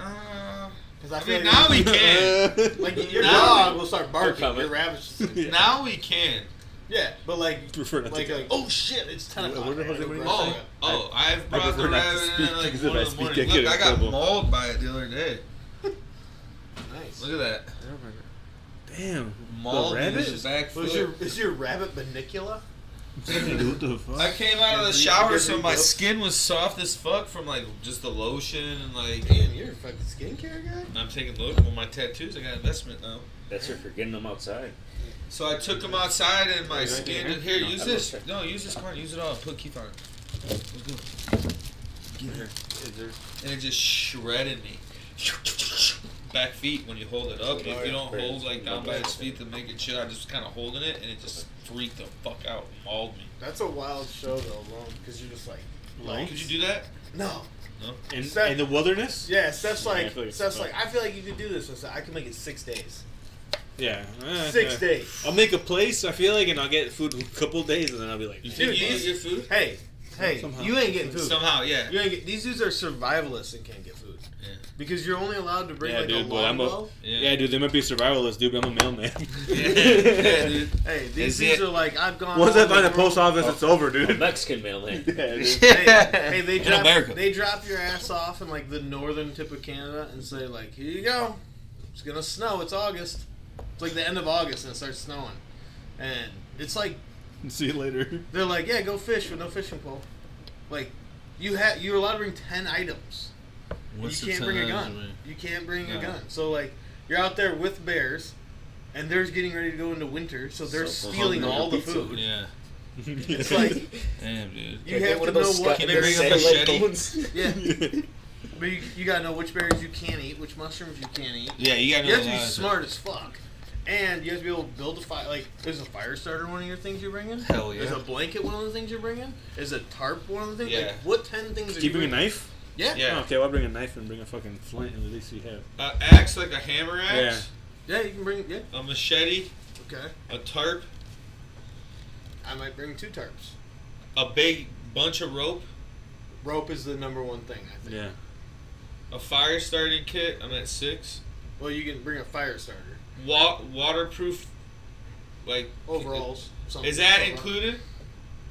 Speaker 1: Uh,
Speaker 3: Because I
Speaker 1: I
Speaker 3: feel
Speaker 1: mean,
Speaker 3: like
Speaker 1: now we can.
Speaker 3: like your
Speaker 1: Now-
Speaker 3: dog will start barking.
Speaker 5: coming.
Speaker 3: Your rabbit's just like,
Speaker 4: Yeah.
Speaker 1: Now we can.
Speaker 3: yeah, but like
Speaker 4: Prefer not to
Speaker 3: like,
Speaker 4: go.
Speaker 3: like oh shit, it's ten
Speaker 4: I
Speaker 3: o'clock.
Speaker 4: wonder if
Speaker 3: Right,
Speaker 4: anybody-
Speaker 3: right,
Speaker 1: Oh,
Speaker 3: right.
Speaker 1: oh, I've brought
Speaker 4: prefer
Speaker 1: the
Speaker 4: not to
Speaker 1: rabbit in
Speaker 4: speak
Speaker 1: at like
Speaker 4: because if
Speaker 1: 1
Speaker 4: I
Speaker 1: in the
Speaker 4: speak, I
Speaker 1: morning.
Speaker 4: get
Speaker 1: Look,
Speaker 4: in
Speaker 1: I got
Speaker 4: trouble.
Speaker 1: mauled by it the other day.
Speaker 3: nice.
Speaker 1: Look at that.
Speaker 4: Damn.
Speaker 1: Mauled in
Speaker 4: rabbit?
Speaker 1: his back
Speaker 3: Was your
Speaker 1: foot.
Speaker 3: is your rabbit banicula?
Speaker 4: what the fuck?
Speaker 1: I came out of the
Speaker 3: Did you-
Speaker 1: shower,
Speaker 3: did
Speaker 1: so
Speaker 3: you
Speaker 1: my
Speaker 3: go-
Speaker 1: skin was soft as fuck from like just the lotion and like.
Speaker 3: Damn, you're a fucking skincare guy.
Speaker 1: And I'm taking lotion. Well, my tattoos, I got investment now.
Speaker 5: That's her for getting them outside.
Speaker 1: So I took them outside and my
Speaker 4: Is there
Speaker 1: skin.
Speaker 4: anything
Speaker 1: Here,
Speaker 5: No,
Speaker 1: use
Speaker 5: I
Speaker 1: this.
Speaker 5: don't
Speaker 1: No, use this corn. Use it all. Put Keith on it. Let's go. Get her. And it just shredded me. Back feet when you hold it up. If you don't hold like down by his feet to make it chill, I just kind of holding it and it just freaked the fuck out, mauled me.
Speaker 3: That's a wild show though, alone, because you're just like,
Speaker 4: Alone?
Speaker 1: Could you do that?
Speaker 3: no.
Speaker 4: In,
Speaker 3: Seth-
Speaker 4: in the wilderness?
Speaker 3: Yeah, Steph's
Speaker 4: Yeah, I
Speaker 3: like,
Speaker 4: feel like it's
Speaker 3: Steph's
Speaker 4: fun.
Speaker 3: like, I feel like you could do this. I said, I can make it six days.
Speaker 4: Yeah. Eh,
Speaker 3: Six
Speaker 4: eh.
Speaker 3: days.
Speaker 4: I'll make a place, I feel like, and I'll get food in a couple days, and then I'll be like,
Speaker 1: You
Speaker 3: Dude,
Speaker 1: think you
Speaker 3: these-
Speaker 1: eat your food?
Speaker 3: Hey, hey,
Speaker 4: Somehow.
Speaker 3: you ain't getting food.
Speaker 1: Somehow, yeah.
Speaker 3: You ain't get, these dudes are survivalists and can't get food
Speaker 1: Yeah.
Speaker 3: because you're only allowed to bring
Speaker 4: Yeah,
Speaker 3: like
Speaker 4: dude,
Speaker 3: a
Speaker 4: boy, I'm a-
Speaker 3: longbow.
Speaker 1: Yeah,
Speaker 4: yeah, dude, they might be survivalists, dude, but I'm a mailman.
Speaker 1: yeah, dude.
Speaker 3: Hey, these
Speaker 1: Is
Speaker 3: dudes
Speaker 1: it-
Speaker 3: are like, I've gone.
Speaker 4: Once
Speaker 3: all
Speaker 4: I find
Speaker 3: over
Speaker 4: a post
Speaker 3: world.
Speaker 4: office, it's over,
Speaker 5: A
Speaker 4: dude.
Speaker 5: Mexican mailman.
Speaker 4: yeah, dude.
Speaker 3: Hey, hey, they
Speaker 1: In
Speaker 3: drop
Speaker 1: America.
Speaker 3: they drop your ass off in like the northern tip of Canada and say like, here you go, it's gonna snow. It's August. It's like the end of August and it starts snowing, and it's like
Speaker 4: See you later.
Speaker 3: They're like, yeah, go fish with no fishing pole. Like, you had you're allowed to bring ten items.
Speaker 1: What's the
Speaker 3: you can't bring a
Speaker 1: time,
Speaker 3: gun.
Speaker 1: man?
Speaker 3: You can't bring
Speaker 1: Yeah.
Speaker 3: a gun. So like, you're out there with bears, and they're getting ready to go into winter, so they're
Speaker 5: So
Speaker 3: stealing
Speaker 5: hungry
Speaker 3: all the
Speaker 5: pizza.
Speaker 3: food.
Speaker 1: Yeah.
Speaker 3: It's like
Speaker 1: Damn, dude.
Speaker 3: you
Speaker 5: Yeah,
Speaker 3: have
Speaker 5: one
Speaker 3: to
Speaker 5: of
Speaker 3: know
Speaker 5: those
Speaker 3: what
Speaker 5: Scott
Speaker 1: Can they bring up
Speaker 5: Baio
Speaker 1: a machete?
Speaker 5: satellite phones.
Speaker 3: yeah, but you, you gotta know which berries you can eat, which mushrooms you can't eat.
Speaker 1: Yeah, you gotta know
Speaker 3: You have to
Speaker 1: the
Speaker 3: be
Speaker 1: lines.
Speaker 3: smart as fuck. And you have to be able to build a fire. Like, is a fire starter one of your things you're bringing?
Speaker 1: Hell
Speaker 3: Is
Speaker 1: yeah.
Speaker 3: a blanket one of the things you're bringing? Is a tarp one of the things? Like,
Speaker 1: Yeah.
Speaker 3: what ten things are
Speaker 4: Do you bring a
Speaker 3: bringing?
Speaker 4: knife?
Speaker 3: Yeah.
Speaker 1: Yeah.
Speaker 4: Oh, okay, well, I'll bring a knife and bring a fucking flint, and at least we have.
Speaker 1: Uh, axe like a hammer axe,
Speaker 3: Yeah, you can bring. Yeah.
Speaker 1: a machete,
Speaker 3: Okay.
Speaker 1: a tarp,
Speaker 3: I might bring two tarps.
Speaker 1: a big bunch of rope,
Speaker 3: Rope is the number one thing I think.
Speaker 4: Yeah.
Speaker 1: a fire starting kit. I'm at six.
Speaker 3: Well, you can bring a fire starter,
Speaker 1: Wa- waterproof, like
Speaker 3: overalls. Something
Speaker 1: Is that
Speaker 3: something.
Speaker 1: included?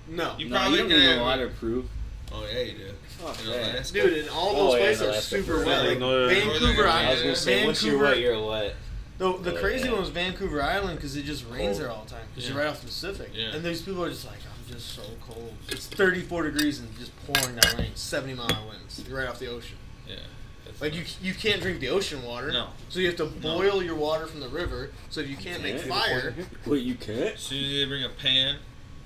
Speaker 3: No.
Speaker 1: You
Speaker 5: No,
Speaker 1: probably
Speaker 5: you don't need
Speaker 1: can.
Speaker 5: no waterproof.
Speaker 1: Oh yeah, you do.
Speaker 5: Fuck
Speaker 1: You know,
Speaker 5: that.
Speaker 1: that's-
Speaker 3: Dude, and all
Speaker 5: Oh,
Speaker 3: those
Speaker 5: yeah,
Speaker 3: places
Speaker 5: no,
Speaker 3: are
Speaker 5: that's the
Speaker 3: super
Speaker 5: first
Speaker 3: wet.
Speaker 4: thing.
Speaker 3: Like
Speaker 4: No,
Speaker 3: Vancouver
Speaker 1: yeah.
Speaker 3: Island.
Speaker 5: I was gonna say, once you're
Speaker 3: Vancouver-
Speaker 5: wet, you're wet.
Speaker 3: The, the
Speaker 5: Yeah.
Speaker 3: crazy one was Vancouver Island because it just rains
Speaker 5: Cold.
Speaker 3: there all the time because
Speaker 1: Yeah.
Speaker 3: you're right off the Pacific.
Speaker 1: Yeah.
Speaker 3: And these people are just like, I'm just so cold. It's 34 degrees and just pouring down rain, 70 mile an hour winds. You're right off the ocean.
Speaker 1: Yeah. that's
Speaker 3: Like you, you can't drink the ocean water.
Speaker 1: No.
Speaker 3: So you have to boil your water from the river. So if you can't make
Speaker 5: Yeah.
Speaker 3: fire,
Speaker 5: Wait, you can't?
Speaker 1: So you need to bring a pan.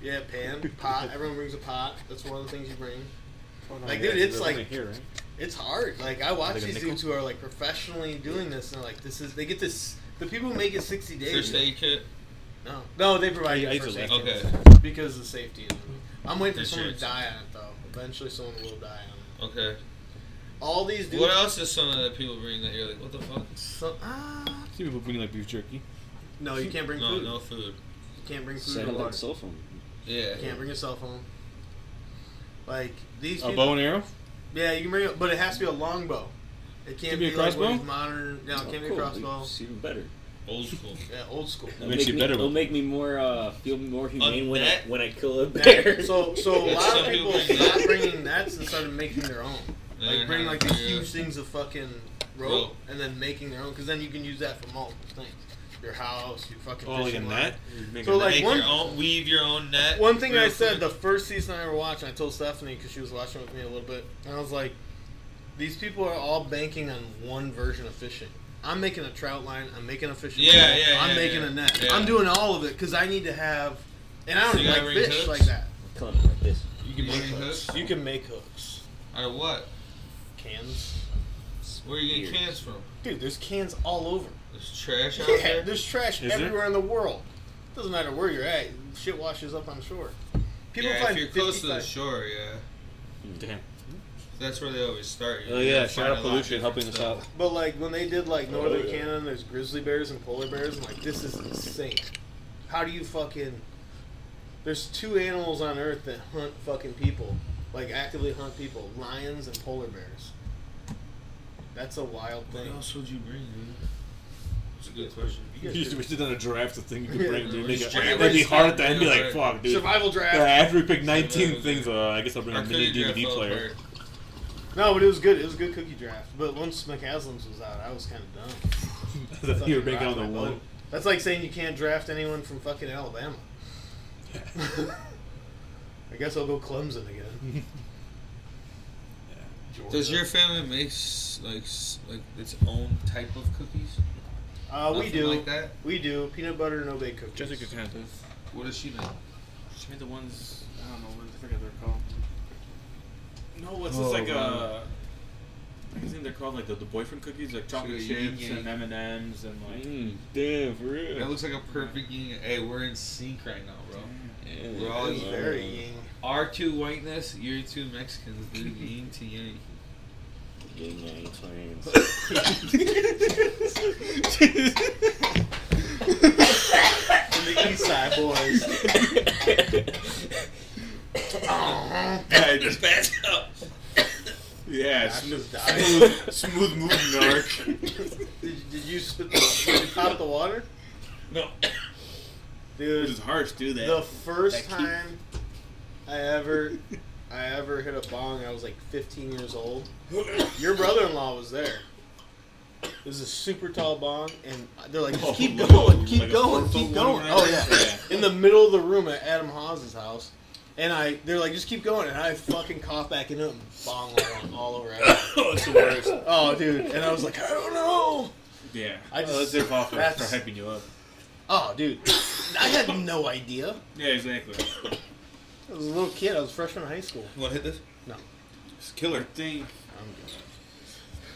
Speaker 3: yeah, pan, pot. Everyone brings a pot. That's one of the things you bring.
Speaker 4: Like,
Speaker 3: Like, dude, it's like-
Speaker 4: Here, right?
Speaker 3: It's hard. Like I watch
Speaker 4: Like a
Speaker 3: these
Speaker 4: nickel?
Speaker 3: dudes who are like professionally doing this, and they're like, this is. They get this. The people who make it 60 days.
Speaker 1: First aid kit.
Speaker 3: No, no, they provide
Speaker 4: Yeah,
Speaker 3: you
Speaker 4: it's
Speaker 3: first
Speaker 4: a
Speaker 3: aid
Speaker 1: left.
Speaker 3: kits. because of the safety. I'm waiting for someone to
Speaker 1: Insurance.
Speaker 3: die on it though. Eventually, someone will die on it.
Speaker 1: Okay.
Speaker 3: all these dudes.
Speaker 1: What else is something that people bring that you're like, what the fuck?
Speaker 3: So, ah,
Speaker 4: See people bring like beef jerky.
Speaker 3: no, you can't bring
Speaker 1: No,
Speaker 3: food.
Speaker 1: no food.
Speaker 3: You can't bring food. Or water.
Speaker 5: Satellite cell phone.
Speaker 1: Yeah.
Speaker 3: You can't bring a cell phone. Like these.
Speaker 4: A
Speaker 3: people-
Speaker 4: bow and arrow.
Speaker 3: Yeah, you can bring it, but it has to be a longbow. It can't
Speaker 4: Can be a
Speaker 3: like one of
Speaker 4: crossbow?
Speaker 3: these modern. No, it
Speaker 5: Oh,
Speaker 3: can't be a
Speaker 5: cool.
Speaker 3: crossbow.
Speaker 5: It's even better.
Speaker 1: Old school.
Speaker 3: Yeah, old school.
Speaker 5: It'll
Speaker 4: Makes
Speaker 5: make
Speaker 4: you
Speaker 5: me,
Speaker 4: better
Speaker 5: It'll
Speaker 4: with
Speaker 5: make me more uh, feel more humane when I,
Speaker 1: that-
Speaker 5: when I kill a
Speaker 3: Yeah,
Speaker 5: bear.
Speaker 3: so, so a lot of
Speaker 1: Some
Speaker 3: people
Speaker 1: people bring
Speaker 3: not
Speaker 1: that.
Speaker 3: bringing nets and started making their own. Like bring like these
Speaker 1: Yeah.
Speaker 3: huge things of fucking rope
Speaker 1: Rope.
Speaker 3: and then making their own, because then you can use that for multiple things. Your house, your fucking.
Speaker 4: Oh, like a
Speaker 3: fishing line.
Speaker 4: net.
Speaker 3: So like
Speaker 1: Make
Speaker 3: one
Speaker 1: your own, weave your own net.
Speaker 3: One thing I
Speaker 1: Real
Speaker 3: said
Speaker 1: quick.
Speaker 3: the first season I ever watched, and I told Stephanie because she was watching with me a little bit, and I was like, "These people are all banking on one version of fishing. I'm making a trout line. I'm making a fishing.
Speaker 1: Yeah,
Speaker 3: pole,
Speaker 1: yeah,
Speaker 3: I'm
Speaker 1: yeah,
Speaker 3: making
Speaker 1: yeah.
Speaker 3: a net.
Speaker 1: Yeah.
Speaker 3: I'm doing all of it because I need to have. And I
Speaker 1: So
Speaker 3: don't
Speaker 1: you
Speaker 3: even
Speaker 1: gotta
Speaker 3: like
Speaker 1: bring
Speaker 3: fish
Speaker 1: hooks?
Speaker 3: like that.
Speaker 5: Killing it like this.
Speaker 3: You can
Speaker 1: You
Speaker 3: make
Speaker 1: bring
Speaker 3: hooks.
Speaker 1: hooks?
Speaker 3: You can make hooks.
Speaker 1: Out of what?
Speaker 3: Cans,
Speaker 1: Where are you getting
Speaker 5: Years.
Speaker 1: cans from?
Speaker 3: dude. There's cans all over.
Speaker 1: There's trash out
Speaker 3: Yeah,
Speaker 1: there.
Speaker 3: there's trash
Speaker 4: Is there?
Speaker 3: everywhere in the world. Doesn't matter where you're at. Shit washes up on shore. People
Speaker 1: yeah,
Speaker 3: find
Speaker 1: if you're close to the
Speaker 3: 55
Speaker 1: shore, yeah.
Speaker 4: Damn.
Speaker 1: That's where they always start.
Speaker 4: Oh
Speaker 1: You're
Speaker 4: yeah,
Speaker 1: gonna
Speaker 4: shout out
Speaker 1: find a lot
Speaker 4: pollution
Speaker 1: different
Speaker 4: helping us
Speaker 1: stuff.
Speaker 4: out.
Speaker 3: But like when they did like Northern
Speaker 5: Oh, yeah.
Speaker 3: Canada, and there's grizzly bears and polar bears. I'm like, this is insane. How do you fucking? There's two animals on Earth that hunt fucking people, like actively hunt people: lions and polar bears. That's a wild
Speaker 1: What
Speaker 3: thing.
Speaker 1: else would you bring, dude? That's a good question.
Speaker 3: You
Speaker 4: You
Speaker 3: guys
Speaker 4: used
Speaker 3: do-
Speaker 4: to sit on a draft the thing you could bring, dude. Make it,
Speaker 1: Yeah.
Speaker 4: it'd be hard at the end. Be like, fuck, dude.
Speaker 3: Survival draft.
Speaker 4: Yeah, after we pick 19
Speaker 1: Yeah.
Speaker 4: things, uh, I guess I'll bring
Speaker 1: Our
Speaker 4: a mini
Speaker 1: cookie graph
Speaker 4: DVD
Speaker 1: fell
Speaker 4: player.
Speaker 1: apart.
Speaker 3: No, but it was good. It was a good cookie draft. But once McCaslin's was out, I was kind of done.
Speaker 4: I thought you were making on the one.
Speaker 3: That's like saying you can't draft anyone from fucking Alabama. I guess I'll go Clemson again. Georgia.
Speaker 1: Does your family make s- like s- like its own type of cookies?
Speaker 3: Uh, we
Speaker 1: Nothing
Speaker 3: do.
Speaker 1: like that.
Speaker 3: We do peanut butter and obey cookies.
Speaker 4: can.
Speaker 1: What does she make?
Speaker 4: She made the ones I don't know what I forget what they're called. No, what's
Speaker 1: Oh,
Speaker 4: this like
Speaker 1: wow.
Speaker 4: uh I think they're called like the, the boyfriend cookies, like chocolate
Speaker 1: Sugar
Speaker 4: chips
Speaker 1: yin
Speaker 4: and M and M's and like.
Speaker 5: Mm, damn, for real.
Speaker 1: That looks like a perfect yin. Hey, we're in sync right now, bro.
Speaker 5: Yeah,
Speaker 1: We're all
Speaker 3: That is
Speaker 5: uh,
Speaker 3: very ying.
Speaker 1: Our two whiteness, your two Mexicans, dude. yin to yang.
Speaker 5: Yin yang twins.
Speaker 3: From the East Side boys.
Speaker 4: Yeah,
Speaker 1: That's up.
Speaker 4: yeah
Speaker 3: I
Speaker 4: smooth,
Speaker 3: just died.
Speaker 4: smooth, smooth moving arc.
Speaker 3: Did, did you spit the, did you pop the water?
Speaker 1: No.
Speaker 4: This
Speaker 3: Dude,
Speaker 4: is harsh, dude. That
Speaker 3: the first
Speaker 4: that keep-
Speaker 3: time I ever I ever hit a bong, I was like 15 years old. Your brother-in-law was there. It was a super tall bong, and they're like, just
Speaker 4: Oh,
Speaker 3: keep
Speaker 4: like-
Speaker 3: going, keep
Speaker 4: like a
Speaker 3: going,
Speaker 4: four-foot
Speaker 3: keep
Speaker 4: one
Speaker 3: going.
Speaker 4: or
Speaker 3: Oh
Speaker 4: whatever?
Speaker 3: yeah. in the middle of the room at Adam Hawes' house, and I they're like, just keep going, and I fucking cough back into him, bong all- all over. everything.
Speaker 4: oh, it's the worst.
Speaker 3: oh dude, and I was like, I don't know.
Speaker 4: Yeah,
Speaker 3: I
Speaker 4: I
Speaker 3: just-
Speaker 4: just zip off for
Speaker 3: that's-
Speaker 4: hyping you up.
Speaker 3: Oh dude, I had no idea.
Speaker 4: Yeah, exactly.
Speaker 3: I was a little kid. I was freshman in high school.
Speaker 1: You want to hit this?
Speaker 4: It's killer. Thing.
Speaker 3: I'm good.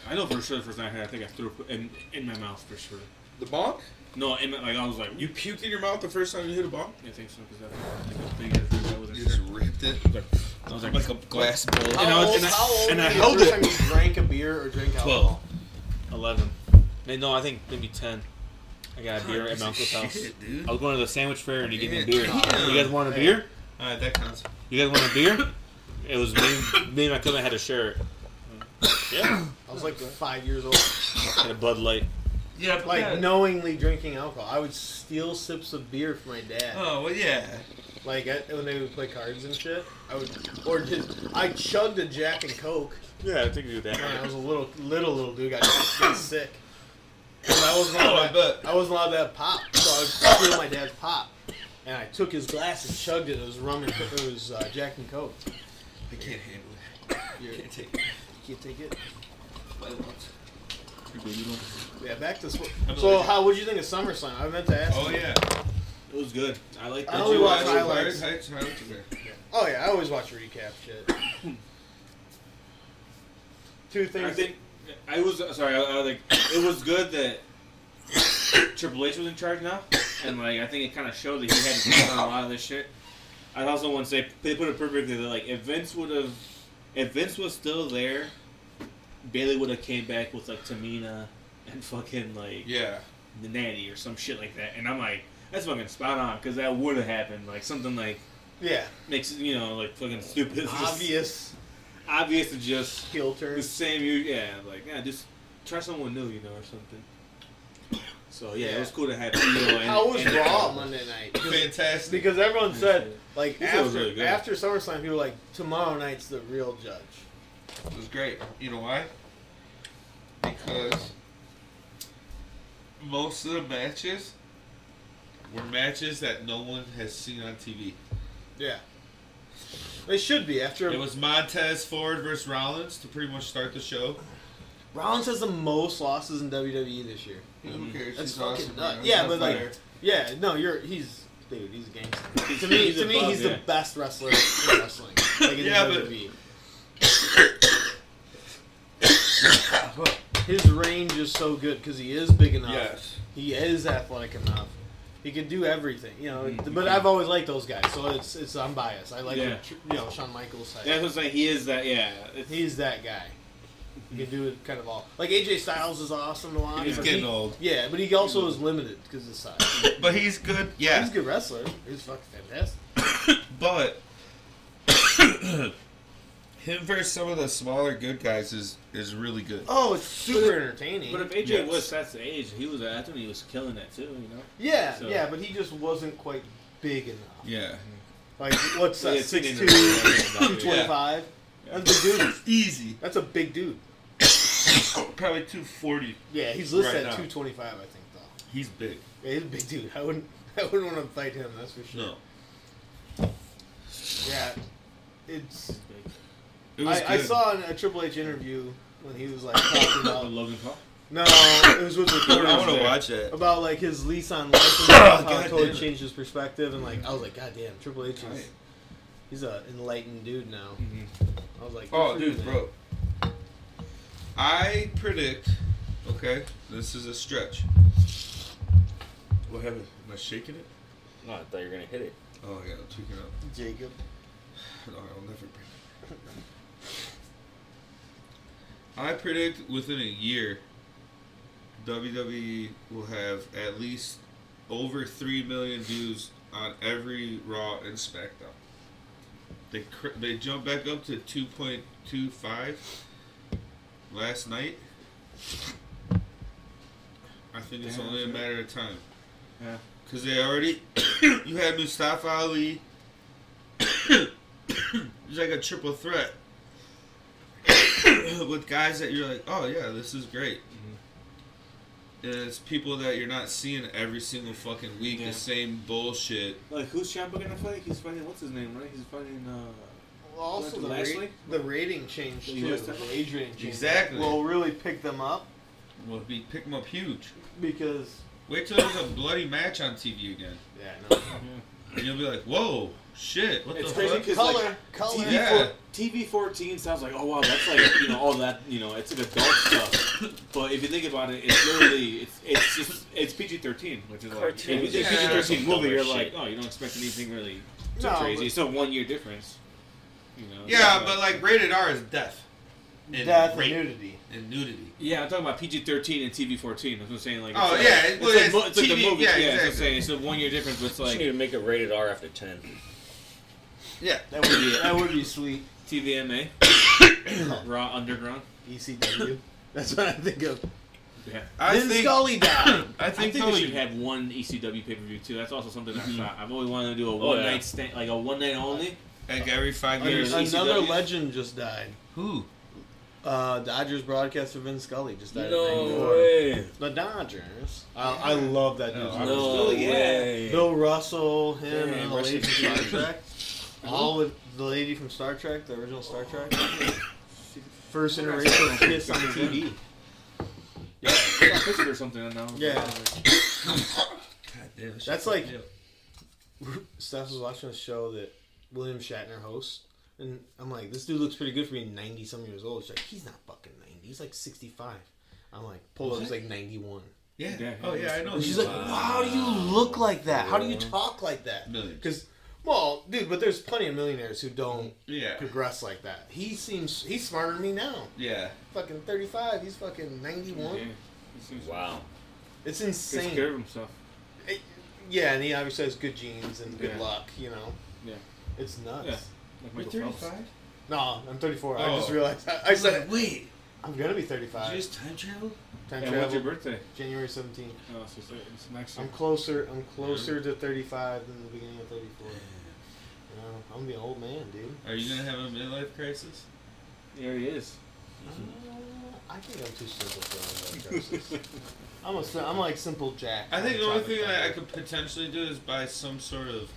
Speaker 4: I know for sure the first time I had, it, I think I threw it in in my mouth for sure.
Speaker 1: The bonk?
Speaker 4: No, in my, like I was like,
Speaker 1: You puked in your mouth the first time you hit a bonk?
Speaker 4: I think so because that thing I threw that was a
Speaker 1: You
Speaker 4: shirt.
Speaker 1: just ripped it
Speaker 4: I was like,
Speaker 1: like a glass bowl.
Speaker 3: How
Speaker 4: And I was-
Speaker 3: old,
Speaker 4: and
Speaker 3: how old
Speaker 4: I- and
Speaker 3: were
Speaker 4: I
Speaker 3: you
Speaker 4: held
Speaker 3: the
Speaker 4: it.
Speaker 3: first time you drank a beer or drank alcohol?
Speaker 4: 11. Hey, No, I think maybe 10. I got a beer at
Speaker 1: Piece
Speaker 4: my
Speaker 1: of
Speaker 4: uncle's house.
Speaker 1: shit, dude.
Speaker 4: I was going to the sandwich fair and he gave me a beer.
Speaker 1: Yeah.
Speaker 4: You guys want a beer?
Speaker 1: Alright, that counts.
Speaker 4: You guys want a beer? It was me, me and my cousin had a shirt. Yeah,
Speaker 3: I was like five years old.
Speaker 4: had a Bud Light.
Speaker 1: Yeah, but
Speaker 3: Like
Speaker 1: yeah.
Speaker 3: knowingly drinking alcohol. I would steal sips of beer from my dad.
Speaker 1: Oh, well, yeah.
Speaker 3: Like I, when they would play cards and shit, I would or just I chugged a Jack and Coke
Speaker 4: Yeah, I think you did
Speaker 3: when I was a little little little dude. Got, got sick. And I wasn't
Speaker 1: Oh,
Speaker 3: allowed.
Speaker 1: I bet.
Speaker 3: I wasn't allowed to have pop, so I would steal my dad's pop. And I took his glass and chugged it. It was rum and it was uh, Jack and Coke.
Speaker 1: I can't handle it.
Speaker 3: You're,
Speaker 1: I can't take it.
Speaker 3: you take it.
Speaker 1: My lungs.
Speaker 3: Yeah, back to sports.
Speaker 1: I'm
Speaker 3: So,
Speaker 1: allergic.
Speaker 3: how would you think of SummerSlam? I meant to ask.
Speaker 1: Oh,
Speaker 3: you.
Speaker 1: yeah.
Speaker 4: It was good. I like
Speaker 3: I
Speaker 4: that.
Speaker 3: only
Speaker 1: You
Speaker 3: Oh, watch
Speaker 1: watch the
Speaker 3: highlights.
Speaker 1: Pirates? How- how did you go?
Speaker 3: Oh yeah, I always watch recap shit. Two things.
Speaker 4: I think I was uh, sorry. I, I like it was good that Triple H was in charge now, and like I think it kind of showed that he had his hand on a lot of this shit. I also want to say they put it perfectly. That like if Vince would have, if Vince was still there Bailey would have came back with like Tamina and fucking like
Speaker 1: Yeah.
Speaker 4: the nanny or some shit like that, and I'm like, that's fucking spot on because that would have happened. Like something like
Speaker 3: Yeah.
Speaker 4: makes it, you know like fucking stupid, It's just
Speaker 3: Obvious
Speaker 4: obvious to just
Speaker 3: heel
Speaker 4: the
Speaker 3: turn.
Speaker 4: same. You yeah, like yeah, just try someone new, you know, or something. So yeah, it was cool to have. You know, and,
Speaker 3: How was
Speaker 4: and-
Speaker 3: Raw Monday night?
Speaker 1: Fantastic.
Speaker 3: Because everyone said like
Speaker 4: This was
Speaker 3: after
Speaker 4: really good.
Speaker 3: after SummerSlam, people were like tomorrow night's the real judge.
Speaker 1: It was great. You know why? Because most of the matches were matches that no one has seen on TV.
Speaker 3: Yeah. They should be after
Speaker 1: It was Montez Ford versus Rollins to pretty much start the show.
Speaker 3: Rollins has the most losses in WWE this year.
Speaker 1: Who cares?
Speaker 3: Mm-hmm. That's
Speaker 1: He's
Speaker 3: fucking
Speaker 1: awesome,
Speaker 3: nuts.
Speaker 1: man.
Speaker 3: Yeah,
Speaker 1: He's
Speaker 3: but,
Speaker 1: a
Speaker 3: like,
Speaker 1: fighter.
Speaker 3: Yeah, no, you're he's dude, he's a gangster. to me,
Speaker 4: He's
Speaker 3: to me,
Speaker 4: above,
Speaker 3: he's
Speaker 4: yeah.
Speaker 3: the best wrestler in wrestling. Like in
Speaker 1: Yeah,
Speaker 3: the
Speaker 1: but-
Speaker 3: WWE. His range is so good because he is big enough.
Speaker 1: yes.
Speaker 3: He is athletic enough. He can do everything, you know.
Speaker 4: Mhm.
Speaker 3: But I've always liked those guys, so it's it's I'm biased. I like
Speaker 4: Yeah.
Speaker 3: tr- you know Shawn Michaels type.
Speaker 4: That's what I'm saying. He is that. Yeah, it's,
Speaker 3: He's that guy. He can do it kind of all. Like AJ Styles is awesome to watch.
Speaker 1: He's
Speaker 3: but
Speaker 1: getting
Speaker 3: he-
Speaker 1: old.
Speaker 3: Yeah, but he also is limited because of his size.
Speaker 1: But he's good. Yeah.
Speaker 3: He's a good wrestler. He's fucking fantastic.
Speaker 1: But him versus some of the smaller good guys is is really good.
Speaker 3: Oh, it's super entertaining.
Speaker 4: But if AJ
Speaker 1: Yes.
Speaker 4: was that's the age, he was. I think he was killing that too. You know.
Speaker 3: yeah,
Speaker 4: so-
Speaker 3: yeah, but he just wasn't quite big enough.
Speaker 1: Yeah.
Speaker 3: Like, what's that?
Speaker 4: Yeah, it's an
Speaker 3: 6'2",
Speaker 4: internet.
Speaker 3: 225?
Speaker 4: Yeah.
Speaker 3: That's a big dude.
Speaker 1: Easy.
Speaker 3: That's a big dude.
Speaker 1: Probably 240.
Speaker 3: Yeah, he's listed
Speaker 1: Right
Speaker 3: at
Speaker 1: now.
Speaker 3: 225, I think, though.
Speaker 1: He's big.
Speaker 3: Yeah, he's a big dude. I wouldn't, I wouldn't want to fight him, that's for sure.
Speaker 1: No.
Speaker 3: Yeah. It's.
Speaker 1: It was
Speaker 3: I, I
Speaker 1: good.
Speaker 3: saw in a Triple H interview when he was, like, talking
Speaker 4: Uh,
Speaker 3: about.
Speaker 4: Logan Paul.
Speaker 3: No, it was with
Speaker 1: I
Speaker 3: reporters.
Speaker 1: want to watch that.
Speaker 3: about like his lease on life and
Speaker 1: God
Speaker 3: how it totally
Speaker 1: damn it.
Speaker 3: changed his perspective and like I was like, God damn, Triple H is
Speaker 1: Right.
Speaker 3: he's a enlightened dude now. I was like,
Speaker 1: Oh,
Speaker 3: good for you,
Speaker 1: dude,
Speaker 3: man.
Speaker 1: bro. I predict. Okay, this is a stretch. What happened? Am I shaking it?
Speaker 5: No, I thought you were gonna hit it.
Speaker 1: Oh yeah, I'm tweaking out.
Speaker 3: Jacob.
Speaker 1: No, I'll never bring it. I predict within a year, WWE will have at least over 3 million views on every Raw and SmackDown. They, cr- they jumped back up to 2.25 last night. I think it's
Speaker 4: Damn,
Speaker 1: only a
Speaker 4: that's
Speaker 1: matter of time.
Speaker 4: Yeah.
Speaker 1: Because they already. you had Mustafa Ali. it's like a triple threat with guys that you're like, oh yeah, this is great. And it's people that you're not seeing every single fucking week,
Speaker 4: Yeah.
Speaker 1: the same bullshit.
Speaker 4: Like who's Ciampa gonna fight? He's fighting what's his name, right? He's fighting. uh
Speaker 3: Well, also the,
Speaker 4: Lashley?
Speaker 3: ra- the rating changed
Speaker 4: The
Speaker 3: too.
Speaker 4: US title?
Speaker 3: The age rating changed.
Speaker 1: Exactly.
Speaker 3: Will really pick them up
Speaker 1: Well, we pick them up huge.
Speaker 3: because
Speaker 1: Wait till there's a bloody match on TV again,
Speaker 3: yeah, no.
Speaker 1: and you'll be like, whoa, shit, what
Speaker 4: It's
Speaker 1: the
Speaker 4: crazy
Speaker 1: fuck?
Speaker 4: because
Speaker 3: color,
Speaker 4: like
Speaker 3: color.
Speaker 4: TV,
Speaker 1: Yeah.
Speaker 4: four, TV fourteen sounds like oh wow that's like you know all that you know it's like adult stuff. But if you think about it, it's really it's it's just it's PG thirteen, which is like if you
Speaker 5: Cartoons.
Speaker 4: think
Speaker 1: Yeah.
Speaker 4: PG thirteen movie,
Speaker 5: Dumber
Speaker 4: you're
Speaker 5: shit.
Speaker 4: like oh you don't expect anything really so
Speaker 3: No,
Speaker 4: crazy.
Speaker 3: but-
Speaker 4: It's a one year difference. You know. it's
Speaker 1: Yeah,
Speaker 4: not
Speaker 1: but like rated R is death, and
Speaker 3: Death and
Speaker 1: rape
Speaker 3: nudity.
Speaker 1: and nudity.
Speaker 4: Yeah, I'm talking about PG thirteen and TV fourteen. That's what I'm saying. Like,
Speaker 1: Oh,
Speaker 4: it's like,
Speaker 1: yeah,
Speaker 4: it's,
Speaker 1: well,
Speaker 4: like,
Speaker 1: it's
Speaker 4: mo- it's like
Speaker 1: TV
Speaker 4: the movie.
Speaker 1: yeah,
Speaker 4: Yeah, that's what I'm
Speaker 1: exactly.
Speaker 4: saying. It's a one year difference, but it's
Speaker 5: Like, need
Speaker 4: like
Speaker 5: to make a rated R after ten.
Speaker 1: Yeah,
Speaker 3: That would be that would be sweet.
Speaker 4: TVMA, Raw Underground.
Speaker 3: E ECW. That's what I think of.
Speaker 4: Yeah,
Speaker 1: I
Speaker 3: Vin
Speaker 1: think
Speaker 3: Scully died.
Speaker 1: I
Speaker 4: I
Speaker 1: think,
Speaker 4: think
Speaker 1: though
Speaker 4: they
Speaker 1: you-
Speaker 4: should Mm-hmm. have one E ECW pay per view too. That's also something I've thought. I've always wanted to do a
Speaker 5: Oh,
Speaker 4: one
Speaker 5: yeah.
Speaker 4: night stand, like a one night only.
Speaker 1: like every five
Speaker 4: Under-
Speaker 1: years.
Speaker 4: There's
Speaker 3: Another
Speaker 4: ECW.
Speaker 3: legend just died.
Speaker 1: Who?
Speaker 3: Uh, Dodgers broadcaster Vin Scully just died. at
Speaker 5: No
Speaker 3: 94.
Speaker 5: way.
Speaker 3: The Dodgers. I, I love that dude.
Speaker 1: No,
Speaker 5: No
Speaker 4: Really, yeah.
Speaker 5: way.
Speaker 3: Bill Russell, him,
Speaker 5: Yeah,
Speaker 3: and the
Speaker 5: rest
Speaker 3: lady
Speaker 5: in
Speaker 3: from
Speaker 5: peace.
Speaker 3: Star Trek. All with the lady from Star Trek, the original Star Trek. First interracial kiss on TV.
Speaker 4: Yeah, I saw a picture or something. I know.
Speaker 3: Yeah.
Speaker 1: God damn, shit.
Speaker 3: That's like Steph was watching a show that William Shatner hosts, and I'm like, this dude looks pretty good for being 90 some years old. She's like, he's not fucking 90. He's like 65. I'm like, pull up, he's like 91.
Speaker 1: yeah.
Speaker 4: Yeah,
Speaker 1: Oh yeah, I know.
Speaker 3: And she's like,
Speaker 1: Wow.
Speaker 3: wow, how do you look like that? How do you talk like that?
Speaker 1: Millions.
Speaker 3: Because Well, dude, but there's plenty of millionaires who don't
Speaker 1: Yeah.
Speaker 3: progress like that. He seems he's smarter than me now.
Speaker 1: Yeah.
Speaker 3: Fucking 35. He's fucking 91.
Speaker 4: Yeah. He seems-
Speaker 5: Wow.
Speaker 3: It's
Speaker 4: He takes
Speaker 3: insane.
Speaker 4: care of himself.
Speaker 3: It- yeah, and he obviously has good genes and good
Speaker 4: Yeah.
Speaker 3: luck. You know.
Speaker 4: Yeah.
Speaker 3: It's nuts.
Speaker 4: Yeah. Like Michael Phelps.
Speaker 3: No, I'm 34. I
Speaker 1: Oh.
Speaker 3: just realized. I, I said
Speaker 1: wait,
Speaker 3: I'm gonna be
Speaker 1: did
Speaker 3: 35.
Speaker 1: you just time travel?
Speaker 3: Time
Speaker 4: And when's
Speaker 3: travel.
Speaker 4: your birthday?
Speaker 3: January 17th.
Speaker 4: Oh, so it's, it's next year.
Speaker 3: I'm closer. I'm closer to 35 than the beginning of 34. You know, I'm gonna be an old man, dude.
Speaker 1: Are you gonna have a midlife crisis?
Speaker 4: There he is.
Speaker 3: Uh, I think I'm too simple for a midlife crisis. I'm a, si- I'm like simple Jack.
Speaker 1: I think
Speaker 3: I'm
Speaker 1: the only
Speaker 3: chocolate
Speaker 1: thing I, I
Speaker 3: chocolate.
Speaker 1: could potentially do is buy some sort of.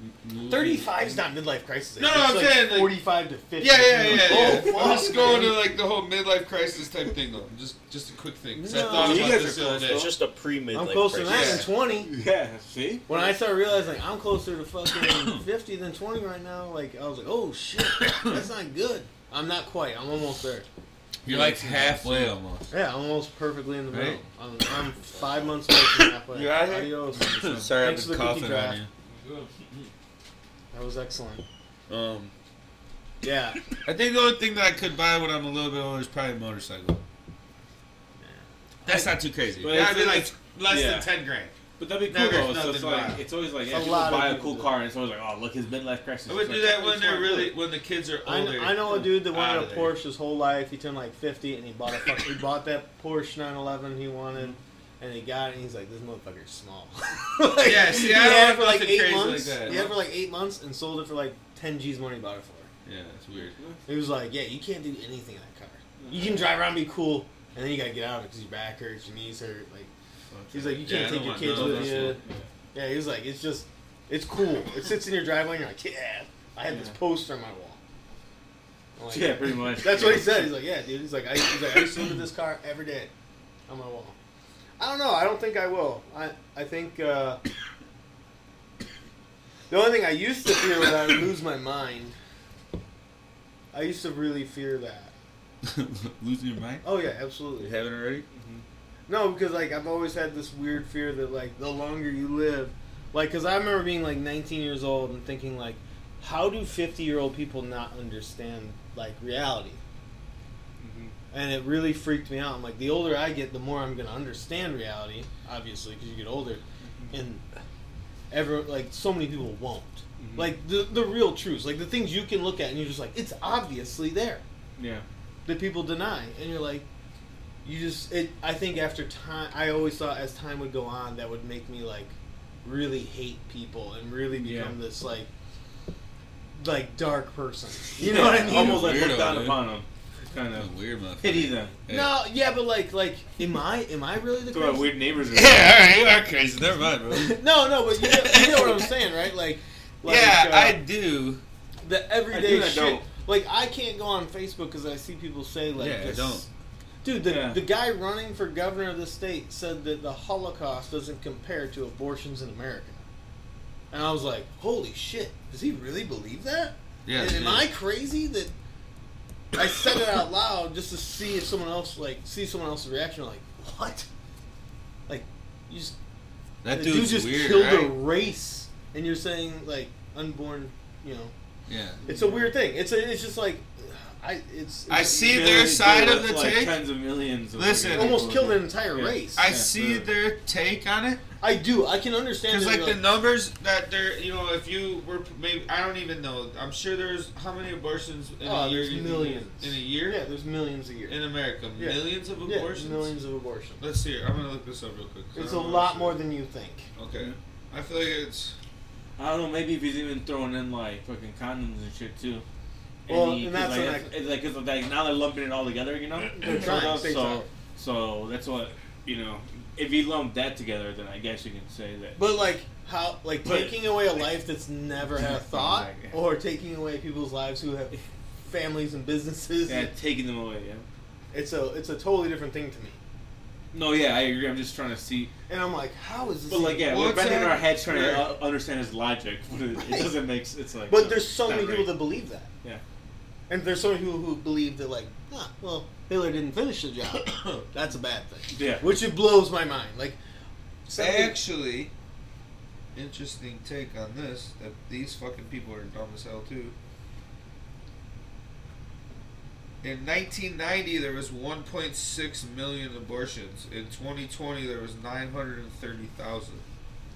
Speaker 1: m- movie.
Speaker 3: 35 is not midlife crisis. age.
Speaker 1: No, no,
Speaker 3: It's
Speaker 1: I'm
Speaker 3: like
Speaker 1: saying, like-
Speaker 3: 45 to 50.
Speaker 1: Yeah, yeah, yeah. yeah.
Speaker 3: Oh, fuck,
Speaker 1: I'm just going
Speaker 3: dude.
Speaker 1: to like the whole midlife crisis type thing though. Just, just a quick thing. 'cause I
Speaker 3: No.
Speaker 1: thought
Speaker 4: You
Speaker 1: about
Speaker 4: guys
Speaker 1: this
Speaker 4: are
Speaker 1: the other
Speaker 4: close,
Speaker 1: day.
Speaker 5: It's just a pre-midlife
Speaker 3: I'm closer to
Speaker 5: crisis.
Speaker 3: that
Speaker 1: Yeah.
Speaker 3: than 20.
Speaker 4: Yeah, see?
Speaker 3: When I started realizing like, I'm closer to fucking 50 than 20 right now, like I was like, oh shit, that's not good. I'm not quite. I'm almost there.
Speaker 1: You're like halfway almost.
Speaker 3: Yeah, I'm almost perfectly in the middle.
Speaker 1: Right?
Speaker 3: I'm, I'm five months away from halfway.
Speaker 1: You outta here?
Speaker 3: Adios.
Speaker 1: Sorry,
Speaker 3: Thanks for the cookie draft.
Speaker 1: you.
Speaker 4: Mm-hmm.
Speaker 3: That was excellent.
Speaker 1: Um,
Speaker 3: Yeah.
Speaker 1: I think the only thing that I could buy when I'm a little bit older is probably a motorcycle. That's not too crazy.
Speaker 4: But
Speaker 1: That'd
Speaker 4: it's-
Speaker 1: be like
Speaker 4: it's-
Speaker 1: less
Speaker 4: yeah.
Speaker 1: than ten grand.
Speaker 4: But that'd be
Speaker 1: Now
Speaker 4: cool
Speaker 1: there's
Speaker 4: though. So it's
Speaker 1: nothing
Speaker 4: like
Speaker 1: wild.
Speaker 4: it's always like
Speaker 3: It's
Speaker 4: yeah,
Speaker 3: a
Speaker 4: people
Speaker 3: lot of
Speaker 4: buy a
Speaker 3: people
Speaker 4: cool
Speaker 3: do
Speaker 4: car and it's always like, oh look his midlife crisis.
Speaker 1: I would
Speaker 4: It's
Speaker 1: do
Speaker 4: like,
Speaker 1: that when
Speaker 4: it's
Speaker 1: they're
Speaker 4: not
Speaker 1: really
Speaker 4: good.
Speaker 1: when the kids are
Speaker 3: I
Speaker 1: older.
Speaker 3: know, I know a dude that wanted
Speaker 1: Outta
Speaker 3: a
Speaker 1: there.
Speaker 3: Porsche his whole life. He turned like 50 and he bought a fuck, he bought that Porsche 911 he wanted. And he got it, and he's like, "This motherfucker's small." like,
Speaker 1: Yeah, see, I
Speaker 3: he had
Speaker 1: don't
Speaker 3: it
Speaker 1: want
Speaker 3: for like
Speaker 1: nothing
Speaker 3: eight
Speaker 1: crazy like
Speaker 3: months.
Speaker 1: that.
Speaker 3: He had it for like eight months and sold it for like ten G's money. Bought it for.
Speaker 1: Yeah, it's weird.
Speaker 3: He was like, "Yeah, you can't do anything in that car. You can drive around, and be cool, and then you gotta get out of it because your back hurts, your knees hurt. Like, he's like, you
Speaker 1: Yeah,
Speaker 3: can't
Speaker 1: I don't
Speaker 3: take your
Speaker 1: want
Speaker 3: kids
Speaker 1: none of
Speaker 3: with
Speaker 1: that
Speaker 3: you."
Speaker 1: shit.
Speaker 3: Yeah, he was like, "It's just, it's cool. It sits in your driveway. and You're like, yeah, I had this
Speaker 4: Yeah.
Speaker 3: poster on my wall." I'm like,
Speaker 4: Yeah, pretty much.
Speaker 3: That's what he said. He's like, yeah, dude. He's like, I, he's like, I used to live in this car every day on my wall. I don't know. I don't think I will. I, I think uh, the only thing I used to fear was I would lose my mind. I used to really fear that.
Speaker 1: Losing your mind?
Speaker 3: Oh yeah, absolutely.
Speaker 1: haven't already?
Speaker 4: Mm-hmm.
Speaker 3: No, because like I've always had this weird fear that like the longer you live, like because I remember being like 19 years old and thinking like, how do 50 year old people not understand like reality?
Speaker 4: Mhm.
Speaker 3: and it really freaked me out. I'm like, the older I get, the more I'm gonna understand reality, obviously, because you get older, and ever like so many people won't.
Speaker 4: Mhm.
Speaker 3: Like the the real truths, like the things you can look at, and you're just like, it's obviously there
Speaker 4: Yeah.
Speaker 3: that people deny, and you're like, you just it. I think after time, I always thought as time would go on, that would make me like really hate people and really
Speaker 4: Yeah.
Speaker 3: become this like like dark person. You know what I mean?
Speaker 4: Almost like
Speaker 1: Weirdo,
Speaker 4: look down
Speaker 1: dude.
Speaker 4: upon them. Kind
Speaker 1: That's
Speaker 4: of
Speaker 1: weird, motherfucker.
Speaker 4: pity them.
Speaker 1: Yeah.
Speaker 3: No, yeah, but like, like, am I, am I really the?
Speaker 4: That's what
Speaker 3: crazy-
Speaker 4: weird neighbors are.
Speaker 1: Yeah, all right, you are crazy. Never mind, bro.
Speaker 3: no, no, but you get, you get what I'm saying, right? Like, like
Speaker 1: yeah,
Speaker 3: uh,
Speaker 1: I do.
Speaker 3: the
Speaker 4: I do
Speaker 3: everyday
Speaker 4: and I
Speaker 3: shit.
Speaker 4: don't.
Speaker 3: Like, I can't go on Facebook because I see people say like,
Speaker 1: Yeah, I
Speaker 3: this-
Speaker 1: don't.
Speaker 3: Dude, the,
Speaker 4: Yeah.
Speaker 3: the guy running for governor of the state said that the Holocaust doesn't compare to abortions in America, and I was like, holy shit, does he really believe that?
Speaker 1: Yeah,
Speaker 3: And am
Speaker 1: dude.
Speaker 3: I crazy that I said it out loud just to see if someone else like see someone else's reaction? Like, what? Like, you just
Speaker 1: That
Speaker 3: the
Speaker 1: dude's
Speaker 3: dude just
Speaker 1: weird,
Speaker 3: killed
Speaker 1: right?
Speaker 3: a race, and you're saying like unborn, you know?
Speaker 1: Yeah.
Speaker 3: It's a weird thing. It's a, it's just like, I it's,
Speaker 1: I
Speaker 3: it's-
Speaker 1: see
Speaker 4: Yeah,
Speaker 1: their
Speaker 4: they
Speaker 1: side
Speaker 4: do.
Speaker 1: of the
Speaker 4: That's like
Speaker 1: take.
Speaker 4: Tens of millions. Of
Speaker 1: Listen.
Speaker 3: it
Speaker 4: weird
Speaker 3: almost
Speaker 4: people.
Speaker 3: killed an entire
Speaker 4: Yeah.
Speaker 3: race.
Speaker 1: I
Speaker 3: I,
Speaker 4: Yeah,
Speaker 1: see
Speaker 4: sure.
Speaker 1: their take on it
Speaker 3: do. I can understand.
Speaker 1: because,
Speaker 3: that
Speaker 1: like,
Speaker 3: you're
Speaker 1: the numbers that they're, you know, if you were p- maybe, I don't even know. I'm sure there's how many abortions in
Speaker 3: oh,
Speaker 1: a year?
Speaker 3: there's
Speaker 1: you-
Speaker 3: millions
Speaker 1: in a year
Speaker 3: Yeah, there's millions a year.
Speaker 1: in America.
Speaker 3: Yeah.
Speaker 1: Millions of
Speaker 3: yeah,
Speaker 1: abortions.
Speaker 3: millions of abortions.
Speaker 1: Let's see. Here. I'm gonna look this up real quick. 'cause I
Speaker 3: It's a
Speaker 1: don't know
Speaker 3: lot
Speaker 1: shit.
Speaker 3: more than you think.
Speaker 1: Okay. I feel like it's.
Speaker 4: I don't know. Maybe if he's even throwing in like fucking condoms and shit too.
Speaker 3: Well,
Speaker 4: he-
Speaker 3: and
Speaker 4: 'cause,
Speaker 3: that's
Speaker 4: like,
Speaker 3: what
Speaker 4: that's- it's like, 'cause of, like now they're lumping it all together, you know.
Speaker 3: They're trying,
Speaker 4: so,
Speaker 3: they try.
Speaker 4: so, so that's what you know. If you lump that together, then I guess you can say that.
Speaker 3: But like how like
Speaker 4: But-
Speaker 3: taking away a life that's never had a thought,
Speaker 4: Like-
Speaker 3: or taking away people's lives who have families and businesses.
Speaker 4: yeah, taking them away. Yeah.
Speaker 3: It's a it's a totally different thing to me.
Speaker 4: No, yeah, I agree. I'm just trying to see,
Speaker 3: And I'm like, how is this?
Speaker 4: but like, yeah,
Speaker 1: Well,
Speaker 4: we're
Speaker 1: it's
Speaker 4: bending
Speaker 1: a-
Speaker 4: our heads trying
Speaker 1: yeah.
Speaker 4: to uh, understand his logic, but it,
Speaker 3: Right.
Speaker 4: it doesn't make. s- It's like,
Speaker 3: But there's so
Speaker 4: not
Speaker 3: many people
Speaker 4: right.
Speaker 3: that believe that.
Speaker 4: Yeah.
Speaker 3: And there's so many people who believe that like, ah, well, Hitler didn't finish the job. That's a bad thing.
Speaker 4: Yeah.
Speaker 3: Which it blows my mind. Like something-
Speaker 1: Actually,
Speaker 2: interesting take on this that these fucking people are dumb as hell too. In 1990, there was 1.6 million abortions. In 2020, there was 930,000.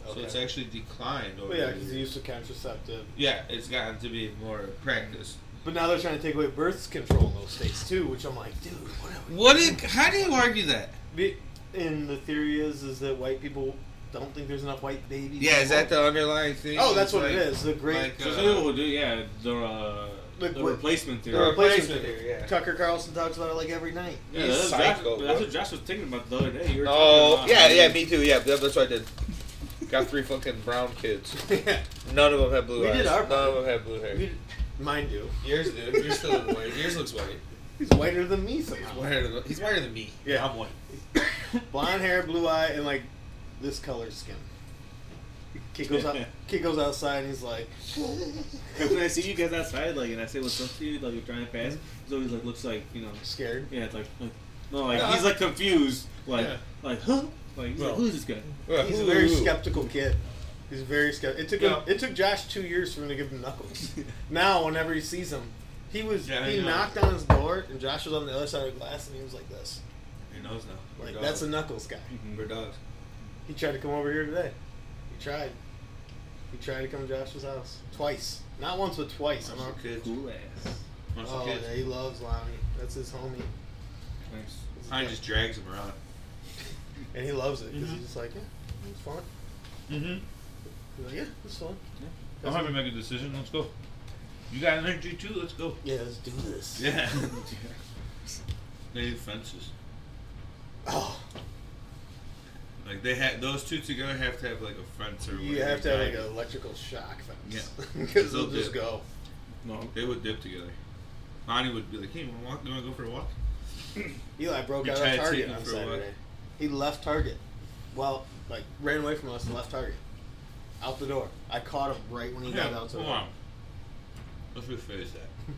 Speaker 2: So it's actually declined over
Speaker 3: Well, yeah,
Speaker 2: the
Speaker 3: because the
Speaker 2: years.
Speaker 3: use of contraceptive.
Speaker 2: Yeah, it's gotten to be more practiced.
Speaker 3: But now they're trying to take away birth control in those states too, which I'm like, dude, what? Are
Speaker 2: What? Is, how do you argue that?
Speaker 3: we... And the theory is is that white people don't think there's enough white babies.
Speaker 2: Yeah, is that
Speaker 3: born.
Speaker 2: the underlying thing?
Speaker 3: Oh,
Speaker 2: It's
Speaker 3: that's what it
Speaker 2: like-
Speaker 3: is. The great
Speaker 2: like,
Speaker 4: So
Speaker 2: uh,
Speaker 4: some people do, yeah, the, uh, the,
Speaker 3: Look, what-
Speaker 4: replacement
Speaker 3: the
Speaker 4: theory.
Speaker 3: replacement
Speaker 2: replacement
Speaker 3: theory.
Speaker 2: theory, yeah.
Speaker 3: Tucker Carlson talks about it like every night.
Speaker 4: yeah,
Speaker 2: he's
Speaker 4: that's,
Speaker 2: psycho,
Speaker 4: Josh, that's
Speaker 2: bro.
Speaker 4: what Josh was thinking about the other day. You were talking
Speaker 2: Oh,
Speaker 4: about
Speaker 2: yeah,
Speaker 4: how-
Speaker 2: yeah, me too. Yeah, that- that's what I did. Got three fucking brown kids. None of them had blue
Speaker 3: We
Speaker 2: eyes.
Speaker 3: did our
Speaker 2: None of them had blue hair.
Speaker 3: We- Mine do.
Speaker 2: Yours do. Yours still look white. Yours looks white.
Speaker 3: He's whiter than me somehow.
Speaker 2: Whiter than, he's whiter than me.
Speaker 3: Yeah.
Speaker 2: I'm white.
Speaker 3: Blonde hair, blue eye, and like this color skin. Kid goes out. kid goes outside and he's like,
Speaker 4: when I see you guys outside, like, and I say what's up to you, like, you're trying to pass, he's always like, looks like, you know,
Speaker 3: scared.
Speaker 4: yeah, it's like, like no, like,
Speaker 2: Yeah.
Speaker 4: he's like confused, like,
Speaker 3: Yeah.
Speaker 4: like, huh? Like, he's
Speaker 2: Well.
Speaker 4: like, who's this guy?
Speaker 2: Yeah.
Speaker 3: He's a very
Speaker 2: Ooh.
Speaker 3: skeptical kid. He's very skeptical. It took him, it took Josh two years for him to give him knuckles. now, whenever he sees him, he was
Speaker 1: Yeah, I
Speaker 3: he
Speaker 1: know.
Speaker 3: knocked on his door and Josh was on the other side of the glass and he was like this,
Speaker 1: Your nose now.
Speaker 3: like
Speaker 2: God.
Speaker 3: that's a knuckles guy.
Speaker 1: mm-hmm.
Speaker 2: We're dogs.
Speaker 3: He tried to come over here today. He tried. He tried to come to Josh's house twice, not once but twice. I'm not-
Speaker 2: kids.
Speaker 4: Cool ass.
Speaker 1: Want some
Speaker 3: Oh,
Speaker 1: kids?
Speaker 3: yeah, he loves Lonnie. That's his homie.
Speaker 4: Nice.
Speaker 3: That's his
Speaker 1: Pine
Speaker 3: guy.
Speaker 1: just drags him around.
Speaker 3: And he loves it because he's just like, yeah, it's fun.
Speaker 1: Mm-hmm.
Speaker 3: He's like, yeah, it's fun.
Speaker 1: I'm happy to make a decision. Let's go. You got energy too. Let's go.
Speaker 3: Yeah, let's do this.
Speaker 1: Yeah. they need fences.
Speaker 3: Oh,
Speaker 1: Like they had those two together have to have like a fence or.
Speaker 3: you
Speaker 1: whatever
Speaker 3: have to have like
Speaker 1: guide.
Speaker 3: an electrical shock fence.
Speaker 1: Yeah.
Speaker 3: because they'll
Speaker 1: They'll
Speaker 3: just
Speaker 1: do.
Speaker 3: go.
Speaker 4: No.
Speaker 1: They would dip together. Lonnie would be like, "Hey, you want to walk? You want to go for a walk?"
Speaker 3: Eli broke
Speaker 1: We
Speaker 3: out of
Speaker 1: tried to take
Speaker 3: Target
Speaker 1: him
Speaker 3: on
Speaker 1: for a
Speaker 3: Saturday.
Speaker 1: walk.
Speaker 3: He left Target. Well, like ran away from us and left Target. Out the door. I caught him right when he got out. to
Speaker 1: come
Speaker 3: the-
Speaker 1: on. Let's rephrase that.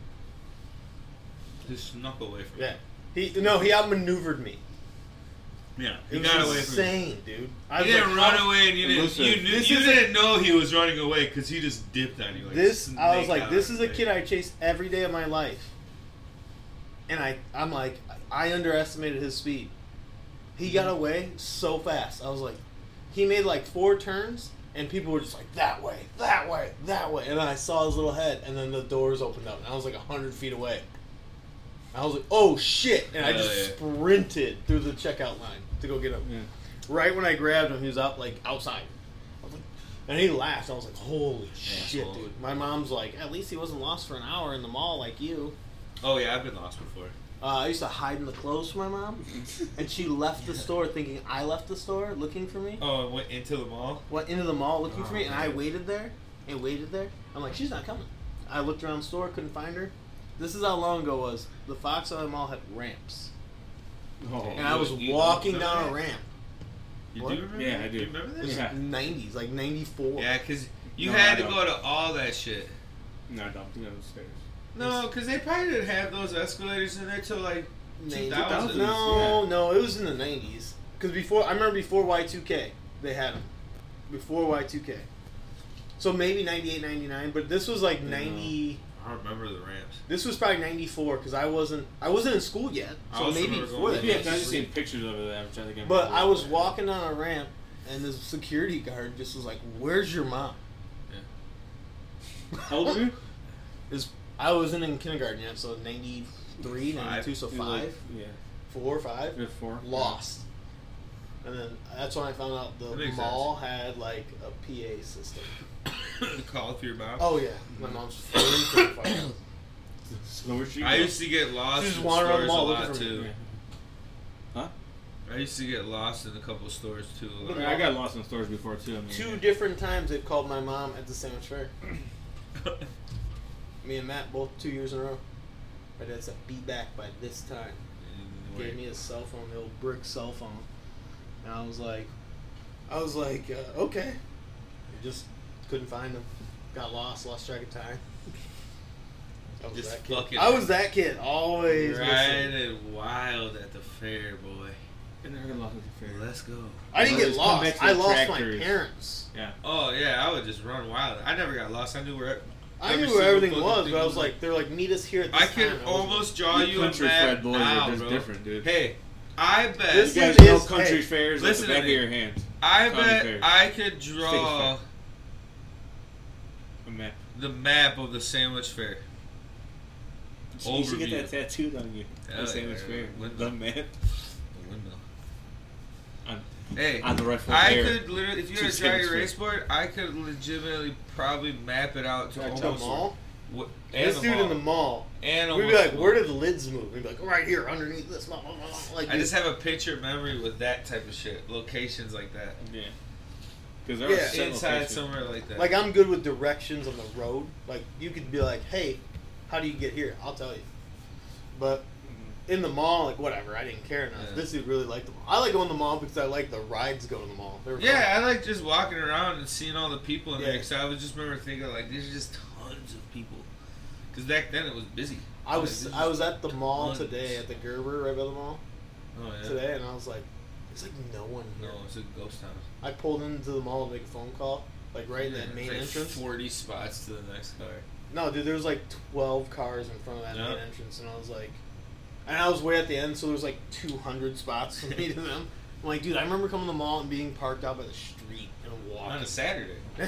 Speaker 1: Just snuck away from.
Speaker 3: Yeah. He no, he outmaneuvered me.
Speaker 1: Yeah.
Speaker 3: It
Speaker 1: He
Speaker 3: was
Speaker 1: got away from. you.
Speaker 3: insane, dude. I
Speaker 1: He
Speaker 3: was
Speaker 1: didn't
Speaker 3: like,
Speaker 1: run
Speaker 3: how-
Speaker 1: away, and you didn't.
Speaker 4: Listen,
Speaker 1: You, knew,
Speaker 3: this
Speaker 1: you
Speaker 3: is a-
Speaker 1: didn't know he was running away because he just dipped on you. Like
Speaker 3: this
Speaker 1: a
Speaker 3: I was
Speaker 1: snake
Speaker 3: like,
Speaker 1: out
Speaker 3: this
Speaker 1: of
Speaker 3: is a
Speaker 1: thing.
Speaker 3: kid I chased every day of my life, and I I'm like I underestimated his speed. He got
Speaker 1: Mm-hmm.
Speaker 3: away so fast. I was like, he made like four turns, and people were just like that way, that way, that way, and I saw his little head, and then the doors opened up, and I was like hundred feet away. I was like, oh shit, and I
Speaker 1: Hell
Speaker 3: just
Speaker 1: yeah.
Speaker 3: sprinted through the checkout line to go get him.
Speaker 4: Yeah.
Speaker 3: Right when I grabbed him, he was out like outside. I was like, and he laughed. I was like, "Holy shit,
Speaker 1: Asshole.
Speaker 3: dude!" My mom's like, "At least he wasn't lost for an hour in the mall like you."
Speaker 1: Oh yeah, I've been lost before.
Speaker 3: Uh, I used to hide in the clothes from my mom, and she left the store thinking I left the store looking for me.
Speaker 1: Oh, and went into the mall.
Speaker 3: Went into the mall looking for
Speaker 1: Oh,
Speaker 3: me, and I
Speaker 1: man.
Speaker 3: waited there and waited there. I'm like, "She's not coming." I looked around the store, couldn't find her. This is how long ago it was the Fox Valley Mall had ramps,
Speaker 4: Oh,
Speaker 3: and I
Speaker 1: you-
Speaker 3: was
Speaker 1: you
Speaker 3: walking
Speaker 1: know
Speaker 3: down a
Speaker 1: that?
Speaker 3: ramp.
Speaker 1: You
Speaker 3: What?
Speaker 1: do remember?
Speaker 4: Yeah, I
Speaker 1: that?
Speaker 4: do.
Speaker 1: You remember that?
Speaker 3: It was
Speaker 4: Yeah.
Speaker 3: 90s, like 94.
Speaker 1: Yeah, because you
Speaker 4: No, I
Speaker 1: had to
Speaker 4: don't.
Speaker 1: go to all that shit.
Speaker 4: No, I don't think that was stairs.
Speaker 1: No, because they probably didn't have those escalators in there till like
Speaker 3: 90s.
Speaker 1: 2000s.
Speaker 3: No, no, it was in the nineties. Because before, I remember before Y two K, they had them. Before Y two K, so maybe 98, 99, But this was like ninety.
Speaker 1: I remember the ramps.
Speaker 3: This was probably ninety four because I wasn't I wasn't in school yet,
Speaker 1: I
Speaker 3: so
Speaker 1: also
Speaker 3: maybe
Speaker 1: remember
Speaker 3: before
Speaker 1: going
Speaker 3: that.
Speaker 1: to
Speaker 4: Maybe I've just seen pictures of it. I'm trying to get.
Speaker 3: But I was walking down a ramp, and this security guard just was like, "Where's your mom?"
Speaker 4: How old were you?
Speaker 3: Is I wasn't in kindergarten yet, so 93,
Speaker 1: Five.
Speaker 3: 92, so
Speaker 4: You were like-
Speaker 3: five,
Speaker 4: Yeah.
Speaker 3: four, five.
Speaker 4: Three or four.
Speaker 3: lost. And then that's when I found out
Speaker 1: That
Speaker 3: the
Speaker 1: makes
Speaker 3: mall had like a PA system.
Speaker 1: Call for your mom.
Speaker 3: Oh yeah, my
Speaker 1: Mm-hmm.
Speaker 3: mom's freaking fucked up.
Speaker 4: So where she?
Speaker 1: I
Speaker 4: go?
Speaker 1: used to get lost
Speaker 3: She just
Speaker 1: in
Speaker 3: wandered around the
Speaker 1: stores
Speaker 3: mall
Speaker 1: a
Speaker 3: looking
Speaker 1: lot
Speaker 3: for me.
Speaker 1: too.
Speaker 4: Yeah. Huh?
Speaker 1: I used to get lost in a couple stores too. a
Speaker 4: I,
Speaker 1: lot.
Speaker 4: mean, I got lost in stores before too. I mean,
Speaker 3: Two different times they've called my mom at the sandwich fair. Me and Matt both two years in a row. My dad said, "Be back by this time."
Speaker 1: Anyway.
Speaker 3: Gave me his cell phone, the old brick cell phone, and I was like, I was like, uh, okay. I just couldn't find him. Got lost, lost track of time. I was
Speaker 1: Just
Speaker 3: that kid.
Speaker 1: fucking-
Speaker 3: I was that kid, always missing.
Speaker 1: Riding wild at the fair, boy.
Speaker 4: And they're gonna lock with the fair.
Speaker 7: Let's go.
Speaker 3: I didn't
Speaker 4: Well,
Speaker 3: get
Speaker 4: just come back
Speaker 3: lost.
Speaker 4: to
Speaker 3: I
Speaker 4: the
Speaker 3: lost my
Speaker 4: tractors.
Speaker 3: parents.
Speaker 4: Yeah.
Speaker 1: Oh yeah, I would just run wild. I never got lost. I knew where.
Speaker 3: I
Speaker 1: Every
Speaker 3: knew where
Speaker 1: single
Speaker 3: everything
Speaker 1: fucking
Speaker 3: was,
Speaker 1: thing
Speaker 3: but I
Speaker 1: was
Speaker 3: was like, they're like, meet us here at this
Speaker 1: I can
Speaker 3: time. I was like,
Speaker 1: almost draw
Speaker 4: You
Speaker 1: you
Speaker 4: country
Speaker 1: a map
Speaker 4: fried boys are
Speaker 1: now,
Speaker 4: just
Speaker 1: bro.
Speaker 4: different, dude.
Speaker 1: Hey, I bet.
Speaker 4: You
Speaker 3: This
Speaker 4: guys
Speaker 3: is-
Speaker 4: know
Speaker 3: is-
Speaker 4: country
Speaker 3: hey,
Speaker 4: fairs at the
Speaker 1: listen to
Speaker 4: back of
Speaker 1: me.
Speaker 4: your hands.
Speaker 1: I
Speaker 4: County
Speaker 1: bet
Speaker 4: fair.
Speaker 1: I could
Speaker 4: State
Speaker 1: draw
Speaker 4: A map.
Speaker 1: the map of the sandwich fair.
Speaker 4: You should get
Speaker 1: Overview.
Speaker 4: that tattooed on you.
Speaker 1: Hell
Speaker 4: the sandwich
Speaker 1: yeah.
Speaker 4: fair.
Speaker 1: Wouldn't
Speaker 4: The
Speaker 1: it?
Speaker 4: map.
Speaker 1: The windmill.
Speaker 4: On-
Speaker 1: Hey,
Speaker 4: on the rightful
Speaker 1: I
Speaker 4: heir
Speaker 1: could literally, if you
Speaker 4: to
Speaker 1: had a dry
Speaker 4: sandwich
Speaker 1: erase board, I could legitimately probably map it out to
Speaker 3: Back to the
Speaker 1: almost
Speaker 3: mall.
Speaker 1: what- and
Speaker 3: This
Speaker 1: the
Speaker 3: dude
Speaker 1: mall.
Speaker 3: in the mall.
Speaker 1: And
Speaker 3: We'd be
Speaker 1: almost
Speaker 3: like,
Speaker 1: the
Speaker 3: where did the lids move? We'd be like, right here, underneath this. Blah, blah, blah, blah," Like,
Speaker 1: I just have a picture memory with that type of shit, locations like that,
Speaker 4: Yeah. Because there
Speaker 3: Yeah.
Speaker 4: are several
Speaker 1: inside
Speaker 4: places.
Speaker 1: somewhere like that.
Speaker 3: like I'm good with directions on the road. Like you could be like, hey, how do you get here? I'll tell you. But in the mall, like whatever, I didn't care enough.
Speaker 1: Mm-hmm. Yeah.
Speaker 3: This dude really liked the mall. I like going to the mall because I like the rides go to the mall. They were
Speaker 1: yeah, I like just walking around and seeing all the people in there.
Speaker 3: Yeah.
Speaker 1: 'cause I was just remember thinking like, there's just tons of people. Because back then it was busy.
Speaker 3: fun. I was
Speaker 1: Like,
Speaker 3: I was at the mall
Speaker 1: tons.
Speaker 3: today at the Gerber right by the mall
Speaker 1: Oh yeah.
Speaker 3: today, and I was like, there's like no one
Speaker 1: No,
Speaker 3: here.
Speaker 1: it's a ghost town.
Speaker 3: I pulled into the mall to make a phone call, like right in
Speaker 1: Yeah,
Speaker 3: that main
Speaker 1: it's like
Speaker 3: entrance.
Speaker 1: Forty spots to the next car.
Speaker 3: No, dude, there was like twelve cars in front of that main
Speaker 1: Yeah.
Speaker 3: entrance, and I was like, and I was way at the end, so there was like two hundred spots for me to them. I'm like, dude, I remember coming to the mall and being parked out by the street and
Speaker 1: On a
Speaker 3: walking.
Speaker 1: Saturday.
Speaker 3: Yeah.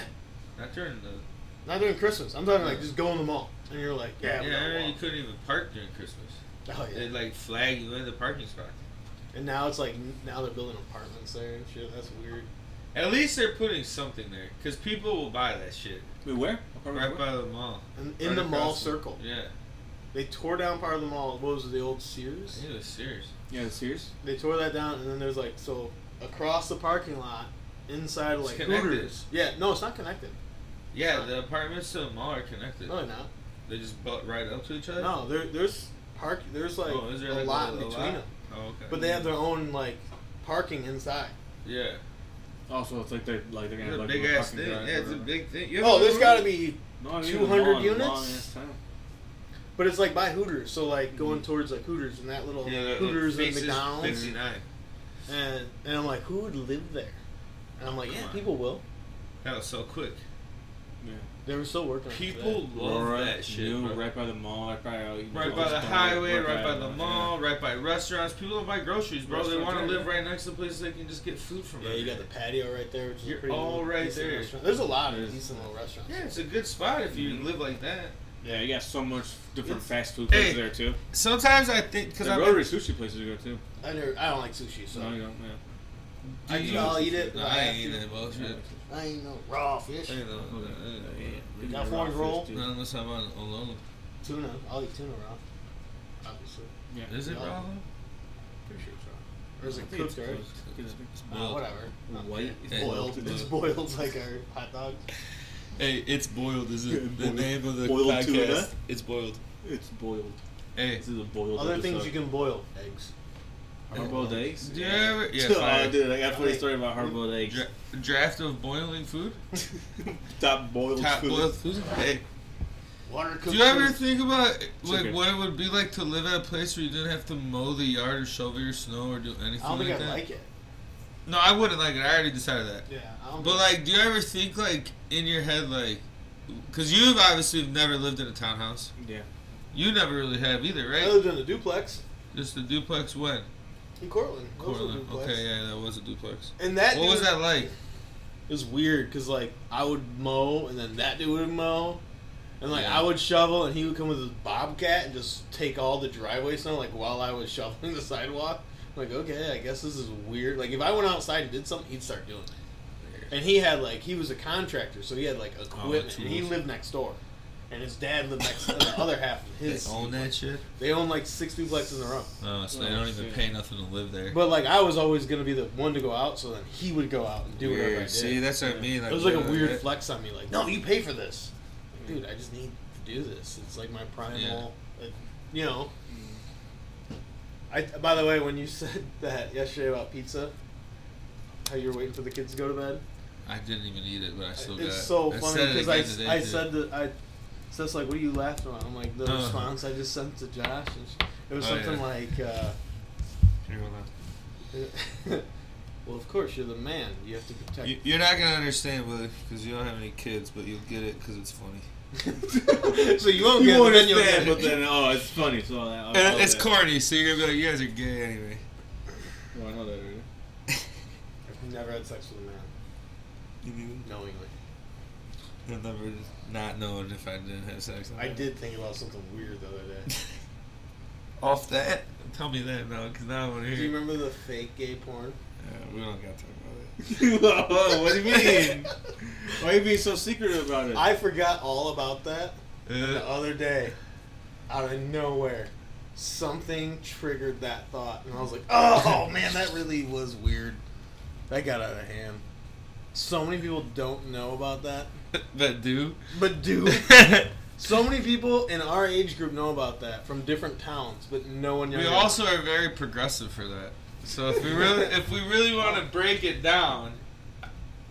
Speaker 1: Not during the.
Speaker 3: Not during Christmas. I'm talking like just go in the mall, and you're like, yeah,
Speaker 1: Yeah,
Speaker 3: we
Speaker 1: I
Speaker 3: gotta
Speaker 1: remember you
Speaker 3: walk.
Speaker 1: couldn't even park during Christmas.
Speaker 3: Oh, yeah.
Speaker 1: They'd like flag you in the parking spot.
Speaker 3: And now it's like now they're building apartments there and shit. That's weird.
Speaker 1: At least they're putting something there, because people will buy that shit
Speaker 4: Wait, where?
Speaker 1: right by the mall.
Speaker 3: And in
Speaker 1: Right
Speaker 3: the mall
Speaker 1: across the-
Speaker 3: circle,
Speaker 1: Yeah,
Speaker 3: they tore down part of the mall. What was it, the old Sears?
Speaker 1: it was serious.
Speaker 4: Yeah, serious?
Speaker 3: They tore that down, and then there's like so across the parking lot, inside of
Speaker 1: It's
Speaker 3: like
Speaker 1: connected.
Speaker 3: Hooters. Yeah, no, it's not connected.
Speaker 1: Yeah, the apartments to the mall are connected.
Speaker 3: No, they're not.
Speaker 1: They just butt right up to each other.
Speaker 3: No, there, there's park. There's like
Speaker 1: Uh, Oh, is there
Speaker 3: a
Speaker 1: like a-
Speaker 3: lot
Speaker 1: a
Speaker 3: in between
Speaker 1: lot?
Speaker 3: them,
Speaker 1: Oh, okay.
Speaker 3: but they have their own like parking inside.
Speaker 1: yeah,
Speaker 4: Also, it's like they're like they're gonna
Speaker 1: it's
Speaker 4: have
Speaker 1: a
Speaker 4: like
Speaker 1: big
Speaker 4: little
Speaker 1: ass
Speaker 4: parking
Speaker 1: thing. Yeah,
Speaker 4: garage
Speaker 1: it's a
Speaker 4: or-
Speaker 1: big thing. You
Speaker 3: Oh,
Speaker 1: ever
Speaker 3: there's
Speaker 1: go
Speaker 3: got
Speaker 1: to-
Speaker 3: to be.
Speaker 4: No, I mean,
Speaker 3: 200
Speaker 4: long-
Speaker 3: units?
Speaker 4: long ass town.
Speaker 3: But it's like by Hooters, so like going towards like Hooters and that little
Speaker 1: Mm-hmm. Yeah, the- the
Speaker 3: Hooters and
Speaker 1: faces,
Speaker 3: McDonald's,
Speaker 1: Fifty-nine.
Speaker 3: and and I'm like, who would live there? And I'm like, yeah,
Speaker 1: Come on.
Speaker 3: people will.
Speaker 1: That was so quick.
Speaker 3: They were still working. on it today.
Speaker 1: People love
Speaker 4: Aurora,
Speaker 1: that shit.
Speaker 4: New,
Speaker 1: bro.
Speaker 4: right by the mall, right by all you
Speaker 1: Right
Speaker 4: all
Speaker 1: by
Speaker 4: this
Speaker 1: the
Speaker 4: stuff,
Speaker 1: highway, right by the
Speaker 4: yeah.
Speaker 1: mall, right by restaurants. People don't buy groceries, bro. They
Speaker 4: Restaurants,
Speaker 1: want to
Speaker 4: yeah.
Speaker 1: live right next to places they can just get food from.
Speaker 3: Yeah,
Speaker 1: every
Speaker 3: you got
Speaker 1: day.
Speaker 3: the patio right there, which is
Speaker 1: You're
Speaker 3: a pretty
Speaker 1: all right
Speaker 3: decent
Speaker 1: there.
Speaker 3: restaurant. There's a lot
Speaker 4: There's-
Speaker 3: of decent little restaurants.
Speaker 1: Yeah, it's a good spot if you
Speaker 4: Mhm.
Speaker 1: live like that.
Speaker 4: Yeah, you got so much different
Speaker 3: It's-
Speaker 4: fast food places
Speaker 1: Hey,
Speaker 4: there too.
Speaker 1: Sometimes I think because
Speaker 4: The
Speaker 1: I'm.
Speaker 4: rotary sushi places you go to.
Speaker 3: I never, I don't like sushi, so
Speaker 4: No, you don't.
Speaker 3: I, will eat it. but
Speaker 1: I
Speaker 3: have
Speaker 1: ain't
Speaker 3: to.
Speaker 1: eating that bullshit.
Speaker 3: I ain't no raw fish.
Speaker 1: I ain't no- no, no, no.
Speaker 4: Yeah.
Speaker 3: Got foreign roll?
Speaker 1: Not unless I'm on alone.
Speaker 3: Tuna. I'll eat tuna raw. Obviously.
Speaker 4: Yeah.
Speaker 1: Is it
Speaker 3: No.
Speaker 1: raw?
Speaker 3: Pretty sure it's raw. Or is
Speaker 4: I
Speaker 3: it
Speaker 4: think it's
Speaker 3: cooked right?
Speaker 4: cooked. It's
Speaker 3: Uh,
Speaker 1: Boiled.
Speaker 3: whatever.
Speaker 4: White.
Speaker 1: Hey.
Speaker 3: Boiled. It's boiled like our hot dogs.
Speaker 7: Hey, it's boiled. Is it the
Speaker 4: Boiled-
Speaker 7: name of the
Speaker 4: boiled
Speaker 7: podcast?
Speaker 4: tuna?
Speaker 7: It's boiled.
Speaker 4: It's boiled.
Speaker 1: Hey,
Speaker 4: This is a boiled.
Speaker 3: Other
Speaker 4: episode.
Speaker 3: things you can boil. Eggs.
Speaker 4: Hard boiled eggs.
Speaker 1: do you ever? Yeah,
Speaker 4: oh,
Speaker 1: fire.
Speaker 4: dude, I got a funny story about hard boiled eggs.
Speaker 1: Dra- draft of boiling food.
Speaker 4: Top boiled
Speaker 1: Top
Speaker 4: food.
Speaker 1: boiled food. Hey,
Speaker 3: Water cooked.
Speaker 1: do you ever
Speaker 3: food.
Speaker 1: think about like
Speaker 4: okay.
Speaker 1: what it would be like to live at a place where you didn't have to mow the yard or shovel your snow or do anything
Speaker 3: I don't
Speaker 1: like
Speaker 3: think
Speaker 1: that?
Speaker 3: I like it.
Speaker 1: No, I wouldn't like it. I already decided that.
Speaker 3: Yeah. I don't
Speaker 1: But
Speaker 3: think-
Speaker 1: like, do you ever think like in your head like, because you've obviously never lived in a townhouse.
Speaker 4: Yeah.
Speaker 1: You never really have either,
Speaker 3: I
Speaker 1: right?
Speaker 3: lived in a duplex
Speaker 1: Just a duplex when
Speaker 3: in Cortland. That was a
Speaker 1: Cortland.
Speaker 3: duplex.
Speaker 1: Okay, yeah, that was a duplex.
Speaker 3: And that
Speaker 1: What was
Speaker 3: dude-
Speaker 1: that like?
Speaker 3: It was weird because like I would mow and then that dude would mow, and like
Speaker 1: Yeah.
Speaker 3: I would shovel and he would come with his bobcat and just take all the driveway snow like while I was shoveling the sidewalk. I'm like okay, I guess this is weird. Like if I went outside and did something, he'd start doing it. And he had like he was a contractor, so he had
Speaker 1: Oh,
Speaker 3: like equipment. and he
Speaker 1: tools.
Speaker 3: lived next door, and his dad lived next to the other half of his.
Speaker 1: They own that shit.
Speaker 3: They own like six duplexes in a row.
Speaker 1: Oh, so they
Speaker 4: Oh,
Speaker 1: don't even
Speaker 4: shit.
Speaker 1: pay nothing to live there.
Speaker 3: But like I was always gonna be the one to go out, so then he would go out and do whatever I
Speaker 1: Weird.
Speaker 3: did.
Speaker 1: See, that's what I mean.
Speaker 3: It was like a
Speaker 1: yeah,
Speaker 3: weird
Speaker 1: that-
Speaker 3: flex on me. Like, no, you pay for this, dude. I just need to do this. It's like my primal, like, you know.
Speaker 1: Mm.
Speaker 3: I by the way, when you said that yesterday about pizza, how you were waiting for the kids to go to bed,
Speaker 1: I didn't even eat it, but I still got.
Speaker 3: it's so
Speaker 1: it.
Speaker 3: funny
Speaker 1: said it
Speaker 3: because
Speaker 1: again today,
Speaker 3: I, I
Speaker 1: too.
Speaker 3: said that I. So it's like, what are you laughing about? I'm like the
Speaker 1: Uh.
Speaker 3: response I just sent to Josh. And sh- it was
Speaker 1: Oh,
Speaker 3: something
Speaker 1: yeah.
Speaker 3: like. Uh,
Speaker 1: Here, hold on.
Speaker 3: well, of course, you're the man. You have to protect.
Speaker 2: You, you're not gonna understand, Willie, because you don't have any kids, but you'll get it because it's funny.
Speaker 3: so you won't
Speaker 4: You
Speaker 3: get it,
Speaker 4: won't
Speaker 3: then you'll get
Speaker 4: understand, but
Speaker 3: it.
Speaker 4: then oh, it's funny. So I, I
Speaker 2: And
Speaker 4: know
Speaker 2: it's
Speaker 4: that.
Speaker 2: corny, so you're gonna be like, you guys are gay anyway.
Speaker 4: No, Oh, I know that already.
Speaker 3: I've never had sex with a man
Speaker 2: You
Speaker 3: knowingly.
Speaker 2: I've never not known if I didn't have sex.
Speaker 3: I did think about something weird the other day.
Speaker 2: Off that? Tell me that now, because now I want to
Speaker 3: Do you
Speaker 2: hear.
Speaker 3: remember the fake gay porn?
Speaker 2: Yeah, we don't got to talk about it.
Speaker 4: Whoa, Oh, what do you mean? Why are you being so secretive about it?
Speaker 3: I forgot all about that. And the
Speaker 2: Uh,
Speaker 3: other day, out of nowhere, something triggered that thought, and I was like, "Oh man, that really was weird. That got out of hand." So many people don't know about that,
Speaker 2: but do.
Speaker 3: but do. so many people in our age group know about that from different towns, but no one.
Speaker 1: We
Speaker 3: younger.
Speaker 1: also are very progressive for that. So if we really, if we really want to break it down,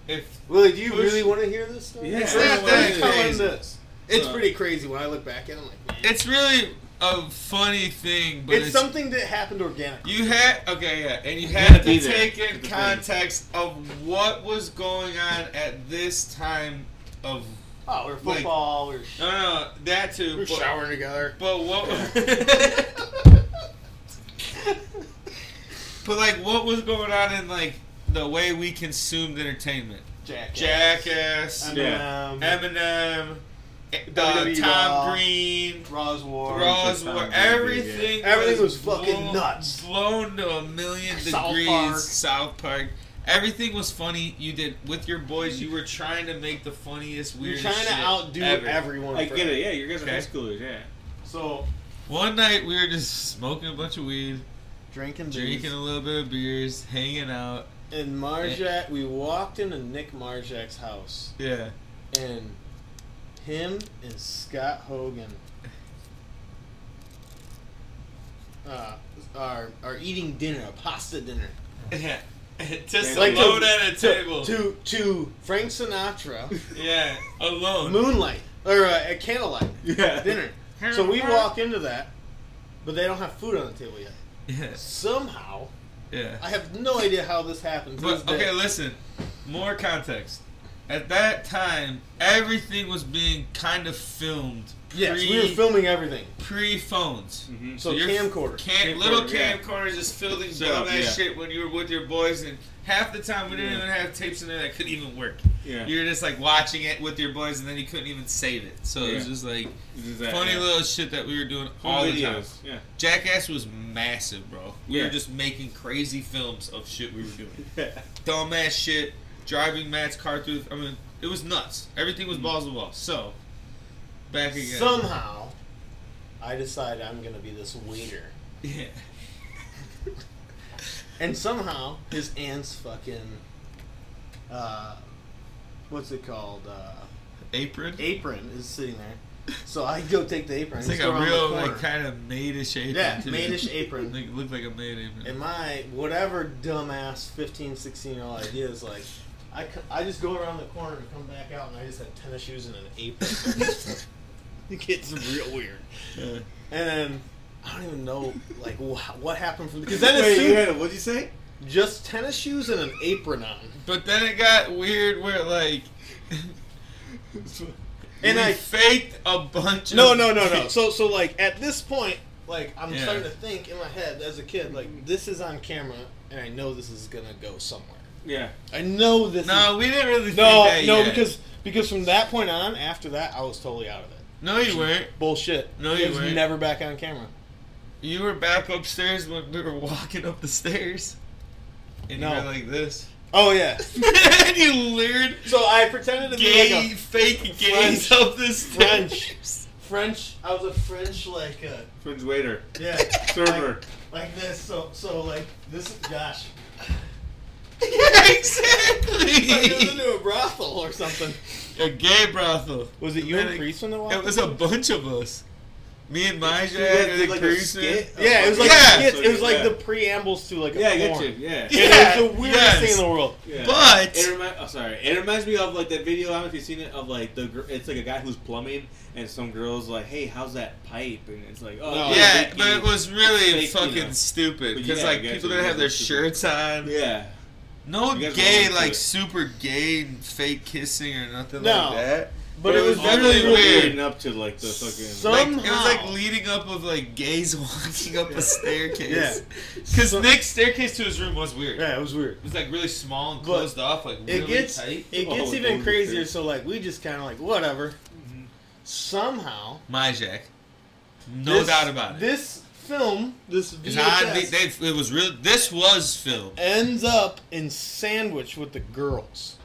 Speaker 1: if
Speaker 3: Willie, do you
Speaker 1: Push-
Speaker 3: really want to hear this story?
Speaker 4: Yeah.
Speaker 3: it's
Speaker 4: I
Speaker 3: not
Speaker 4: don't
Speaker 3: that
Speaker 4: wanna
Speaker 1: hear
Speaker 3: crazy. It's
Speaker 4: Uh,
Speaker 3: pretty crazy when I look back at. it. I'm like, man,
Speaker 1: it's really a funny thing, but
Speaker 3: it's,
Speaker 1: it's,
Speaker 3: something that happened organically.
Speaker 1: you had okay, yeah, and you
Speaker 4: You
Speaker 1: had
Speaker 4: gotta
Speaker 1: to
Speaker 4: be there
Speaker 1: take
Speaker 4: at
Speaker 1: in
Speaker 4: the thing.
Speaker 1: context of what was going on at this time of
Speaker 3: Oh, we we're
Speaker 1: Like-
Speaker 3: football. we we're, sh-
Speaker 1: no, no, that
Speaker 3: we
Speaker 1: too.
Speaker 3: we're
Speaker 1: but-
Speaker 3: showering together.
Speaker 1: But what? but like, what was going on in like the way we consumed entertainment?
Speaker 3: Jack.
Speaker 1: Jackass,
Speaker 3: Eminem.
Speaker 1: Eminem, uh,
Speaker 3: WWE Raw.
Speaker 1: Tom Green,
Speaker 3: Raw's War.
Speaker 1: Raws,
Speaker 4: Tom
Speaker 1: were
Speaker 4: Green,
Speaker 1: everything.
Speaker 3: Everything was fucking nuts.
Speaker 1: Blown to a million
Speaker 3: South
Speaker 1: degrees.
Speaker 3: Park.
Speaker 1: South Park. Everything was funny. You did with your boys. You were trying to make the funniest,
Speaker 3: You're
Speaker 1: weirdest.
Speaker 3: trying to
Speaker 1: shit
Speaker 3: outdo
Speaker 1: ever.
Speaker 3: everyone.
Speaker 4: I get it. Yeah, you guys are high
Speaker 1: Okay.
Speaker 4: schoolers. Yeah.
Speaker 3: So
Speaker 1: One night we were just smoking a bunch of weed.
Speaker 3: drinking,
Speaker 1: drinking a little bit of beers, hanging out.
Speaker 3: And Marjak, we walked into Nick Marjak's house,
Speaker 1: Yeah.
Speaker 3: and him and Scott Hogan uh, are are eating dinner, a pasta dinner.
Speaker 1: Just
Speaker 4: Like
Speaker 1: alone
Speaker 3: to-
Speaker 1: at a table.
Speaker 3: to to Frank Sinatra,
Speaker 1: yeah, alone.
Speaker 3: Moonlight or uh, a candlelight
Speaker 4: Yeah.
Speaker 3: dinner. So we walk into that, but they don't have food on the table yet.
Speaker 1: Yeah,
Speaker 3: Somehow,
Speaker 1: yeah.
Speaker 3: I have no idea how this happened. to this
Speaker 1: But
Speaker 3: day.
Speaker 1: okay, listen. More context. At that time, everything was being kind of filmed. Pre,
Speaker 3: yes, we were filming everything.
Speaker 1: pre phones.
Speaker 4: Mm-hmm.
Speaker 3: So,
Speaker 1: your
Speaker 3: camcorder.
Speaker 1: Cam-
Speaker 4: Camcorder,
Speaker 1: little
Speaker 4: yeah.
Speaker 1: camcorders just filming
Speaker 4: Set
Speaker 1: dumb
Speaker 4: up,
Speaker 1: ass
Speaker 4: yeah.
Speaker 1: shit when you were with your boys, and half the time we didn't
Speaker 4: Yeah.
Speaker 1: even have tapes in there that could even work.
Speaker 4: Yeah.
Speaker 1: You were just like watching it with your boys, and then you couldn't even save it. So it was
Speaker 4: Yeah.
Speaker 1: just like
Speaker 4: This is that,
Speaker 1: funny
Speaker 4: yeah.
Speaker 1: little shit that we were doing
Speaker 4: Home
Speaker 1: all the time.
Speaker 4: videos. Yeah.
Speaker 1: Jackass was massive, bro. We
Speaker 4: Yeah.
Speaker 1: were just making crazy films of shit we were doing.
Speaker 4: Yeah.
Speaker 1: Dumbass shit, driving Matt's car through. I mean, it was nuts. Everything was balls to wall. So, back again.
Speaker 3: Mm. Somehow, I decide I'm gonna be this waiter,
Speaker 1: Yeah.
Speaker 3: and somehow his aunt's fucking, uh, what's it called? Uh,
Speaker 1: Apron.
Speaker 3: apron is sitting there. So I go take the apron.
Speaker 1: It's like
Speaker 3: go
Speaker 1: a
Speaker 3: around the
Speaker 1: real,
Speaker 3: corner.
Speaker 1: like, kind of maidish apron.
Speaker 3: Yeah,
Speaker 1: too.
Speaker 3: maidish apron.
Speaker 1: Like, looked like a maid apron.
Speaker 3: And my whatever dumbass 15, 16 year old idea is like, I, co- I just go around the corner and come back out, and I just had tennis shoes and an apron. it gets real weird.
Speaker 1: Yeah.
Speaker 3: And then I don't even know like wh- what happened from because then
Speaker 4: Wait,
Speaker 3: it's
Speaker 4: you had a- what'd you say?
Speaker 3: just tennis shoes and an apron on,
Speaker 1: But then it got weird where, like,
Speaker 3: and
Speaker 1: we
Speaker 3: I
Speaker 1: faked a bunch
Speaker 3: no
Speaker 1: of.
Speaker 3: no no no. So so like at this point, like I'm
Speaker 1: Yeah.
Speaker 3: starting to think in my head as a kid, like this is on camera, and I know this is gonna go somewhere.
Speaker 4: Yeah.
Speaker 3: I know this. is
Speaker 1: No, we didn't really think
Speaker 3: No,
Speaker 1: that
Speaker 3: no,
Speaker 1: yet.
Speaker 3: because because from that point on, after that, I was totally out of it.
Speaker 1: No, you weren't.
Speaker 3: Bullshit.
Speaker 1: No,
Speaker 3: It
Speaker 1: you
Speaker 3: was
Speaker 1: weren't.
Speaker 3: never back on camera.
Speaker 1: You were back upstairs when we were walking up the stairs. And
Speaker 3: No.
Speaker 1: you were like this.
Speaker 3: Oh yeah.
Speaker 1: and you leered
Speaker 3: So I pretended to
Speaker 1: gay,
Speaker 3: be like a
Speaker 1: fake gays
Speaker 3: French-
Speaker 1: up the stairs.
Speaker 3: French French. I was a French like uh,
Speaker 4: Fringe waiter.
Speaker 3: yeah,
Speaker 4: Server.
Speaker 3: like, like this. So so like this. Gosh,
Speaker 1: yeah,
Speaker 3: I was
Speaker 1: exactly.
Speaker 3: into a brothel or something.
Speaker 1: a gay brothel.
Speaker 3: Was it
Speaker 1: you and Priest
Speaker 3: when they
Speaker 1: It was a bunch of us. Me and my
Speaker 4: You
Speaker 1: Jack
Speaker 4: guys
Speaker 1: are
Speaker 4: did,
Speaker 1: the
Speaker 4: like, a
Speaker 1: greasers.
Speaker 4: skit? Oh,
Speaker 3: Yeah, it was like
Speaker 1: Yeah.
Speaker 3: skits- it was like
Speaker 4: Yeah.
Speaker 3: the preambles to like a
Speaker 4: Yeah, I get
Speaker 3: porn.
Speaker 4: you. Yeah.
Speaker 3: It
Speaker 1: Yeah,
Speaker 3: was the weirdest
Speaker 1: yes.
Speaker 3: thing in the world.
Speaker 4: Yeah.
Speaker 1: But-
Speaker 4: it remi- oh, sorry, it reminds me of like that video. I don't know if you've seen it of like the gr- it's like a guy who's plumbing and some girls like, hey, how's that pipe? And it's like, oh,
Speaker 3: No.
Speaker 4: it's
Speaker 1: Yeah,
Speaker 4: leaky."
Speaker 1: but it was really
Speaker 4: Fake, you
Speaker 1: fucking
Speaker 4: know.
Speaker 1: stupid
Speaker 4: But
Speaker 1: because
Speaker 4: yeah,
Speaker 1: like
Speaker 4: guys
Speaker 1: people
Speaker 4: are
Speaker 1: didn't have their
Speaker 4: really stupid.
Speaker 1: shirts on.
Speaker 4: yeah,
Speaker 1: No
Speaker 4: You guys were
Speaker 1: gay
Speaker 4: into
Speaker 1: like
Speaker 4: it.
Speaker 1: super gay and fake kissing or nothing
Speaker 3: No.
Speaker 1: like that.
Speaker 3: But it was
Speaker 4: all
Speaker 1: definitely
Speaker 4: the way
Speaker 1: weird.
Speaker 4: leading up to like the fucking.
Speaker 3: So-
Speaker 1: Like, it was like
Speaker 3: Somehow.
Speaker 1: leading up of like gays walking up a staircase.
Speaker 3: Yeah.
Speaker 1: Because Nick's staircase to his room was weird.
Speaker 3: Yeah, it was weird.
Speaker 1: It was like really small and
Speaker 3: But
Speaker 1: closed off, like
Speaker 3: It
Speaker 1: really
Speaker 3: gets
Speaker 1: tight.
Speaker 3: it
Speaker 4: Oh,
Speaker 3: gets
Speaker 4: it
Speaker 3: even
Speaker 4: goes
Speaker 3: crazier.
Speaker 4: crazy.
Speaker 3: So like we just kind of like whatever.
Speaker 1: Mm-hmm.
Speaker 3: Somehow,
Speaker 1: My Jack, no
Speaker 3: this-
Speaker 1: doubt about it.
Speaker 3: This film, this
Speaker 1: It's on
Speaker 3: VHS,
Speaker 1: vi- they- it was real. This was filmed.
Speaker 3: ends up in sandwich with the girls,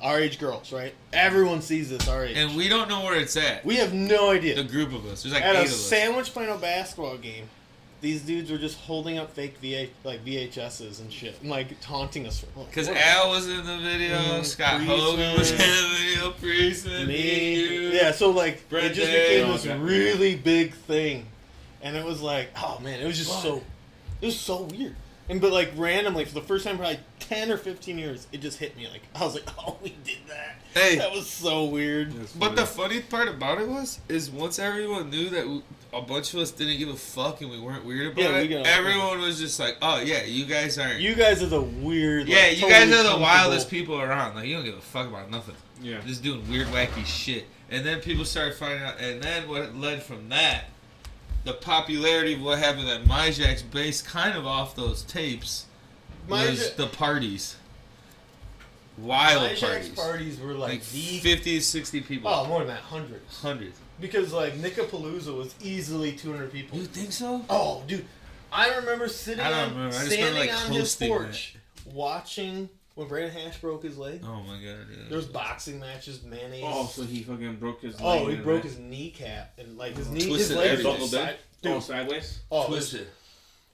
Speaker 3: our age girls, right? Everyone sees this our age.
Speaker 1: And we don't know where it's at.
Speaker 3: we have no idea.
Speaker 1: The group of us. There's like
Speaker 3: At
Speaker 1: eight
Speaker 3: a
Speaker 1: of us.
Speaker 3: sandwich final basketball game, these dudes were just holding up fake VH, like VHSs and shit, and like taunting us for.
Speaker 1: Because Al was in the video,
Speaker 3: Mhm.
Speaker 1: Scott
Speaker 3: Priestman.
Speaker 1: Hogan was in the video, Priestman,
Speaker 3: me,
Speaker 1: you.
Speaker 3: yeah. So like
Speaker 1: Brett
Speaker 3: it just
Speaker 1: Day.
Speaker 3: became
Speaker 1: Oh,
Speaker 3: this
Speaker 1: God.
Speaker 3: really big thing, and it was like, oh man, it was just so, it was so weird. And but like randomly for the first time, probably ten or fifteen years, it just hit me. Like I was like, oh, we did that.
Speaker 1: Hey.
Speaker 3: that was so weird.
Speaker 4: That's
Speaker 1: But the
Speaker 4: funny.
Speaker 1: funny part about it was, is once everyone knew that w- a bunch of us didn't give a fuck and we weren't weird about
Speaker 3: Yeah, we
Speaker 1: it,
Speaker 3: got-
Speaker 1: everyone was just like, "Oh yeah, you guys aren't."
Speaker 3: You guys are the weird. like,
Speaker 1: yeah, you guys
Speaker 3: totally
Speaker 1: are the wildest
Speaker 3: comfortable-
Speaker 1: people around. Like you don't give a fuck about nothing.
Speaker 4: yeah.
Speaker 1: Just doing weird, wacky shit. And then people started finding out. And then what led from that, the popularity of what happened at MyJack's based kind of off those tapes,
Speaker 3: My,
Speaker 1: was the parties.
Speaker 3: my
Speaker 1: Wild
Speaker 3: Jack's
Speaker 1: parties.
Speaker 3: parties. were like,
Speaker 1: Like
Speaker 3: the
Speaker 1: 50, 60 people.
Speaker 3: oh more than that, hundreds.
Speaker 1: Hundreds.
Speaker 3: Because like Nicapalooza was easily 200 people.
Speaker 1: You think so?
Speaker 3: Oh, dude, I remember sitting,
Speaker 1: I don't
Speaker 3: on,
Speaker 1: remember. I just
Speaker 3: standing
Speaker 1: remember, like,
Speaker 3: on his
Speaker 1: hosting
Speaker 3: porch, watching when Brandon Hash broke his leg.
Speaker 1: Oh my god. Yeah.
Speaker 3: There was boxing matches, mayonnaise.
Speaker 4: Oh, so he fucking broke his.
Speaker 3: Oh,
Speaker 4: leg
Speaker 3: he
Speaker 4: and
Speaker 3: broke
Speaker 4: that-
Speaker 3: his kneecap and like his knee, his
Speaker 1: Twisted
Speaker 3: leg
Speaker 1: everything.
Speaker 3: was
Speaker 4: Double
Speaker 3: side,
Speaker 4: dead?
Speaker 3: dude.
Speaker 4: Oh, sideways.
Speaker 3: Oh, it was,
Speaker 1: Twisted.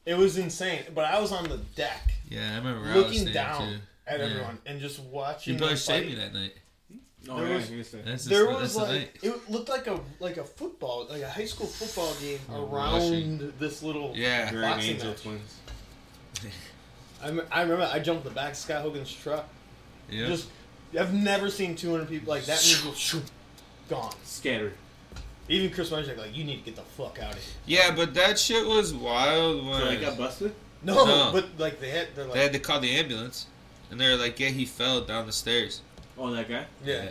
Speaker 3: it was insane. But I was on the deck
Speaker 1: Yeah, I remember I was
Speaker 3: looking
Speaker 1: standing
Speaker 3: down
Speaker 1: too.
Speaker 3: at
Speaker 1: Yeah.
Speaker 3: everyone and just watching.
Speaker 1: You probably
Speaker 3: them
Speaker 1: saved me
Speaker 3: fight.
Speaker 1: that night.
Speaker 4: Oh,
Speaker 3: There
Speaker 4: yeah,
Speaker 3: was-
Speaker 4: I guess that-
Speaker 1: That's just,
Speaker 3: There
Speaker 1: that's
Speaker 3: was
Speaker 1: the
Speaker 3: like
Speaker 1: night.
Speaker 3: it looked like a like a football like a high school football game
Speaker 1: Oh,
Speaker 3: around this little
Speaker 1: Yeah.
Speaker 4: They're an
Speaker 3: Boxing
Speaker 4: angel
Speaker 3: match.
Speaker 4: twins.
Speaker 3: I, m- I remember I jumped in the back of Scott Hogan's truck.
Speaker 1: yeah.
Speaker 3: Just I've never seen 200 people like that. many people, shoo, gone.
Speaker 4: Scattered.
Speaker 3: Even Chris Weinstein like you need to get the fuck out of here.
Speaker 1: yeah, but that shit was wild when
Speaker 4: So I got busted.
Speaker 3: No,
Speaker 1: No.
Speaker 3: but like they had they're like
Speaker 1: they had to call the ambulance. And they were like, yeah, he fell down the stairs.
Speaker 4: Oh, that guy.
Speaker 3: yeah.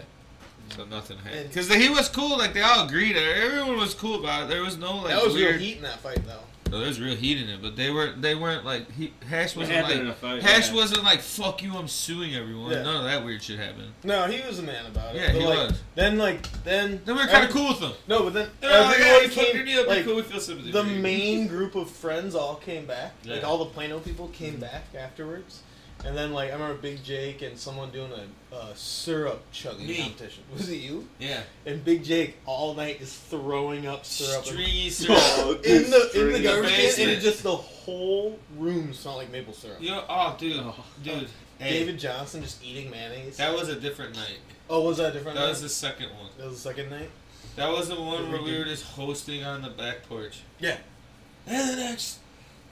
Speaker 1: So nothing happened.
Speaker 3: And-
Speaker 1: Because he was cool. Like, they all agreed. Everyone was cool about it. There was no, like,
Speaker 3: that was
Speaker 1: weird.
Speaker 3: real heat in that fight though.
Speaker 1: No, there was real heat in it. But they weren't, they weren't like, he, Hash
Speaker 4: What
Speaker 1: wasn't
Speaker 4: happened in
Speaker 1: like,
Speaker 4: a fight?
Speaker 1: Hash
Speaker 4: yeah.
Speaker 1: wasn't like, fuck you, I'm suing everyone.
Speaker 3: Yeah.
Speaker 1: None of that weird shit happened.
Speaker 3: No, he was a man about it.
Speaker 1: Yeah,
Speaker 3: but,
Speaker 1: he
Speaker 3: like,
Speaker 1: was.
Speaker 3: Then like then
Speaker 1: Then we were kind of
Speaker 3: every-
Speaker 1: cool with them.
Speaker 3: No, but then
Speaker 1: They were like, yeah, you
Speaker 3: everyone
Speaker 1: fucked your knee
Speaker 3: came
Speaker 1: up.
Speaker 3: like
Speaker 1: cool. We feel sympathy.
Speaker 3: the
Speaker 1: for you.
Speaker 3: main group of friends all came back. Like
Speaker 1: Yeah. Mm-hmm.
Speaker 3: all the Plano people came back afterwards. And then like I remember Big Jake and someone doing a, a syrup chugging
Speaker 1: Me.
Speaker 3: competition. Was it you?
Speaker 1: Yeah.
Speaker 3: And Big Jake all night is throwing up syrup and-
Speaker 1: Stringy syrup.
Speaker 4: Oh,
Speaker 3: in the in
Speaker 4: dude,
Speaker 3: the garbage can, and
Speaker 1: basement.
Speaker 3: it just the whole room smelled like maple syrup.
Speaker 1: You know, oh, dude,
Speaker 4: Oh.
Speaker 1: dude.
Speaker 3: David Johnson just eating mayonnaise.
Speaker 1: That was a different night.
Speaker 3: oh, was that a different?
Speaker 1: That
Speaker 3: night?
Speaker 1: was the second one.
Speaker 3: That was the second night.
Speaker 1: That was the one where we were just hosting on the back porch.
Speaker 3: Yeah.
Speaker 1: And the next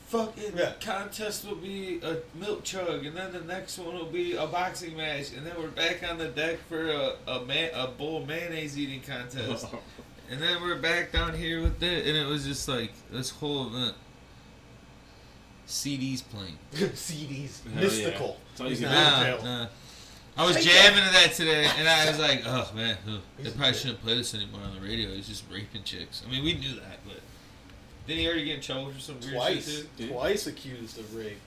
Speaker 1: fucking
Speaker 3: Yeah.
Speaker 1: contest will be a milk chug, and then the next one will be a boxing match, and then we're back on the deck for a a, man, a bowl mayonnaise eating contest,
Speaker 4: Oh,
Speaker 1: and then we're back down here with it, and it was just like this whole event. CDs playing.
Speaker 3: CDs,
Speaker 4: yeah.
Speaker 3: mystical.
Speaker 4: That's all you
Speaker 3: He's
Speaker 4: can
Speaker 3: not in
Speaker 1: Nah,
Speaker 3: jail.
Speaker 1: nah. I was
Speaker 3: Shake
Speaker 1: jamming to that today, and I was like, "Oh man, ugh, they
Speaker 3: He's
Speaker 1: probably
Speaker 3: good.
Speaker 1: shouldn't play this anymore on the radio. He's just raping chicks." I mean, we knew that, but didn't he already get in trouble for some weird
Speaker 3: Twice,
Speaker 1: shit?
Speaker 4: dude.
Speaker 3: twice accused of rape.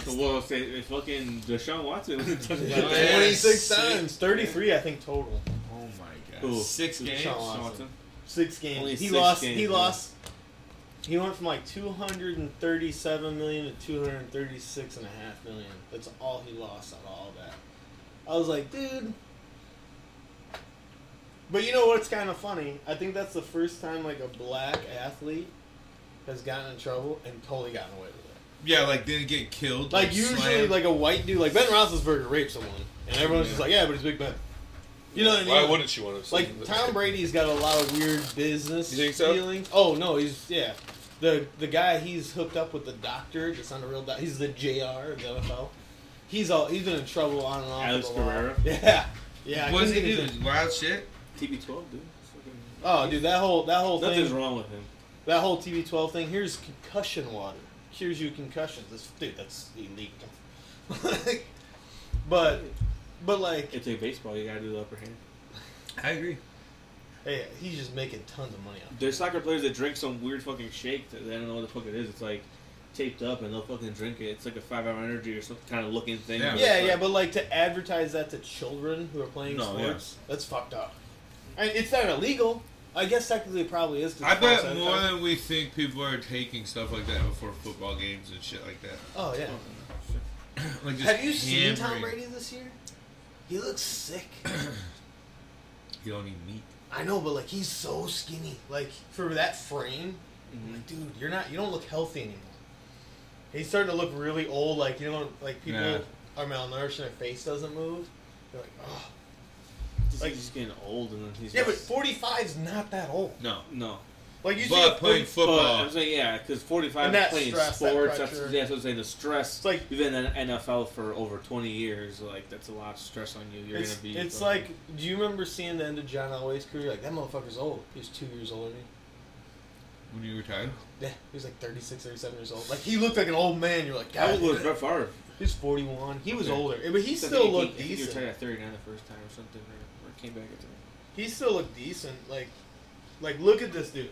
Speaker 4: So well, say if fucking Deshaun Watson.
Speaker 1: Yeah.
Speaker 3: Twenty six
Speaker 1: Six.
Speaker 3: times, thirty three I think total.
Speaker 1: Too? Oh my god!
Speaker 4: Who?
Speaker 1: Six
Speaker 3: Deshaun
Speaker 1: games.
Speaker 3: Watson. Six games.
Speaker 4: Only
Speaker 3: he
Speaker 4: six
Speaker 3: lost.
Speaker 4: games,
Speaker 3: he
Speaker 4: yeah.
Speaker 3: lost. He went from like 237 million to 236 and a half million. That's all he lost on all of that. I was like, dude. But you know what's kind of funny? I think that's the first time like a black athlete has gotten in trouble and totally gotten away with it.
Speaker 1: Yeah, like didn't get killed.
Speaker 3: Like usually,
Speaker 1: slammed.
Speaker 3: like a white dude, like Ben Roethlisberger raped someone, and everyone's just like, yeah, but he's Big Ben. You know what I mean?
Speaker 8: Why wouldn't you want to?
Speaker 3: Like Tom Brady's got a lot of weird business
Speaker 8: You think so?
Speaker 3: dealings. Oh no, he's yeah. The the guy he's hooked up with the doctor that's not a real doctor. He's the JR of the NFL. He's all he's been in trouble on and off.
Speaker 4: Alex
Speaker 3: with the law.
Speaker 4: Pereira?
Speaker 3: Yeah, yeah. I
Speaker 2: What does he
Speaker 3: couldn't get
Speaker 2: do?
Speaker 3: his-
Speaker 2: Wild shit?
Speaker 4: TB12, dude.
Speaker 3: Oh, dude, that whole that whole
Speaker 4: Nothing's
Speaker 3: thing,
Speaker 4: wrong with him.
Speaker 3: that whole TB12 thing. Here's concussion water. Cures you concussions. This, dude, that's illegal. but but like
Speaker 4: If they baseball, you gotta do the upper hand.
Speaker 2: I agree.
Speaker 3: Hey, he's just making tons of money off.
Speaker 4: There's soccer players that drink some weird fucking shake that they don't know what the fuck it is. It's like taped up and they'll fucking drink it. It's like a five hour energy or some kind of looking thing.
Speaker 2: Yeah.
Speaker 4: But
Speaker 3: Yeah,
Speaker 4: it's
Speaker 3: yeah,
Speaker 4: like-
Speaker 3: but like to advertise that to children who are playing
Speaker 2: No, yeah.
Speaker 3: sports, that's fucked up. I mean, it's not illegal. I guess technically it probably is. 'cause
Speaker 2: I
Speaker 3: it's false
Speaker 2: bet more
Speaker 3: advertising.
Speaker 2: than we think people are taking stuff like that before football games and shit like that.
Speaker 3: Oh yeah.
Speaker 2: Like just
Speaker 3: Have you seen Tom
Speaker 2: hammering.
Speaker 3: Brady this year? He looks sick.
Speaker 2: He don't eat meat.
Speaker 3: I know, but like he's so skinny. Like for that frame,
Speaker 2: Mm-hmm.
Speaker 3: I'm like dude, you're not. You don't look healthy anymore. He's starting to look really old. Like you know, like people
Speaker 2: Yeah.
Speaker 3: are malnourished and their face doesn't move. They're like, oh.
Speaker 4: It's
Speaker 3: Like-
Speaker 4: like he's getting old and then he's
Speaker 3: Yeah, but
Speaker 4: just-
Speaker 3: 45's not that old.
Speaker 2: No.
Speaker 4: no.
Speaker 3: Like you see,
Speaker 2: But
Speaker 3: a
Speaker 2: playing
Speaker 3: 40
Speaker 4: But
Speaker 2: football.
Speaker 4: I'm saying yeah, because 45
Speaker 3: And that
Speaker 4: is playing
Speaker 3: stress, that
Speaker 4: sports. That's,
Speaker 3: pressure.
Speaker 4: yeah, so I'm saying the stress.
Speaker 3: It's like-
Speaker 4: you've been in NFL for over 20 years. Like that's a lot of stress on you. You're
Speaker 3: it's,
Speaker 4: gonna be.
Speaker 3: it's
Speaker 4: fucking-
Speaker 3: like, do you remember seeing the end of John Elway's career? Like that motherfucker's old. He was two years older than me.
Speaker 2: When you retired?
Speaker 3: Yeah, he was like 36, 37 years old. Like he looked like an old man. You're like,
Speaker 4: How
Speaker 3: God,
Speaker 4: old was Brett Favre?
Speaker 3: he's 41. He was
Speaker 4: Okay.
Speaker 3: older, but he
Speaker 4: He's
Speaker 3: still looked
Speaker 4: He retired
Speaker 3: decent.
Speaker 4: at 39 the first time or something, or, or came back at 39.
Speaker 3: He still looked decent. Like, like look at this dude.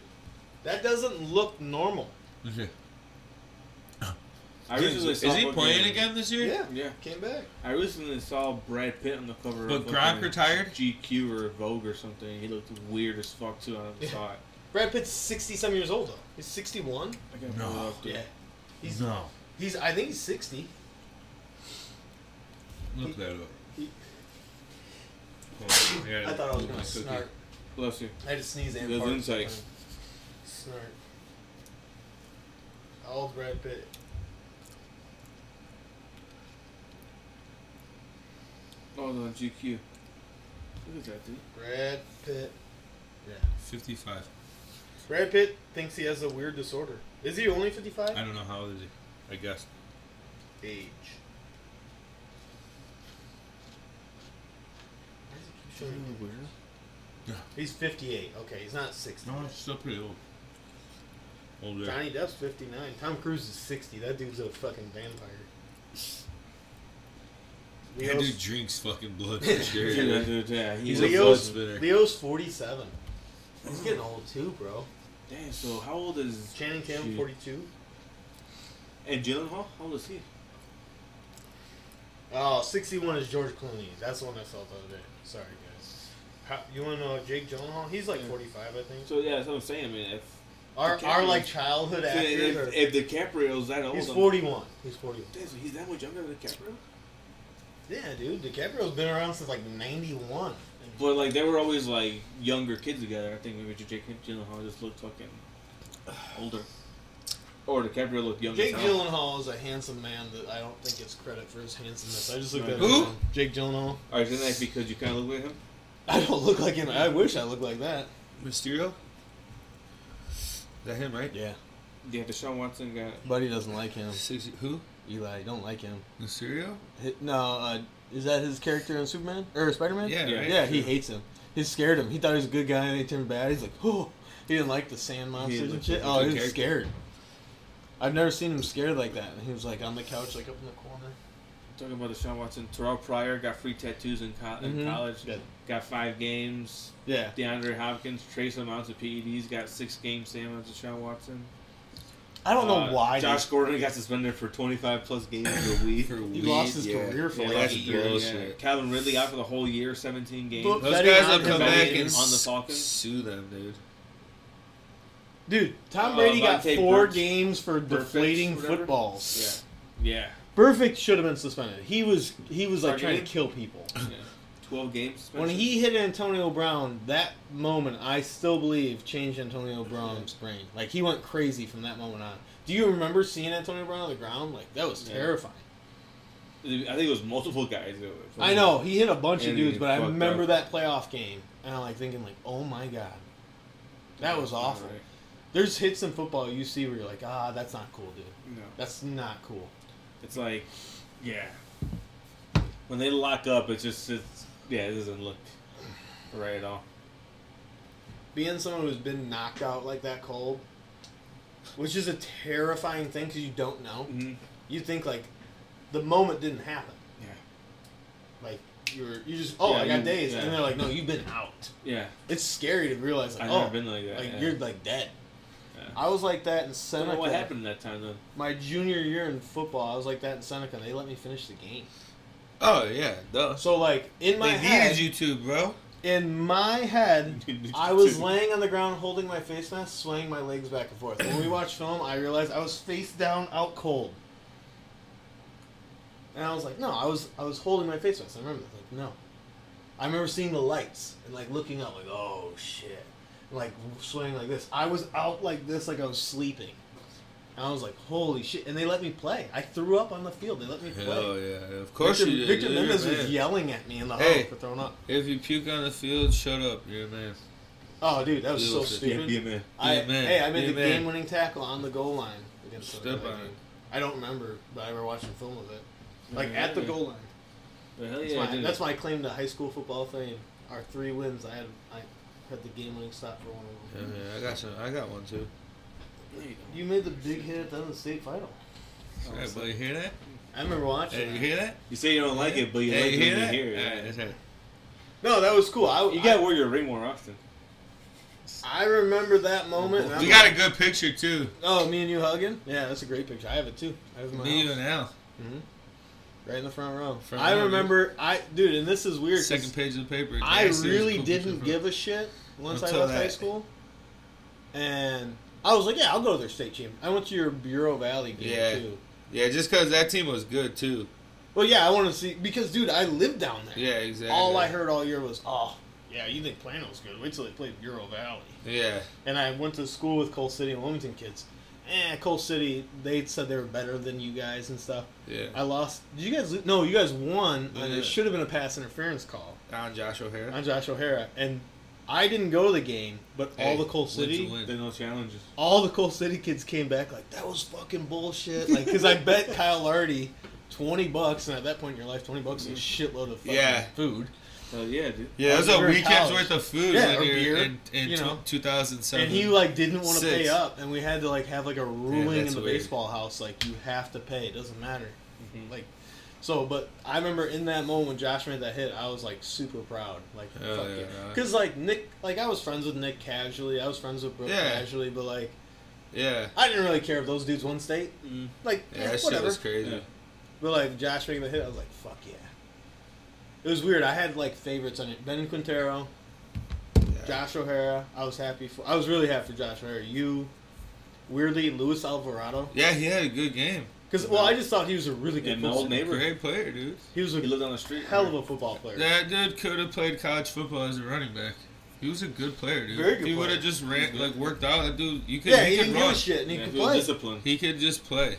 Speaker 3: That doesn't look normal.
Speaker 4: I recently
Speaker 2: Is
Speaker 4: saw
Speaker 2: he
Speaker 4: fucking-
Speaker 2: playing again this year?
Speaker 3: Yeah,
Speaker 4: Yeah.
Speaker 3: came back.
Speaker 4: I recently saw Brad Pitt on the cover
Speaker 2: But
Speaker 4: of
Speaker 2: Gronk
Speaker 4: fucking
Speaker 2: retired?
Speaker 4: GQ or Vogue or something. He looked weird as fuck too. I never
Speaker 3: Yeah.
Speaker 4: saw it.
Speaker 3: Brad Pitt's 60 some years old though. He's 61.
Speaker 4: I gotta
Speaker 2: No.
Speaker 4: pull it up, dude.
Speaker 3: he's
Speaker 2: No.
Speaker 3: he's. I think he's 60.
Speaker 2: Look that up.
Speaker 3: he-
Speaker 2: Hold on, gotta
Speaker 3: I thought I was
Speaker 2: eat my
Speaker 3: gonna
Speaker 2: cookie.
Speaker 3: snark.
Speaker 4: Bless you.
Speaker 3: I had to sneeze and
Speaker 4: Those
Speaker 3: fart.
Speaker 4: insights.
Speaker 3: Snort. How old's Brad Pitt?
Speaker 4: Oh, no, GQ. Look at that, dude.
Speaker 3: Brad Pitt.
Speaker 2: 55.
Speaker 3: Brad Pitt thinks he has a weird disorder. Is he only
Speaker 2: I
Speaker 3: 55?
Speaker 2: don't know how old is he. I guess.
Speaker 3: Age. He's 58. Okay, he's not 60.
Speaker 2: No, he's still pretty old. Older.
Speaker 3: Johnny Depp's 59. Tom Cruise is 60. That dude's a fucking vampire.
Speaker 2: That dude
Speaker 3: Leo's,
Speaker 2: drinks fucking blood for sure.
Speaker 4: Look at that dude, yeah.
Speaker 2: He's
Speaker 4: He's
Speaker 2: a
Speaker 4: a,
Speaker 2: blood
Speaker 3: Leo's-
Speaker 2: spinner.
Speaker 3: Leo's 47. He's getting old too, bro.
Speaker 4: damn, so how old is
Speaker 3: Channing Tatum,
Speaker 4: Shoot.
Speaker 3: 42.
Speaker 4: And Gyllenhaal? How old is he?
Speaker 3: Oh, 61 is George Clooney. That's the one I saw the other day. Sorry, guys. How, you want to know Jake Gyllenhaal? He's like
Speaker 4: Yeah.
Speaker 3: 45, I think.
Speaker 4: So, yeah, that's what I'm saying, man. If,
Speaker 3: Our,
Speaker 4: DiCaprio.
Speaker 3: our like childhood actors
Speaker 4: if,
Speaker 3: are.
Speaker 4: if, if DiCaprio's that old,
Speaker 3: He's
Speaker 4: I'm-
Speaker 3: 41. He's 41.
Speaker 4: Damn, so he's that much younger than DiCaprio?
Speaker 3: Yeah, dude. DiCaprio's been around since like 91.
Speaker 4: But like they were always like younger kids together. I think maybe Jake Gyllenhaal just looked fucking older, or DiCaprio looked younger.
Speaker 3: Jake Gyllenhaal is a handsome man that I don't think gets credit for his handsomeness. I just looked at
Speaker 2: Who?
Speaker 3: him. Jake Gyllenhaal.
Speaker 4: Or isn't that because you kind of look like him?
Speaker 3: I don't look like him. I wish I looked like that.
Speaker 2: Mysterio? Is that him, right?
Speaker 3: Yeah.
Speaker 4: Yeah, Deshaun Watson got.
Speaker 3: Buddy doesn't like him.
Speaker 2: Six, who?
Speaker 3: Eli, don't like him.
Speaker 2: Mysterio?
Speaker 3: No, uh, is that his character in Superman? Or Spider Man?
Speaker 2: Yeah,
Speaker 4: Yeah.
Speaker 2: right?
Speaker 3: Yeah, he hates him. He scared him. He thought he was a good guy, and he turned bad. He's like, oh, he didn't like the sand monsters and
Speaker 2: looked
Speaker 3: shit.
Speaker 2: like a
Speaker 3: Oh,
Speaker 2: good
Speaker 3: he was
Speaker 2: character.
Speaker 3: scared. I've never seen him scared like that. And he was like on the couch, like up in the corner.
Speaker 4: Talking about Deshaun Watson, Terrell Pryor got free tattoos in, co- in
Speaker 3: Mhm.
Speaker 4: college.
Speaker 3: Yeah.
Speaker 4: Got five games.
Speaker 3: Yeah,
Speaker 4: DeAndre Hopkins, trace amounts of PEDs, got six games. Same as Deshaun Watson.
Speaker 3: I don't know
Speaker 4: Uh,
Speaker 3: why. dude.
Speaker 4: Josh Gordon got suspended for 25 plus games for weed.
Speaker 2: For
Speaker 3: he
Speaker 2: weed,
Speaker 3: lost his
Speaker 2: yeah.
Speaker 3: career for
Speaker 2: Yeah,
Speaker 3: like
Speaker 2: that's
Speaker 3: a
Speaker 2: bullshit.
Speaker 3: year.
Speaker 4: Calvin Ridley out for the whole year, 17 games.
Speaker 3: But-
Speaker 2: Those
Speaker 3: Betting
Speaker 2: guys
Speaker 3: on
Speaker 2: will come
Speaker 3: him.
Speaker 2: back and
Speaker 4: On the
Speaker 2: s-
Speaker 4: Falcons?
Speaker 2: sue them, dude.
Speaker 3: Dude, Tom
Speaker 4: Uh,
Speaker 3: Brady got
Speaker 4: Vontae
Speaker 3: four
Speaker 4: Burks.
Speaker 3: games for
Speaker 4: Burfix,
Speaker 3: deflating
Speaker 4: whatever.
Speaker 3: footballs.
Speaker 4: Yeah. Yeah.
Speaker 3: Perfect should have been suspended. He was he was like trying to
Speaker 4: Targeted?
Speaker 3: kill people.
Speaker 4: yeah. 12 games.
Speaker 3: When he hit Antonio Brown, that moment I still believe changed Antonio Brown's brain. Like he went crazy from that moment on. Do you remember seeing Antonio Brown on the ground? Like that was
Speaker 4: Yeah.
Speaker 3: terrifying.
Speaker 4: I think it was multiple guys.
Speaker 3: I know he hit a bunch of
Speaker 2: And
Speaker 3: dudes,
Speaker 2: he
Speaker 3: but I
Speaker 2: fucked
Speaker 3: remember
Speaker 2: up.
Speaker 3: that playoff game, and I'm like thinking, like, oh my god, that was awful. There's hits in football you see where you're like, ah, that's not cool, dude.
Speaker 4: No.
Speaker 3: That's not cool.
Speaker 4: It's like, yeah. When they lock up, it's just, it's, yeah, it doesn't look right at all.
Speaker 3: Being someone who's been knocked out like that cold, which is a terrifying thing because you don't know.
Speaker 4: Mm-hmm.
Speaker 3: You think like the moment didn't happen.
Speaker 4: Yeah.
Speaker 3: Like you're you just oh
Speaker 4: Yeah,
Speaker 3: I got
Speaker 4: you-
Speaker 3: dazed,
Speaker 4: yeah.
Speaker 3: and they're like, no, you've been out.
Speaker 4: Yeah,
Speaker 3: It's scary to realize like
Speaker 4: I've
Speaker 3: oh
Speaker 4: never been like that.
Speaker 3: like
Speaker 4: yeah.
Speaker 3: you're like dead.
Speaker 4: Yeah.
Speaker 3: I was like that in
Speaker 4: I don't
Speaker 3: Seneca.
Speaker 4: know what happened that time though.
Speaker 3: My junior year in football, I was like that in Seneca. They let me finish the game.
Speaker 1: Oh yeah, duh.
Speaker 3: So like in my
Speaker 1: They
Speaker 3: head,
Speaker 1: needed you to, bro.
Speaker 3: in my head, I was laying on the ground holding my face mask, swaying my legs back and forth. When we watched film, I realized I was face down, out cold. And I was like, no, I was I was holding my face mask. I remember that. Like, no. I remember seeing the lights and like looking up, like, oh shit. Like swaying like this. I was out like this, like I was sleeping. And I was like, holy shit. And they let me play. I threw up on the field. They let me play.
Speaker 1: Hell yeah, of course
Speaker 3: Victor,
Speaker 1: you did.
Speaker 3: Victor
Speaker 1: You're a
Speaker 3: Mendez was
Speaker 1: man.
Speaker 3: yelling at me in the huddle
Speaker 1: Hey.
Speaker 3: for throwing up.
Speaker 1: If you puke on the field, shut up. You're a man.
Speaker 3: Oh, dude, that was
Speaker 1: Little
Speaker 3: so
Speaker 1: shit.
Speaker 3: stupid.
Speaker 4: man.
Speaker 3: I,
Speaker 1: Be a man.
Speaker 3: Hey, I made
Speaker 1: Be a
Speaker 3: the
Speaker 1: man.
Speaker 3: game-winning tackle on the goal line against
Speaker 1: Step
Speaker 3: Minnesota, I
Speaker 1: on
Speaker 3: think.
Speaker 1: it.
Speaker 3: I don't remember, but I remember watching film of it,
Speaker 4: Yeah,
Speaker 3: like at the
Speaker 4: yeah.
Speaker 3: goal line.
Speaker 1: Oh,
Speaker 4: Hell
Speaker 3: That's,
Speaker 4: yeah, I
Speaker 3: my,
Speaker 4: did.
Speaker 3: that's my claim to high school football fame. Our three wins, I had I had the game-winning stop for one of
Speaker 1: Yeah,
Speaker 3: them.
Speaker 1: man, I got some. I got one too.
Speaker 3: You made the big hit at the end of the state final. Oh,
Speaker 1: Hey, but you hear that?
Speaker 3: I remember watching.
Speaker 1: Hey, you
Speaker 3: that.
Speaker 1: hear that?
Speaker 4: You say you don't like it, but you
Speaker 1: hey,
Speaker 4: like
Speaker 1: you
Speaker 4: it
Speaker 1: hear
Speaker 4: when you
Speaker 1: that?
Speaker 4: hear it.
Speaker 1: Alright, that's right.
Speaker 3: No, that was cool. I,
Speaker 4: You
Speaker 3: I-
Speaker 4: gotta wear your ring more often.
Speaker 3: I remember that moment. and I'm
Speaker 1: We
Speaker 3: like,
Speaker 1: got a good picture too.
Speaker 3: Oh, me and you hugging? Yeah, that's a great picture. I have it too. I have it in my
Speaker 1: Me, you,
Speaker 3: house.
Speaker 1: and Al.
Speaker 3: right in the front row.
Speaker 1: Front
Speaker 3: I
Speaker 1: row, dude.
Speaker 3: remember. I dude, and this is weird. 'cause-
Speaker 1: Second page of the paper.
Speaker 3: I
Speaker 1: Nasty was
Speaker 3: really
Speaker 1: cool
Speaker 3: didn't
Speaker 1: picture.
Speaker 3: give a shit once I
Speaker 1: Until
Speaker 3: left high
Speaker 1: that.
Speaker 3: school. And I was like, yeah, I'll go to their state team. I went to your Bureau Valley game
Speaker 1: Yeah.
Speaker 3: too.
Speaker 1: Yeah, just because that team was good too.
Speaker 3: Well, yeah, I want to see because, dude, I lived down there.
Speaker 1: Yeah, exactly.
Speaker 3: All I heard all year was, oh, yeah, you think Plano's good? Wait till they play Bureau Valley.
Speaker 1: Yeah,
Speaker 3: And I went to school with Cole City and Wilmington kids. Eh, Cole City, they said they were better than you guys and stuff.
Speaker 1: yeah.
Speaker 3: I lost. Did you guys? lo- No, you guys won, and
Speaker 1: Yeah.
Speaker 3: it should have been a pass interference call.
Speaker 1: Don Josh O'Hara.
Speaker 3: I'm Josh O'Hara, and I didn't go to the game, but
Speaker 1: Hey,
Speaker 3: all the Cole
Speaker 1: win
Speaker 3: City,
Speaker 1: to win.
Speaker 4: There's no challenges.
Speaker 3: all the Cole City kids came back like that was fucking bullshit. Like, because I bet Kyle Lardy twenty bucks, and at that point in your life, twenty bucks is a shitload of fucking
Speaker 1: Yeah.
Speaker 3: food.
Speaker 4: Hell yeah, dude.
Speaker 1: Yeah,
Speaker 3: I
Speaker 1: it
Speaker 3: was
Speaker 1: was a
Speaker 3: never in
Speaker 1: weekend's
Speaker 3: college.
Speaker 1: worth of food
Speaker 3: Yeah,
Speaker 1: when
Speaker 3: or beer,
Speaker 1: you're in, in
Speaker 3: you
Speaker 1: tw-
Speaker 3: know.
Speaker 1: 2007.
Speaker 3: And he like didn't want to
Speaker 1: Six.
Speaker 3: pay up, and we had to like have like a ruling in
Speaker 1: that's
Speaker 3: the
Speaker 1: weird. Mm-hmm.
Speaker 3: baseball house like you have to pay. It doesn't matter. Like, so but I remember in that moment when Josh made that hit, I was like super proud. Like,
Speaker 1: Oh,
Speaker 3: fuck
Speaker 1: yeah,
Speaker 3: yeah.
Speaker 1: right.
Speaker 3: Because like Nick, like I was friends with Nick casually. I was friends with Brooke
Speaker 1: Yeah.
Speaker 3: casually, but like
Speaker 1: yeah,
Speaker 3: I didn't really care if those dudes won state.
Speaker 4: Mm.
Speaker 3: Like,
Speaker 1: yeah,
Speaker 3: eh,
Speaker 1: that shit
Speaker 3: whatever.
Speaker 1: was crazy.
Speaker 4: Yeah.
Speaker 3: But like Josh making the hit, I was like, fuck yeah. It was weird. I had like favorites on it. Ben Quintero,
Speaker 1: Yeah.
Speaker 3: Josh O'Hara. I was happy for. I was really happy for Josh O'Hara. You, weirdly, Luis Alvarado.
Speaker 1: Yeah, he had a good game.
Speaker 3: Because well, I just thought he was a really
Speaker 4: Yeah,
Speaker 3: good.
Speaker 4: my
Speaker 3: football
Speaker 4: old
Speaker 3: player.
Speaker 4: neighbor.
Speaker 1: Great player, dude.
Speaker 3: He was
Speaker 4: He
Speaker 3: a
Speaker 4: lived on the street.
Speaker 3: hell of a football player.
Speaker 1: That dude could have played college football as a running back. He was a good player, dude.
Speaker 3: Very
Speaker 1: If
Speaker 3: good
Speaker 1: he would
Speaker 3: player.
Speaker 1: have just ran, like worked out. That dude, you could,
Speaker 3: yeah,
Speaker 1: he,
Speaker 3: he
Speaker 1: could
Speaker 3: didn't give
Speaker 1: run.
Speaker 3: a shit, and he
Speaker 4: Yeah,
Speaker 3: could
Speaker 4: he was
Speaker 3: play.
Speaker 4: disciplined.
Speaker 1: He could just play.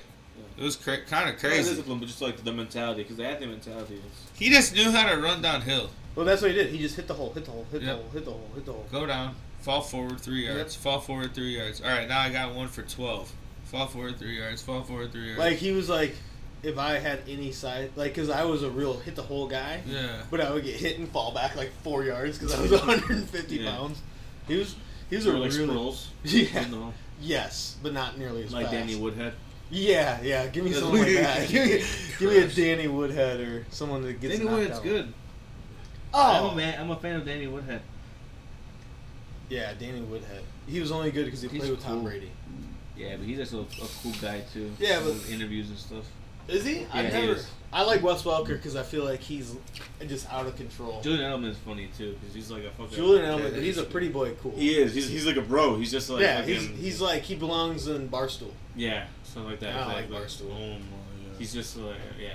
Speaker 1: It was cra- kind of
Speaker 4: Not
Speaker 1: crazy.
Speaker 4: disciplined, but just like the mentality, because they had the mentality. It's-
Speaker 1: He just knew how to run downhill,
Speaker 3: Well, that's what he did. He just hit the hole, hit the hole, hit
Speaker 1: Yep.
Speaker 3: the hole, hit the hole, hit the hole.
Speaker 1: go down, fall forward three
Speaker 3: Yep.
Speaker 1: yards, fall forward three yards. All right, now I got one for twelve. Fall forward three yards, fall forward three yards.
Speaker 3: Like he was like, if I had any size, like because I was a real hit the hole guy,
Speaker 1: yeah,
Speaker 3: but I would get hit and fall back like four yards because I was 150
Speaker 4: Yeah.
Speaker 3: pounds. He was he was
Speaker 4: they
Speaker 3: a
Speaker 4: were like
Speaker 3: really
Speaker 4: squirrels.
Speaker 3: yeah
Speaker 4: You know,
Speaker 3: yes, but not nearly as
Speaker 4: like
Speaker 3: fast.
Speaker 4: Danny Woodhead.
Speaker 3: Yeah, yeah. Give me someone like that. Give me, give me a Danny Woodhead or someone that gets
Speaker 6: Danny
Speaker 3: knocked
Speaker 6: Woodhead's
Speaker 3: out.
Speaker 6: good. I'm a
Speaker 3: Oh
Speaker 6: man. I'm a fan of Danny Woodhead.
Speaker 3: yeah, Danny Woodhead. He was only good because he
Speaker 6: He's
Speaker 3: played with
Speaker 6: cool.
Speaker 3: Tom Brady.
Speaker 6: Yeah, but he's also a, a cool guy too.
Speaker 3: Yeah, but-
Speaker 6: With interviews and stuff.
Speaker 3: Is he? I
Speaker 6: Yeah, he
Speaker 3: never.
Speaker 6: is.
Speaker 3: I like Wes Welker because I feel like he's just out of control.
Speaker 4: Julian Edelman's funny too, because he's like a fucking.
Speaker 3: Julian Edelman,
Speaker 1: Yeah,
Speaker 3: he's a pretty boy, cool.
Speaker 4: He is. He's, he's like a bro. He's just like.
Speaker 3: yeah,
Speaker 4: fucking-
Speaker 3: he's he's like he belongs in Barstool.
Speaker 4: Yeah, something like that.
Speaker 3: I don't like
Speaker 4: exactly.
Speaker 3: Barstool.
Speaker 4: Oh my. He's just like yeah.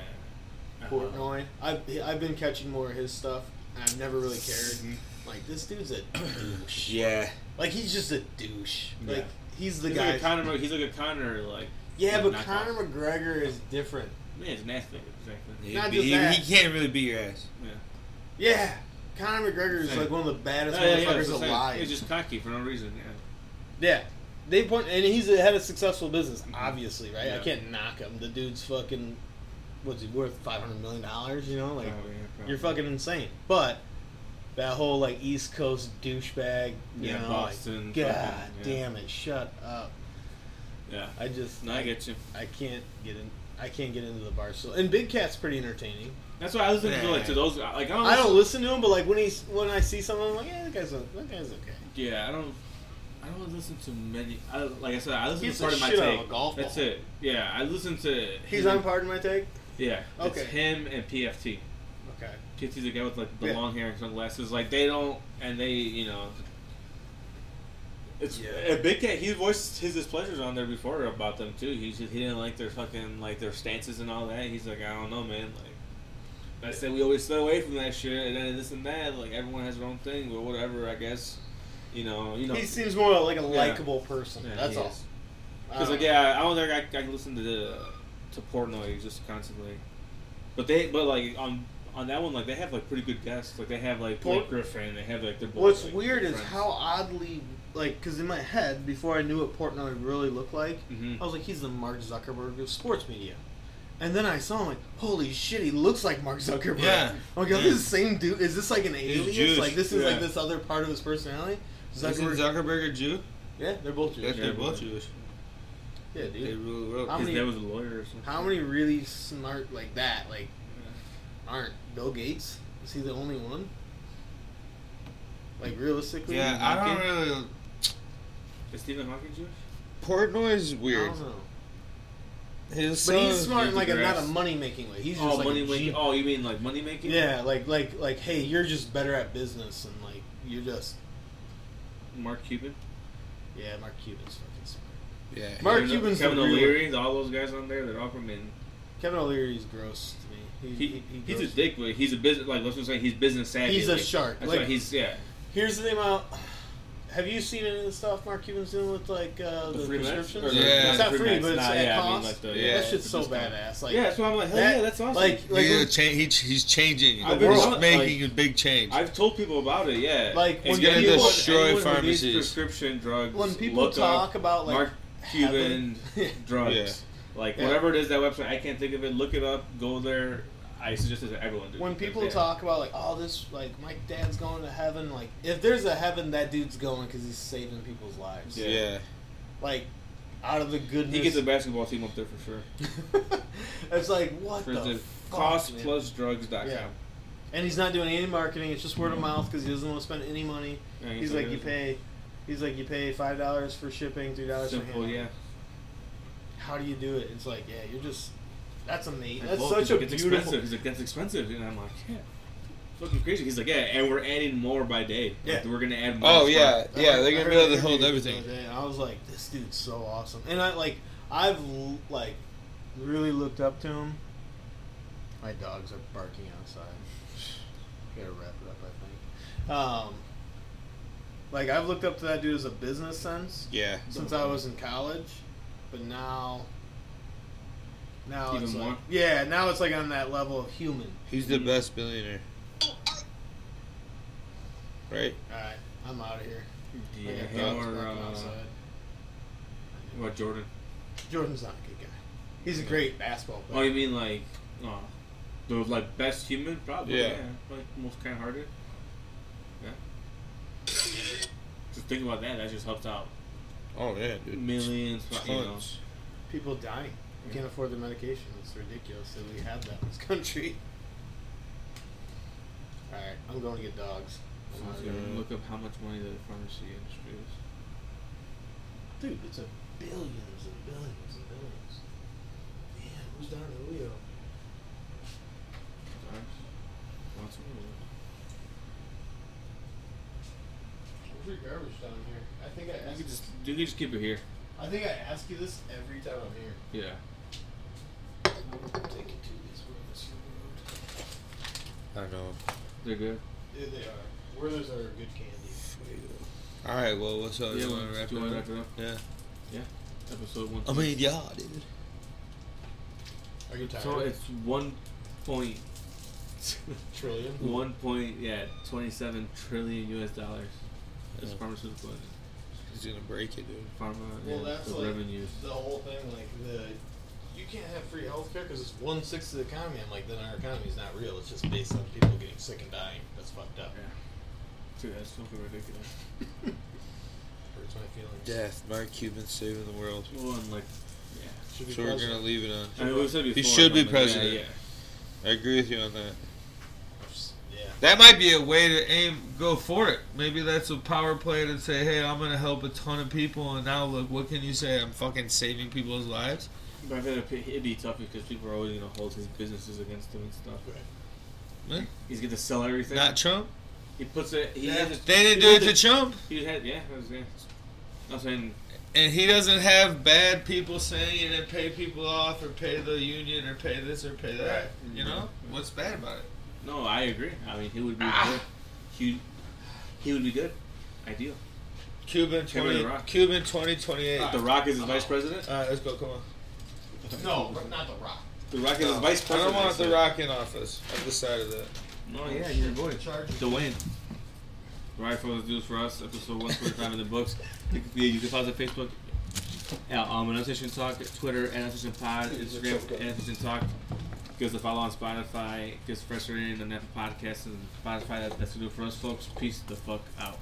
Speaker 4: I don't know.
Speaker 3: Portnoy. I've I've been catching more of his stuff, and I've never really cared.
Speaker 4: Mm-hmm.
Speaker 3: Like this dude's a douche.
Speaker 1: yeah.
Speaker 3: Like he's just a douche.
Speaker 4: Yeah.
Speaker 3: Like he's the
Speaker 4: He's
Speaker 3: guy.
Speaker 4: like a Connor. He's like a Connor. Like
Speaker 3: Yeah,
Speaker 4: Like,
Speaker 3: but
Speaker 4: knock
Speaker 3: Conor
Speaker 4: off.
Speaker 3: McGregor is different.
Speaker 4: Yeah, it's nasty. Exactly.
Speaker 3: Not
Speaker 2: He-
Speaker 3: just that.
Speaker 2: He can't really beat your ass.
Speaker 4: Yeah.
Speaker 3: Yeah, Conor McGregor is
Speaker 4: Same.
Speaker 3: like one of the baddest
Speaker 4: No, yeah, yeah,
Speaker 3: motherfuckers
Speaker 4: it's like-
Speaker 3: alive.
Speaker 4: It's just cocky for no reason. Yeah.
Speaker 3: Yeah. They point, and he's had a successful business, obviously, right? I
Speaker 4: Mm-hmm. Yeah.
Speaker 3: can't knock him. The dude's fucking, what's he worth? Five hundred million dollars, you know? Like,
Speaker 4: Probably, Oh, yeah, probably.
Speaker 3: you're fucking insane. But that whole like East Coast douchebag, you
Speaker 4: Yeah,
Speaker 3: know,
Speaker 4: Boston,
Speaker 3: like, God
Speaker 4: fucking, yeah.
Speaker 3: damn it, shut up.
Speaker 4: Yeah.
Speaker 3: I just,
Speaker 4: No, I get you.
Speaker 3: I can't get in. I can't get into the bar. So, and Big Cat's pretty entertaining.
Speaker 4: That's why I listen to
Speaker 2: Yeah.
Speaker 4: like to those. Like I don't.
Speaker 3: I don't listen to him, but like when he's when I see someone, I'm like, yeah, that guy's a, that guy's okay.
Speaker 4: Yeah, I don't. I don't listen to many. I, like I said, I listen
Speaker 3: Gets
Speaker 4: to part
Speaker 3: the
Speaker 4: of my
Speaker 3: shit out
Speaker 4: take.
Speaker 3: of a golf
Speaker 4: That's
Speaker 3: ball.
Speaker 4: it. Yeah, I listen to.
Speaker 3: He's
Speaker 4: him-
Speaker 3: on part of my take.
Speaker 4: Yeah.
Speaker 3: Okay.
Speaker 4: It's him and PFT.
Speaker 3: Okay.
Speaker 4: PFT's the guy with like the
Speaker 3: Yeah.
Speaker 4: long hair and sunglasses. Like they don't, and they, you know. It's
Speaker 3: Yeah.
Speaker 4: and Big Cat. He voiced his displeasures on there before about them too. He just, he didn't like their fucking like their stances and all that. He's like, I don't know, man. Like I said, we always stay away from that shit and then this and that. Like everyone has their own thing, but whatever. I guess, you know, you know.
Speaker 3: He seems more like a likable person.
Speaker 4: Yeah,
Speaker 3: That's
Speaker 4: he
Speaker 3: all.
Speaker 4: is. Because like yeah, I don't think I, I can listen to the, to Portnoy just constantly, but they but like on on that one like they have like pretty good guests like they have like Blake
Speaker 3: Port-
Speaker 4: Griffin they have like their both,
Speaker 3: What's
Speaker 4: like,
Speaker 3: weird is
Speaker 4: friends.
Speaker 3: how oddly, like, because in my head, before I knew what Portnoy really looked like,
Speaker 4: Mhm.
Speaker 2: Mm-hmm.
Speaker 3: I was like, he's the Mark Zuckerberg of sports media. And then I saw him, like, holy shit, he looks like Mark Zuckerberg.
Speaker 2: Yeah.
Speaker 3: I'm like, oh, this is the same dude. Is this like an alias?
Speaker 2: Jewish.
Speaker 3: Like, this is
Speaker 4: Yeah.
Speaker 3: like this other part of his personality?
Speaker 2: Isn't
Speaker 3: Zuckerberg.
Speaker 2: Zuckerberg a Jew?
Speaker 3: yeah, they're both
Speaker 2: Yeah,
Speaker 3: Jewish.
Speaker 2: they're
Speaker 4: Yeah,
Speaker 2: both
Speaker 4: but-
Speaker 2: Jewish.
Speaker 3: Yeah,
Speaker 2: They
Speaker 3: dude.
Speaker 2: rule the world.
Speaker 3: How
Speaker 4: his
Speaker 3: many-
Speaker 4: dad was a lawyer or something.
Speaker 3: How many really smart like that, like, aren't? Bill Gates? Is he the only one? Like, realistically?
Speaker 2: Yeah, I don't really.
Speaker 4: Is Stephen Hawking Jewish?
Speaker 2: Portnoy is
Speaker 3: I
Speaker 2: weird.
Speaker 3: don't know.
Speaker 2: His
Speaker 3: But
Speaker 2: son-
Speaker 3: he's smart in like a, not a
Speaker 2: Degrassi.
Speaker 3: money making way. He's just
Speaker 4: oh,
Speaker 3: like
Speaker 4: money
Speaker 3: a
Speaker 4: making.
Speaker 3: G-
Speaker 4: Oh, you mean like money making?
Speaker 3: Yeah, like like like hey, you're just better at business and like you're just
Speaker 4: Mark Cuban.
Speaker 3: yeah, Mark Cuban's fucking smart.
Speaker 2: Yeah.
Speaker 3: Mark
Speaker 4: Kevin-
Speaker 3: Cuban's
Speaker 4: Kevin
Speaker 3: the real-
Speaker 4: O'Leary. All those guys on there, they're all from in.
Speaker 3: Kevin O'Leary's gross to me. He,
Speaker 4: He,
Speaker 3: he- he
Speaker 4: he's a
Speaker 3: gross-
Speaker 4: dick, but he's a business. Like let's just say he's business savvy.
Speaker 3: He's a
Speaker 4: like,
Speaker 3: shark,
Speaker 4: That's
Speaker 3: like-
Speaker 4: why he's yeah.
Speaker 3: Here's the thing about. Have you seen any of the stuff Mark Cuban's doing with like uh, the,
Speaker 4: The free meds?
Speaker 3: prescriptions?
Speaker 4: Or
Speaker 2: the- Yeah.
Speaker 3: it's not
Speaker 4: the free
Speaker 3: free,
Speaker 4: meds.
Speaker 3: but it's
Speaker 4: Nah,
Speaker 3: at
Speaker 4: yeah, I mean,
Speaker 3: cost.
Speaker 4: like the-
Speaker 2: yeah,
Speaker 3: that shit's
Speaker 4: the
Speaker 3: so
Speaker 4: discount.
Speaker 3: badass. Like
Speaker 4: yeah, that's why I'm like, hell
Speaker 3: that-
Speaker 4: yeah, that's awesome.
Speaker 3: Like like
Speaker 2: He's,
Speaker 3: when-
Speaker 2: a cha- he ch- he's changing.
Speaker 4: I've
Speaker 2: We're
Speaker 4: been
Speaker 2: all
Speaker 4: telling-
Speaker 2: making
Speaker 4: like,
Speaker 2: a big change.
Speaker 4: I've told people about it, yeah.
Speaker 3: Like,
Speaker 4: it's
Speaker 3: when
Speaker 4: gonna
Speaker 3: people-
Speaker 2: destroy
Speaker 4: anyone who needs
Speaker 2: pharmacies.
Speaker 4: prescription drugs.
Speaker 3: when people
Speaker 4: look
Speaker 3: talk
Speaker 4: up
Speaker 3: about like
Speaker 4: Mark Cuban
Speaker 3: heaven-
Speaker 4: drugs, like
Speaker 3: Yeah.
Speaker 4: whatever it is that website, I can't think of it. Look it up. Go there. I suggest it to everyone. Dude,
Speaker 3: when
Speaker 4: because,
Speaker 3: people
Speaker 4: yeah.
Speaker 3: talk about like oh this like my dad's going to heaven like if there's a heaven that dude's going because he's saving people's lives
Speaker 4: Yeah.
Speaker 2: yeah.
Speaker 3: like out of the goodness
Speaker 4: he gets a basketball team up there for sure.
Speaker 3: it's like what
Speaker 4: For
Speaker 3: the
Speaker 4: the
Speaker 3: fuck, man?
Speaker 4: costplusdrugs.com.
Speaker 3: Yeah. and he's not doing any marketing it's just word
Speaker 4: Mm.
Speaker 3: of mouth because he doesn't want to spend any money
Speaker 4: Yeah,
Speaker 3: he's like you pay he's like you pay five dollars for shipping three dollars for
Speaker 4: Simple,
Speaker 3: handling
Speaker 4: yeah.
Speaker 3: how do you do it it's like yeah you're just that's amazing that's
Speaker 4: Well,
Speaker 3: such
Speaker 4: he's
Speaker 3: a
Speaker 4: like, it's
Speaker 3: beautiful
Speaker 4: expensive. He's like, that's expensive, and I'm like, yeah, fucking crazy. He's like, yeah, and we're adding more by day. Like,
Speaker 3: Yeah.
Speaker 4: we're gonna add. more
Speaker 2: Oh
Speaker 4: stuff.
Speaker 2: yeah,
Speaker 3: I
Speaker 2: yeah.
Speaker 3: heard-
Speaker 2: They're
Speaker 3: I
Speaker 2: gonna
Speaker 3: heard
Speaker 2: be able
Speaker 3: an
Speaker 2: to hold
Speaker 3: interview
Speaker 2: everything.
Speaker 3: the other day, and I was like, this dude's so awesome, and I like, I've l- like, really looked up to him. My dogs are barking outside. Gotta wrap it up, I think. Um, like I've looked up to that dude as a business sense
Speaker 2: Yeah.
Speaker 3: since I was in college, but now, now
Speaker 4: Even
Speaker 3: it's like,
Speaker 4: more?
Speaker 3: yeah, now it's like on that level of human.
Speaker 2: He's the best billionaire. Right?
Speaker 3: All right, I'm out of here.
Speaker 4: Yeah,
Speaker 3: I got
Speaker 4: him
Speaker 3: dogs
Speaker 4: or,
Speaker 3: barking
Speaker 4: uh,
Speaker 3: outside.
Speaker 4: what about Jordan?
Speaker 3: Jordan's not a good guy. He's a great basketball
Speaker 4: Oh,
Speaker 3: player.
Speaker 4: you mean like, uh, the like best human, probably. Yeah.
Speaker 2: Yeah.
Speaker 4: Like most kind-hearted. Yeah. Just think about that. That just helps out
Speaker 2: Oh yeah, dude.
Speaker 4: millions. You know.
Speaker 2: Tons.
Speaker 3: People dying. We can't afford their medication. It's ridiculous that we have that in this country. All right, I'm going to get dogs. I'm outta
Speaker 4: So
Speaker 3: here.
Speaker 2: Yeah.
Speaker 4: Look up how much money the pharmacy industry is.
Speaker 3: Dude, it's a billions and billions and billions. Man, who's down the wheel?
Speaker 4: Sorry. Lots of money.
Speaker 3: Where's your garbage down here? I think I
Speaker 4: You
Speaker 3: asked.
Speaker 4: can just, you can just keep it here.
Speaker 3: I think I ask you this every time I'm here.
Speaker 4: Yeah.
Speaker 3: Take it to this Werther's.
Speaker 2: I know.
Speaker 4: They're good.
Speaker 3: There they are. Werther's are good candy.
Speaker 2: All right. Well, what's up?
Speaker 4: Yeah,
Speaker 2: you
Speaker 4: well,
Speaker 2: wanna wrap
Speaker 4: do you
Speaker 2: it
Speaker 4: wanna
Speaker 2: up?
Speaker 4: wrap it up?
Speaker 2: Yeah.
Speaker 4: Yeah. Episode one.
Speaker 9: yeah, dude.
Speaker 3: Are you tired?
Speaker 4: So it's one point
Speaker 3: trillion.
Speaker 4: one point yeah twenty seven trillion U.S. dollars. It's pharmaceutical
Speaker 9: He's gonna break it, dude.
Speaker 4: pharma
Speaker 3: Well,
Speaker 4: yeah,
Speaker 3: that's
Speaker 4: the
Speaker 3: like
Speaker 4: revenues.
Speaker 3: the whole thing. Like the you can't have free healthcare because it's one sixth of the economy. I'm like, then our economy is not real. It's just based on people getting sick and dying. That's fucked up.
Speaker 4: Dude, that's fucking ridiculous.
Speaker 3: Hurts my feelings.
Speaker 9: Death. Mark Cuban saving the world.
Speaker 4: Well, and like
Speaker 3: Should be
Speaker 9: So we're gonna
Speaker 3: president.
Speaker 9: leave it on.
Speaker 4: I mean, we said before,
Speaker 9: should be
Speaker 4: I'm like,
Speaker 9: president.
Speaker 4: Yeah, yeah.
Speaker 9: I agree with you on that.
Speaker 3: Yeah.
Speaker 1: That might be a way to aim, go for it. Maybe that's a power play to say, hey, I'm going to help a ton of people, and now look, what can you say? I'm fucking saving people's lives?
Speaker 4: But I think it'd be- it'd be tough because people are always gonna hold his businesses against him and stuff.
Speaker 1: Right. Hmm?
Speaker 4: He's gonna sell everything.
Speaker 1: Not Trump?
Speaker 4: he puts it. He
Speaker 1: They
Speaker 4: had it-
Speaker 1: didn't
Speaker 4: he
Speaker 1: do it
Speaker 4: had
Speaker 1: to Trump.
Speaker 4: He had yeah. That was, yeah. I'm saying
Speaker 1: And he doesn't have bad people saying it and pay people off or pay the union or pay this or pay that. You know?
Speaker 4: Mm-hmm.
Speaker 1: What's bad about it?
Speaker 4: no. I agree. I mean, he would be
Speaker 1: Ah.
Speaker 4: good. He, he would be good. Ideal.
Speaker 1: Cuban
Speaker 4: Give me the
Speaker 1: 20,
Speaker 4: rock. Ah.
Speaker 1: Cuban 2028.
Speaker 4: The Rock is his vice president.
Speaker 1: All right, let's go. Come on.
Speaker 3: No, not the Rock.
Speaker 4: The Rock is his vice
Speaker 1: I don't
Speaker 4: president.
Speaker 1: want The
Speaker 4: so-
Speaker 1: Rock in office. I've decided that.
Speaker 4: No, Oh, yeah, you're boy.
Speaker 3: Charge.
Speaker 4: Dwayne. Right, for those dudes for us, episode 145 in the books. You can, you can follow us on Facebook, uh, um, Unofficial Talk, Twitter, at Unofficial Pod, Instagram, at Unofficial Talk. Give us a follow on Spotify, give us a fresh rating on Apple Podcasts and Spotify. That, that's going to do it for us, folks. Peace the fuck out.